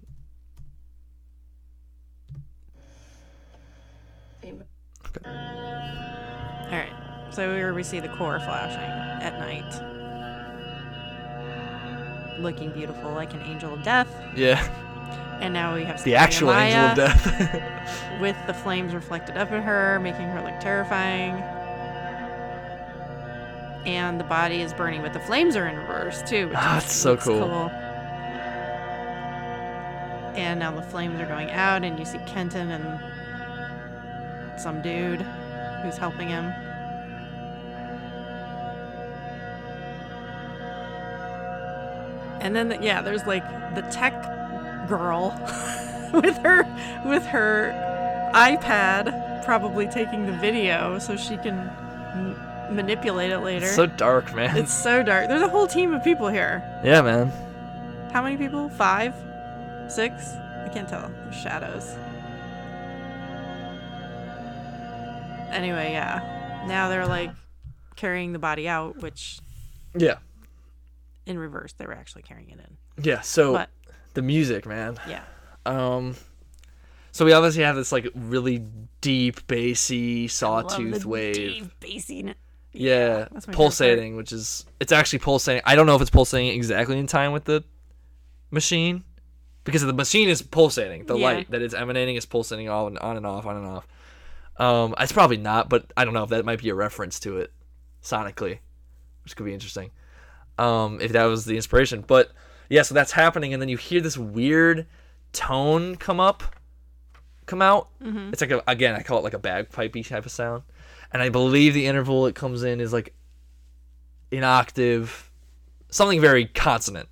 [SPEAKER 1] All right. So here we see the core flashing at night, looking beautiful like an angel of death.
[SPEAKER 2] yeah (laughs)
[SPEAKER 1] And now we have
[SPEAKER 2] the actual angel of
[SPEAKER 1] Maya
[SPEAKER 2] death (laughs)
[SPEAKER 1] with the flames reflected up at her, making her look terrifying. And the body is burning, but the flames are in reverse too. Which
[SPEAKER 2] Ah,
[SPEAKER 1] is-
[SPEAKER 2] it's so
[SPEAKER 1] looks
[SPEAKER 2] cool.
[SPEAKER 1] And now the flames are going out, and you see Kenton and some dude who's helping him. And then the, yeah, there's like the tech girl (laughs) with her with her iPad probably taking the video so she can m- manipulate it later.
[SPEAKER 2] It's so dark, man.
[SPEAKER 1] it's so dark. There's a whole team of people here.
[SPEAKER 2] yeah, man.
[SPEAKER 1] How many people? Five? Six? I can't tell. They're shadows. Anyway, yeah. Now they're like carrying the body out, which
[SPEAKER 2] Yeah.
[SPEAKER 1] in reverse they were actually carrying it in.
[SPEAKER 2] Yeah. So
[SPEAKER 1] But
[SPEAKER 2] the music, man.
[SPEAKER 1] yeah.
[SPEAKER 2] Um, so we obviously have this like really deep, bassy,
[SPEAKER 1] Love
[SPEAKER 2] sawtooth
[SPEAKER 1] the
[SPEAKER 2] wave.
[SPEAKER 1] Dave Basin.
[SPEAKER 2] Yeah,
[SPEAKER 1] that's my favorite part.
[SPEAKER 2] pulsating, which is it's actually pulsating. I don't know if it's pulsating exactly in time with the machine because the machine is pulsating. The
[SPEAKER 1] Yeah.
[SPEAKER 2] light that it's emanating is pulsating all and on and off, on and off. Um, it's probably not, but I don't know if that might be a reference to it sonically, which could be interesting. Um, if that was the inspiration, but yeah, so that's happening, and then you hear this weird tone come up, come out. It's like a, again, I call it like a bagpipey type of sound, and I believe the interval it comes in is like an octave, something very consonant,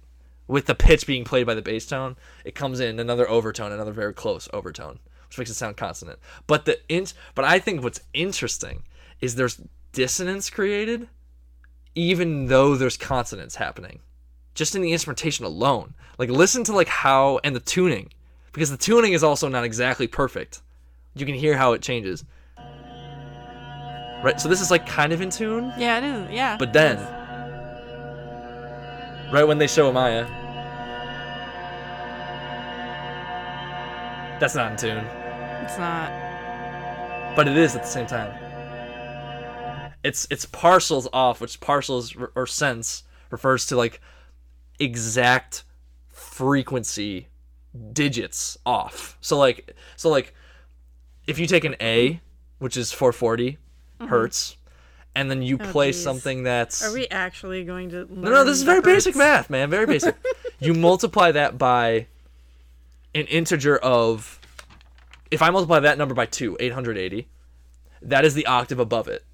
[SPEAKER 2] with the pitch being played by the bass tone. It comes in another overtone, another very close overtone, which makes it sound consonant. But the int, but I think what's interesting is there's dissonance created, even though there's consonants happening just in the instrumentation alone. Like listen to like how and the tuning, because the tuning is also not exactly perfect. You can hear how it changes. Right, so this is like kind of in tune,
[SPEAKER 1] Yeah, it is. Yeah.
[SPEAKER 2] but then, right when they show Amaya, that's not in tune,
[SPEAKER 1] it's not.
[SPEAKER 2] but it is at the same time. It's it's parcels off, which parcels re- or sense refers to like exact frequency digits off. So like so like if you take an A, which is 440 hertz, and then you play
[SPEAKER 1] Mm-hmm. Oh, geez.
[SPEAKER 2] something that's
[SPEAKER 1] Are we actually going to?
[SPEAKER 2] no, no, this is very basic math, man. Very basic. you multiply that by an integer of. If I multiply that number by 2, 880, that is the octave above it.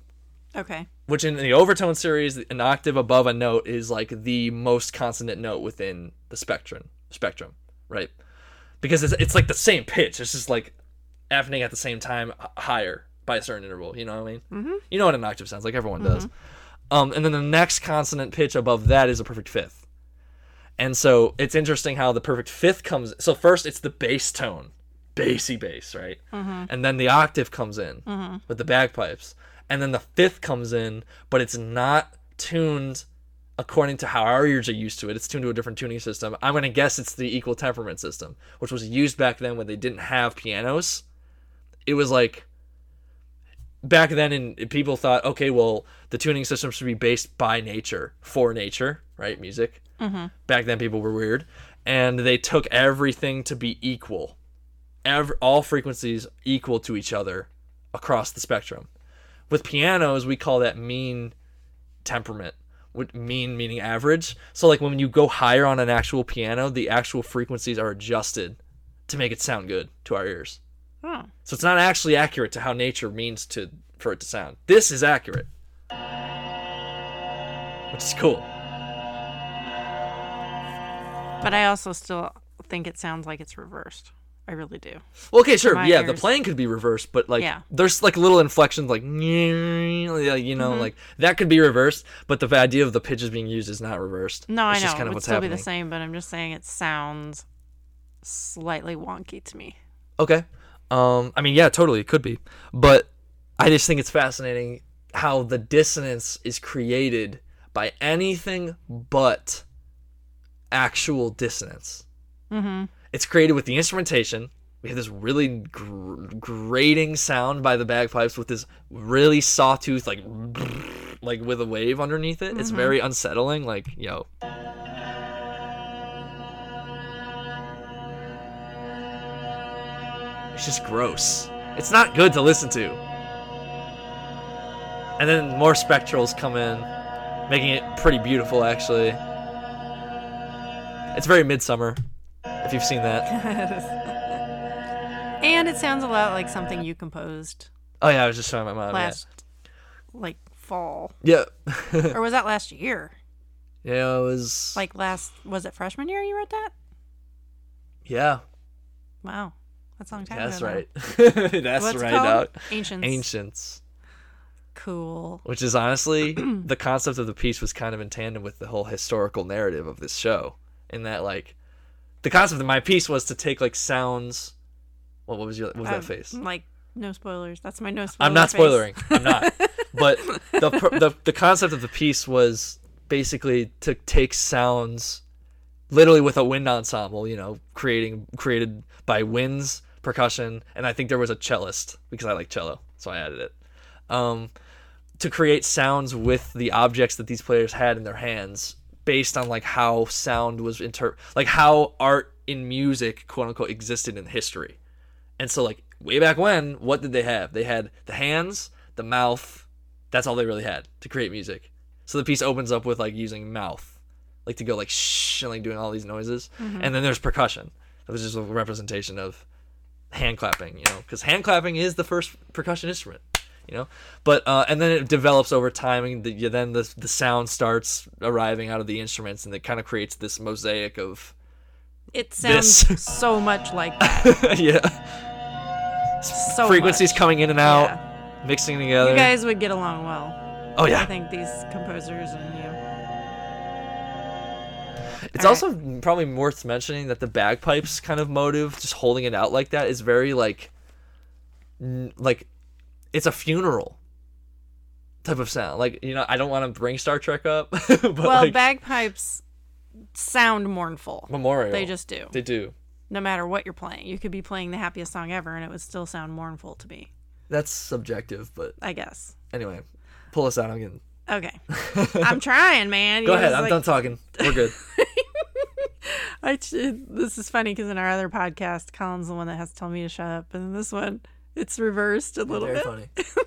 [SPEAKER 1] Okay.
[SPEAKER 2] Which in the overtone series, an octave above a note is like the most consonant note within the spectrum, spectrum, right? Because it's, it's like the same pitch. It's just like happening at the same time h- higher by a certain interval. You know what I mean? Mm-hmm. You know what an octave sounds like. Everyone does. Um, and then the next consonant pitch above that is a perfect fifth. And so it's interesting how the perfect fifth comes. So first it's the bass tone, bassy bass, right? And then the octave comes in with the bagpipes, and then the fifth comes in, but it's not tuned according to how our ears are used to it. It's tuned to a different tuning system. I'm gonna guess it's the equal temperament system, which was used back then when they didn't have pianos. It was like back then and people thought okay well the tuning system should be based by nature for nature right music mm-hmm. back then people were weird and they took everything to be equal Ev- all frequencies equal to each other across the spectrum with pianos we call that mean temperament What mean meaning average so like when you go higher on an actual piano the actual frequencies are adjusted to make it sound good to our ears
[SPEAKER 1] Oh.
[SPEAKER 2] so it's not actually accurate to how nature means to for it to sound. This is accurate. Which is cool.
[SPEAKER 1] But I also still think it sounds like it's reversed. I really do.
[SPEAKER 2] Well, okay, sure.
[SPEAKER 1] My
[SPEAKER 2] yeah, the
[SPEAKER 1] ears.
[SPEAKER 2] playing could be reversed, but like
[SPEAKER 1] Yeah.
[SPEAKER 2] there's like little inflections like yeah, you
[SPEAKER 1] Mm-hmm.
[SPEAKER 2] know, like that could be reversed, but the idea of the pitches being used is not reversed.
[SPEAKER 1] No, I
[SPEAKER 2] it's
[SPEAKER 1] know
[SPEAKER 2] just
[SPEAKER 1] it
[SPEAKER 2] kind of
[SPEAKER 1] would
[SPEAKER 2] what's
[SPEAKER 1] still
[SPEAKER 2] happening.
[SPEAKER 1] be the same, but I'm just saying it sounds slightly wonky to (laughs) me.
[SPEAKER 2] Okay. Um, I mean, yeah, totally, it could be, but I just think it's fascinating how the dissonance is created by anything but actual dissonance.
[SPEAKER 1] Mm-hmm.
[SPEAKER 2] It's created with the instrumentation. We have this really gr- grating sound by the bagpipes with this really sawtooth, like, like with a wave underneath it. It's very unsettling. Like, yo, It's just gross. It's not good to listen to. And then more spectrals come in, making it pretty beautiful, actually. It's very midsummer, if you've seen that.
[SPEAKER 1] (laughs) and it sounds a lot like something you composed
[SPEAKER 2] Oh yeah, I was just showing my mom.
[SPEAKER 1] last, like fall,
[SPEAKER 2] Yeah. (laughs) yeah.
[SPEAKER 1] or was that last year?
[SPEAKER 2] Yeah, it was
[SPEAKER 1] Like last, was it freshman year you wrote that?
[SPEAKER 2] yeah.
[SPEAKER 1] Wow, that's a long time
[SPEAKER 2] That's
[SPEAKER 1] ago. now.
[SPEAKER 2] right. (laughs) that's
[SPEAKER 1] What's it
[SPEAKER 2] right.
[SPEAKER 1] called?
[SPEAKER 2] Out.
[SPEAKER 1] Ancients.
[SPEAKER 2] Ancients,
[SPEAKER 1] Cool.
[SPEAKER 2] which is
[SPEAKER 1] (clears throat)
[SPEAKER 2] honestly the concept of the piece was kind of in tandem with the whole historical narrative of this show, in that like the concept of my piece was to take like sounds. What, what was your what was
[SPEAKER 1] Um,
[SPEAKER 2] that face?
[SPEAKER 1] Like no spoilers. That's my no spoiler.
[SPEAKER 2] I'm not
[SPEAKER 1] face.
[SPEAKER 2] spoilering.
[SPEAKER 1] (laughs)
[SPEAKER 2] I'm not. But the, pr- the the concept of the piece was basically to take sounds, literally with a wind ensemble. You know, creating created by winds, percussion, and I think there was a cellist because I like cello, so I added it. Um, to create sounds with the objects that these players had in their hands, based on like how sound was inter like how art in music quote unquote existed in history. And so like way back when, what did they have? They had the hands, the mouth. That's all they really had to create music. So the piece opens up with like using mouth, like to go like shh and like doing all these noises.
[SPEAKER 1] Mm-hmm.
[SPEAKER 2] And then there's percussion. That was just a representation of hand clapping, you know, because hand clapping is the first percussion instrument, you know. But uh, and then it develops over time, and the, you, then the the sound starts arriving out of the instruments, and it kind of creates this mosaic of (laughs)
[SPEAKER 1] It sounds
[SPEAKER 2] This. (laughs)
[SPEAKER 1] so much like that.
[SPEAKER 2] yeah
[SPEAKER 1] So
[SPEAKER 2] frequencies
[SPEAKER 1] much.
[SPEAKER 2] coming in and out, mixing together.
[SPEAKER 1] You guys would get along well.
[SPEAKER 2] oh
[SPEAKER 1] I
[SPEAKER 2] yeah,
[SPEAKER 1] think these composers and you.
[SPEAKER 2] It's
[SPEAKER 1] All right.
[SPEAKER 2] also probably worth mentioning that the bagpipes kind of motive, just holding it out like that, is very like, n- like, it's a funeral type of sound. Like you know, I don't want to bring Star Trek up, (laughs) but
[SPEAKER 1] Well,
[SPEAKER 2] like
[SPEAKER 1] bagpipes sound mournful.
[SPEAKER 2] memorial,
[SPEAKER 1] They just do.
[SPEAKER 2] they do.
[SPEAKER 1] No matter what you're playing, you could be playing the happiest song ever, and it would still sound mournful to me.
[SPEAKER 2] That's subjective, but
[SPEAKER 1] I guess.
[SPEAKER 2] anyway, pull us out. I'm getting. (laughs)
[SPEAKER 1] Okay, I'm trying, man.
[SPEAKER 2] Go
[SPEAKER 1] You
[SPEAKER 2] ahead.
[SPEAKER 1] was
[SPEAKER 2] I'm
[SPEAKER 1] like-
[SPEAKER 2] done talking. We're good.
[SPEAKER 1] I ch- this is funny because in our other podcast, Colin's the one that has to tell me to shut up, and in this one, it's reversed (laughs) a little
[SPEAKER 2] Very
[SPEAKER 1] bit.
[SPEAKER 2] funny.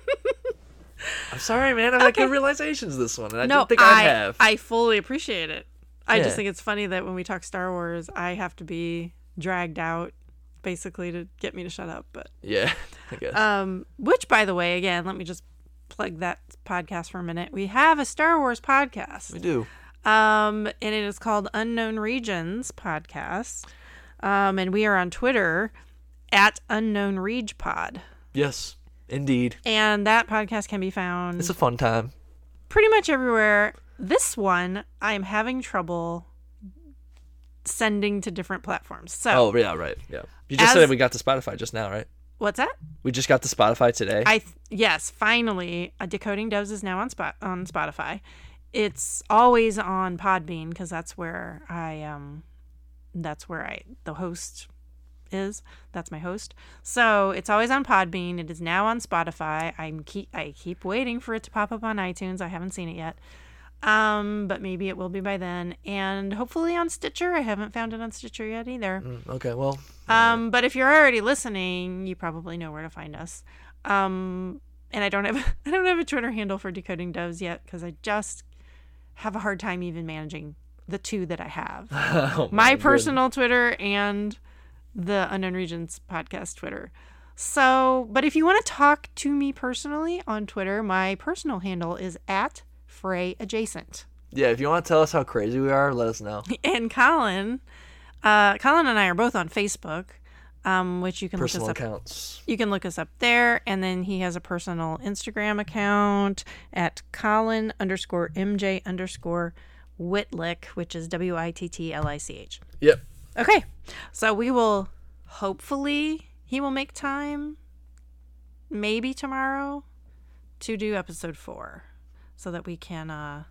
[SPEAKER 1] (laughs)
[SPEAKER 2] I'm sorry, man. I'm like the realizations this one, and I
[SPEAKER 1] No,
[SPEAKER 2] don't think I, have.
[SPEAKER 1] I fully appreciate it. I
[SPEAKER 2] Yeah.
[SPEAKER 1] just think it's funny that when we talk Star Wars, I have to be dragged out basically to get me to shut up. But
[SPEAKER 2] yeah, (laughs) I guess.
[SPEAKER 1] um, which, by the way, again, let me just plug that podcast for a minute. We have a Star Wars podcast.
[SPEAKER 2] we do.
[SPEAKER 1] Um, and it is called Unknown Regions Podcast. Um, and we are on Twitter at Unknown Reg Pod.
[SPEAKER 2] Yes, indeed.
[SPEAKER 1] And that podcast can be found
[SPEAKER 2] It's a fun time.
[SPEAKER 1] pretty much everywhere. This one, I'm having trouble sending to different platforms. So,
[SPEAKER 2] Oh yeah, right. Yeah. You just
[SPEAKER 1] As-
[SPEAKER 2] said we got to Spotify just now, right?
[SPEAKER 1] what's that?
[SPEAKER 2] We just got to Spotify today.
[SPEAKER 1] I th- yes, finally, uh, Decoding Doves is now on spot on Spotify. It's always on Podbean because that's where I um, that's where I the host is. That's my host. So it's always on Podbean. It is now on Spotify. I'm keep I keep waiting for it to pop up on iTunes. I haven't seen it yet. Um, but maybe it will be by then, and hopefully on Stitcher. I haven't found it on Stitcher yet either.
[SPEAKER 2] Mm, okay, well, (laughs)
[SPEAKER 1] Um, but if you're already listening, you probably know where to find us. Um, and I don't have (laughs) I don't have a Twitter handle for decoding doves yet because I just have a hard time even managing the two that I have.
[SPEAKER 2] oh,
[SPEAKER 1] My
[SPEAKER 2] goodness.
[SPEAKER 1] personal Twitter and the Unknown Regions podcast Twitter. So, but if you want to talk to me personally on Twitter, my personal handle is at Frey Adjacent. (laughs)
[SPEAKER 2] Yeah, if you want to tell us how crazy we are, let us know.
[SPEAKER 1] And Colin, uh, Colin and I are both on Facebook, um, which you can look us
[SPEAKER 2] Personal
[SPEAKER 1] up
[SPEAKER 2] accounts.
[SPEAKER 1] you can look us up there and then he has a personal instagram account at colin underscore mj underscore whitlick which is w-i-t-t-l-i-c-h
[SPEAKER 2] Yep.
[SPEAKER 1] okay so we will hopefully he will make time maybe tomorrow to do episode four so that we can uh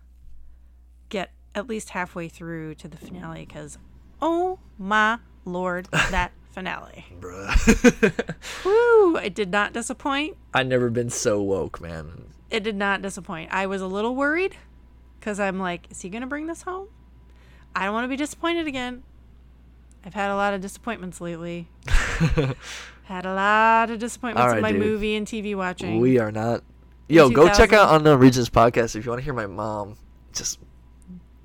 [SPEAKER 1] get at least halfway through to the finale because oh my lord that (laughs) finale
[SPEAKER 2] Bruh. (laughs)
[SPEAKER 1] Woo! It did not disappoint.
[SPEAKER 2] I've never been so woke, man.
[SPEAKER 1] It did not disappoint. I was a little worried because I'm like, is he going to bring this home? I don't want to be disappointed again. I've had a lot of disappointments
[SPEAKER 2] (laughs)
[SPEAKER 1] lately. Had a lot of disappointments
[SPEAKER 2] All
[SPEAKER 1] in
[SPEAKER 2] right,
[SPEAKER 1] my
[SPEAKER 2] dude.
[SPEAKER 1] movie and TV watching.
[SPEAKER 2] we are not. Yo, go
[SPEAKER 1] 2000.
[SPEAKER 2] check out Unknown Regions podcast if you want to hear my mom just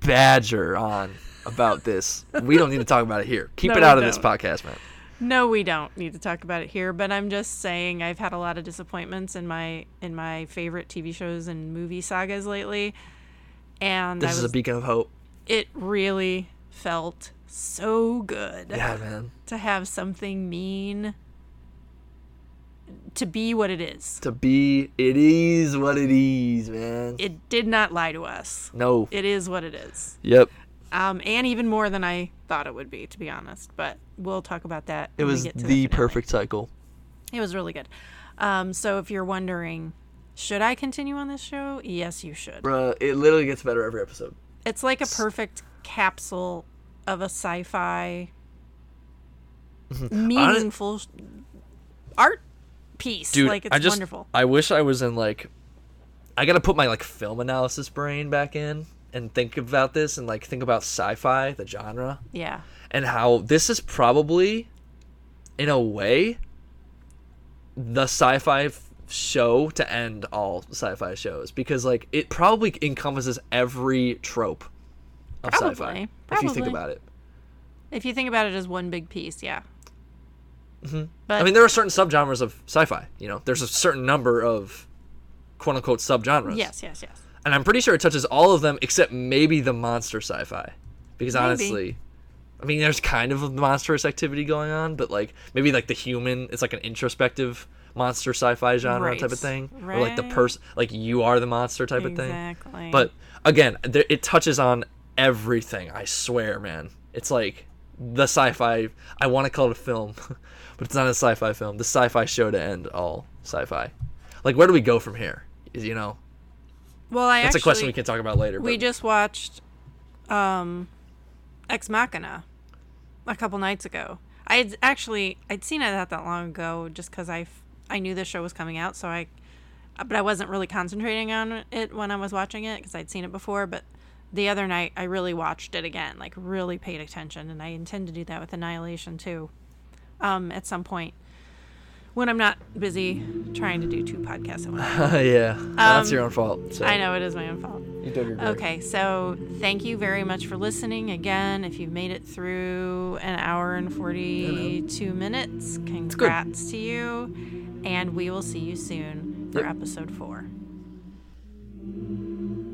[SPEAKER 2] badger on about this. we don't need to talk about it here. Keep
[SPEAKER 1] No,
[SPEAKER 2] it
[SPEAKER 1] we
[SPEAKER 2] out of this
[SPEAKER 1] don't.
[SPEAKER 2] podcast, man.
[SPEAKER 1] no, we don't need to talk about it here, but I'm just saying I've had a lot of disappointments in my in my favorite TV shows and movie sagas lately. And I
[SPEAKER 2] This
[SPEAKER 1] was (laughs)
[SPEAKER 2] is a beacon of hope.
[SPEAKER 1] it really felt so good
[SPEAKER 2] Yeah, man.
[SPEAKER 1] to have something mean to be what it is.
[SPEAKER 2] To be, it is what it is, man.
[SPEAKER 1] It did not lie to us.
[SPEAKER 2] no.
[SPEAKER 1] It is what it is.
[SPEAKER 2] yep.
[SPEAKER 1] Um, and even more than I thought it would be, to be honest. But we'll talk about that.
[SPEAKER 2] It
[SPEAKER 1] when we
[SPEAKER 2] was
[SPEAKER 1] get to
[SPEAKER 2] the
[SPEAKER 1] finale.
[SPEAKER 2] perfect cycle.
[SPEAKER 1] It was really good. Um, so if you're wondering, should I continue on this show? Yes, you should.
[SPEAKER 2] Bruh, Uh, it literally gets better every episode.
[SPEAKER 1] It's like a perfect capsule of a sci-fi
[SPEAKER 2] Mm-hmm.
[SPEAKER 1] meaningful s- art piece.
[SPEAKER 2] Dude,
[SPEAKER 1] like it's
[SPEAKER 2] I just,
[SPEAKER 1] wonderful.
[SPEAKER 2] I wish I was in like, I gotta put my like film analysis brain back in and think about this and like think about sci-fi, the genre,
[SPEAKER 1] Yeah.
[SPEAKER 2] and how this is probably, in a way, the sci-fi f- show to end all sci-fi shows because like it probably encompasses every trope of sci-fi
[SPEAKER 1] Probably.
[SPEAKER 2] if you think
[SPEAKER 1] Probably.
[SPEAKER 2] about it.
[SPEAKER 1] If you think about it as one big piece, yeah. But
[SPEAKER 2] Mm-hmm. I mean, there are certain subgenres of sci-fi. You know, there's a certain number of "quote unquote" subgenres.
[SPEAKER 1] yes, yes, yes.
[SPEAKER 2] and I'm pretty sure it touches all of them except maybe the monster sci-fi, because
[SPEAKER 1] Maybe.
[SPEAKER 2] honestly, I mean, there's kind of a monstrous activity going on, but like maybe like the human, it's like an introspective monster sci-fi genre type
[SPEAKER 1] Right.
[SPEAKER 2] of thing, or like the
[SPEAKER 1] Right.
[SPEAKER 2] person, like you are the monster type of thing.
[SPEAKER 1] Exactly.
[SPEAKER 2] But again, there, it touches on everything. I swear, man. It's like the sci-fi. I want to call it a film, (laughs) but it's not a sci-fi film. The sci-fi show to end all sci-fi. Like, where do we go from here? Is- You know,
[SPEAKER 1] well, I
[SPEAKER 2] that's
[SPEAKER 1] actually
[SPEAKER 2] a question we can talk about later.
[SPEAKER 1] we
[SPEAKER 2] but
[SPEAKER 1] just watched um Ex Machina a couple nights ago. I had actually I'd seen it not that long ago just cuz I f- I knew this show was coming out so I but I wasn't really concentrating on it when I was watching it cuz I'd seen it before but the other night I really watched it again like really paid attention and I intend to do that with Annihilation too um at some point when I'm not busy trying to do two podcasts at once.
[SPEAKER 2] (laughs) yeah, that's your own fault. So
[SPEAKER 1] Um, I uh, know it is my own fault.
[SPEAKER 2] You did your great.
[SPEAKER 1] Okay, so thank you very much for listening. Again, if you've made it through an hour and 42 minutes, congrats to you. And we will see you soon for
[SPEAKER 2] Yep.
[SPEAKER 1] episode four.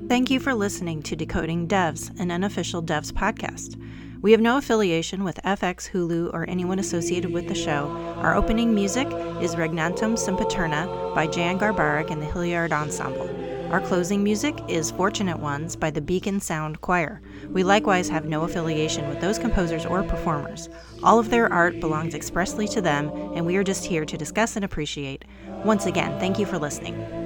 [SPEAKER 1] Thank you for listening to Decoding Devs, an unofficial devs podcast. We have no affiliation with FX, Hulu, or anyone associated with the show. Our opening music is Regnantum Sympaterna by Jan Garbarek and the Hilliard Ensemble. Our closing music is Fortunate Ones by the Beacon Sound Choir. We likewise have no affiliation with those composers or performers. All of their art belongs expressly to them, and we are just here to discuss and appreciate. Once again, thank you for listening.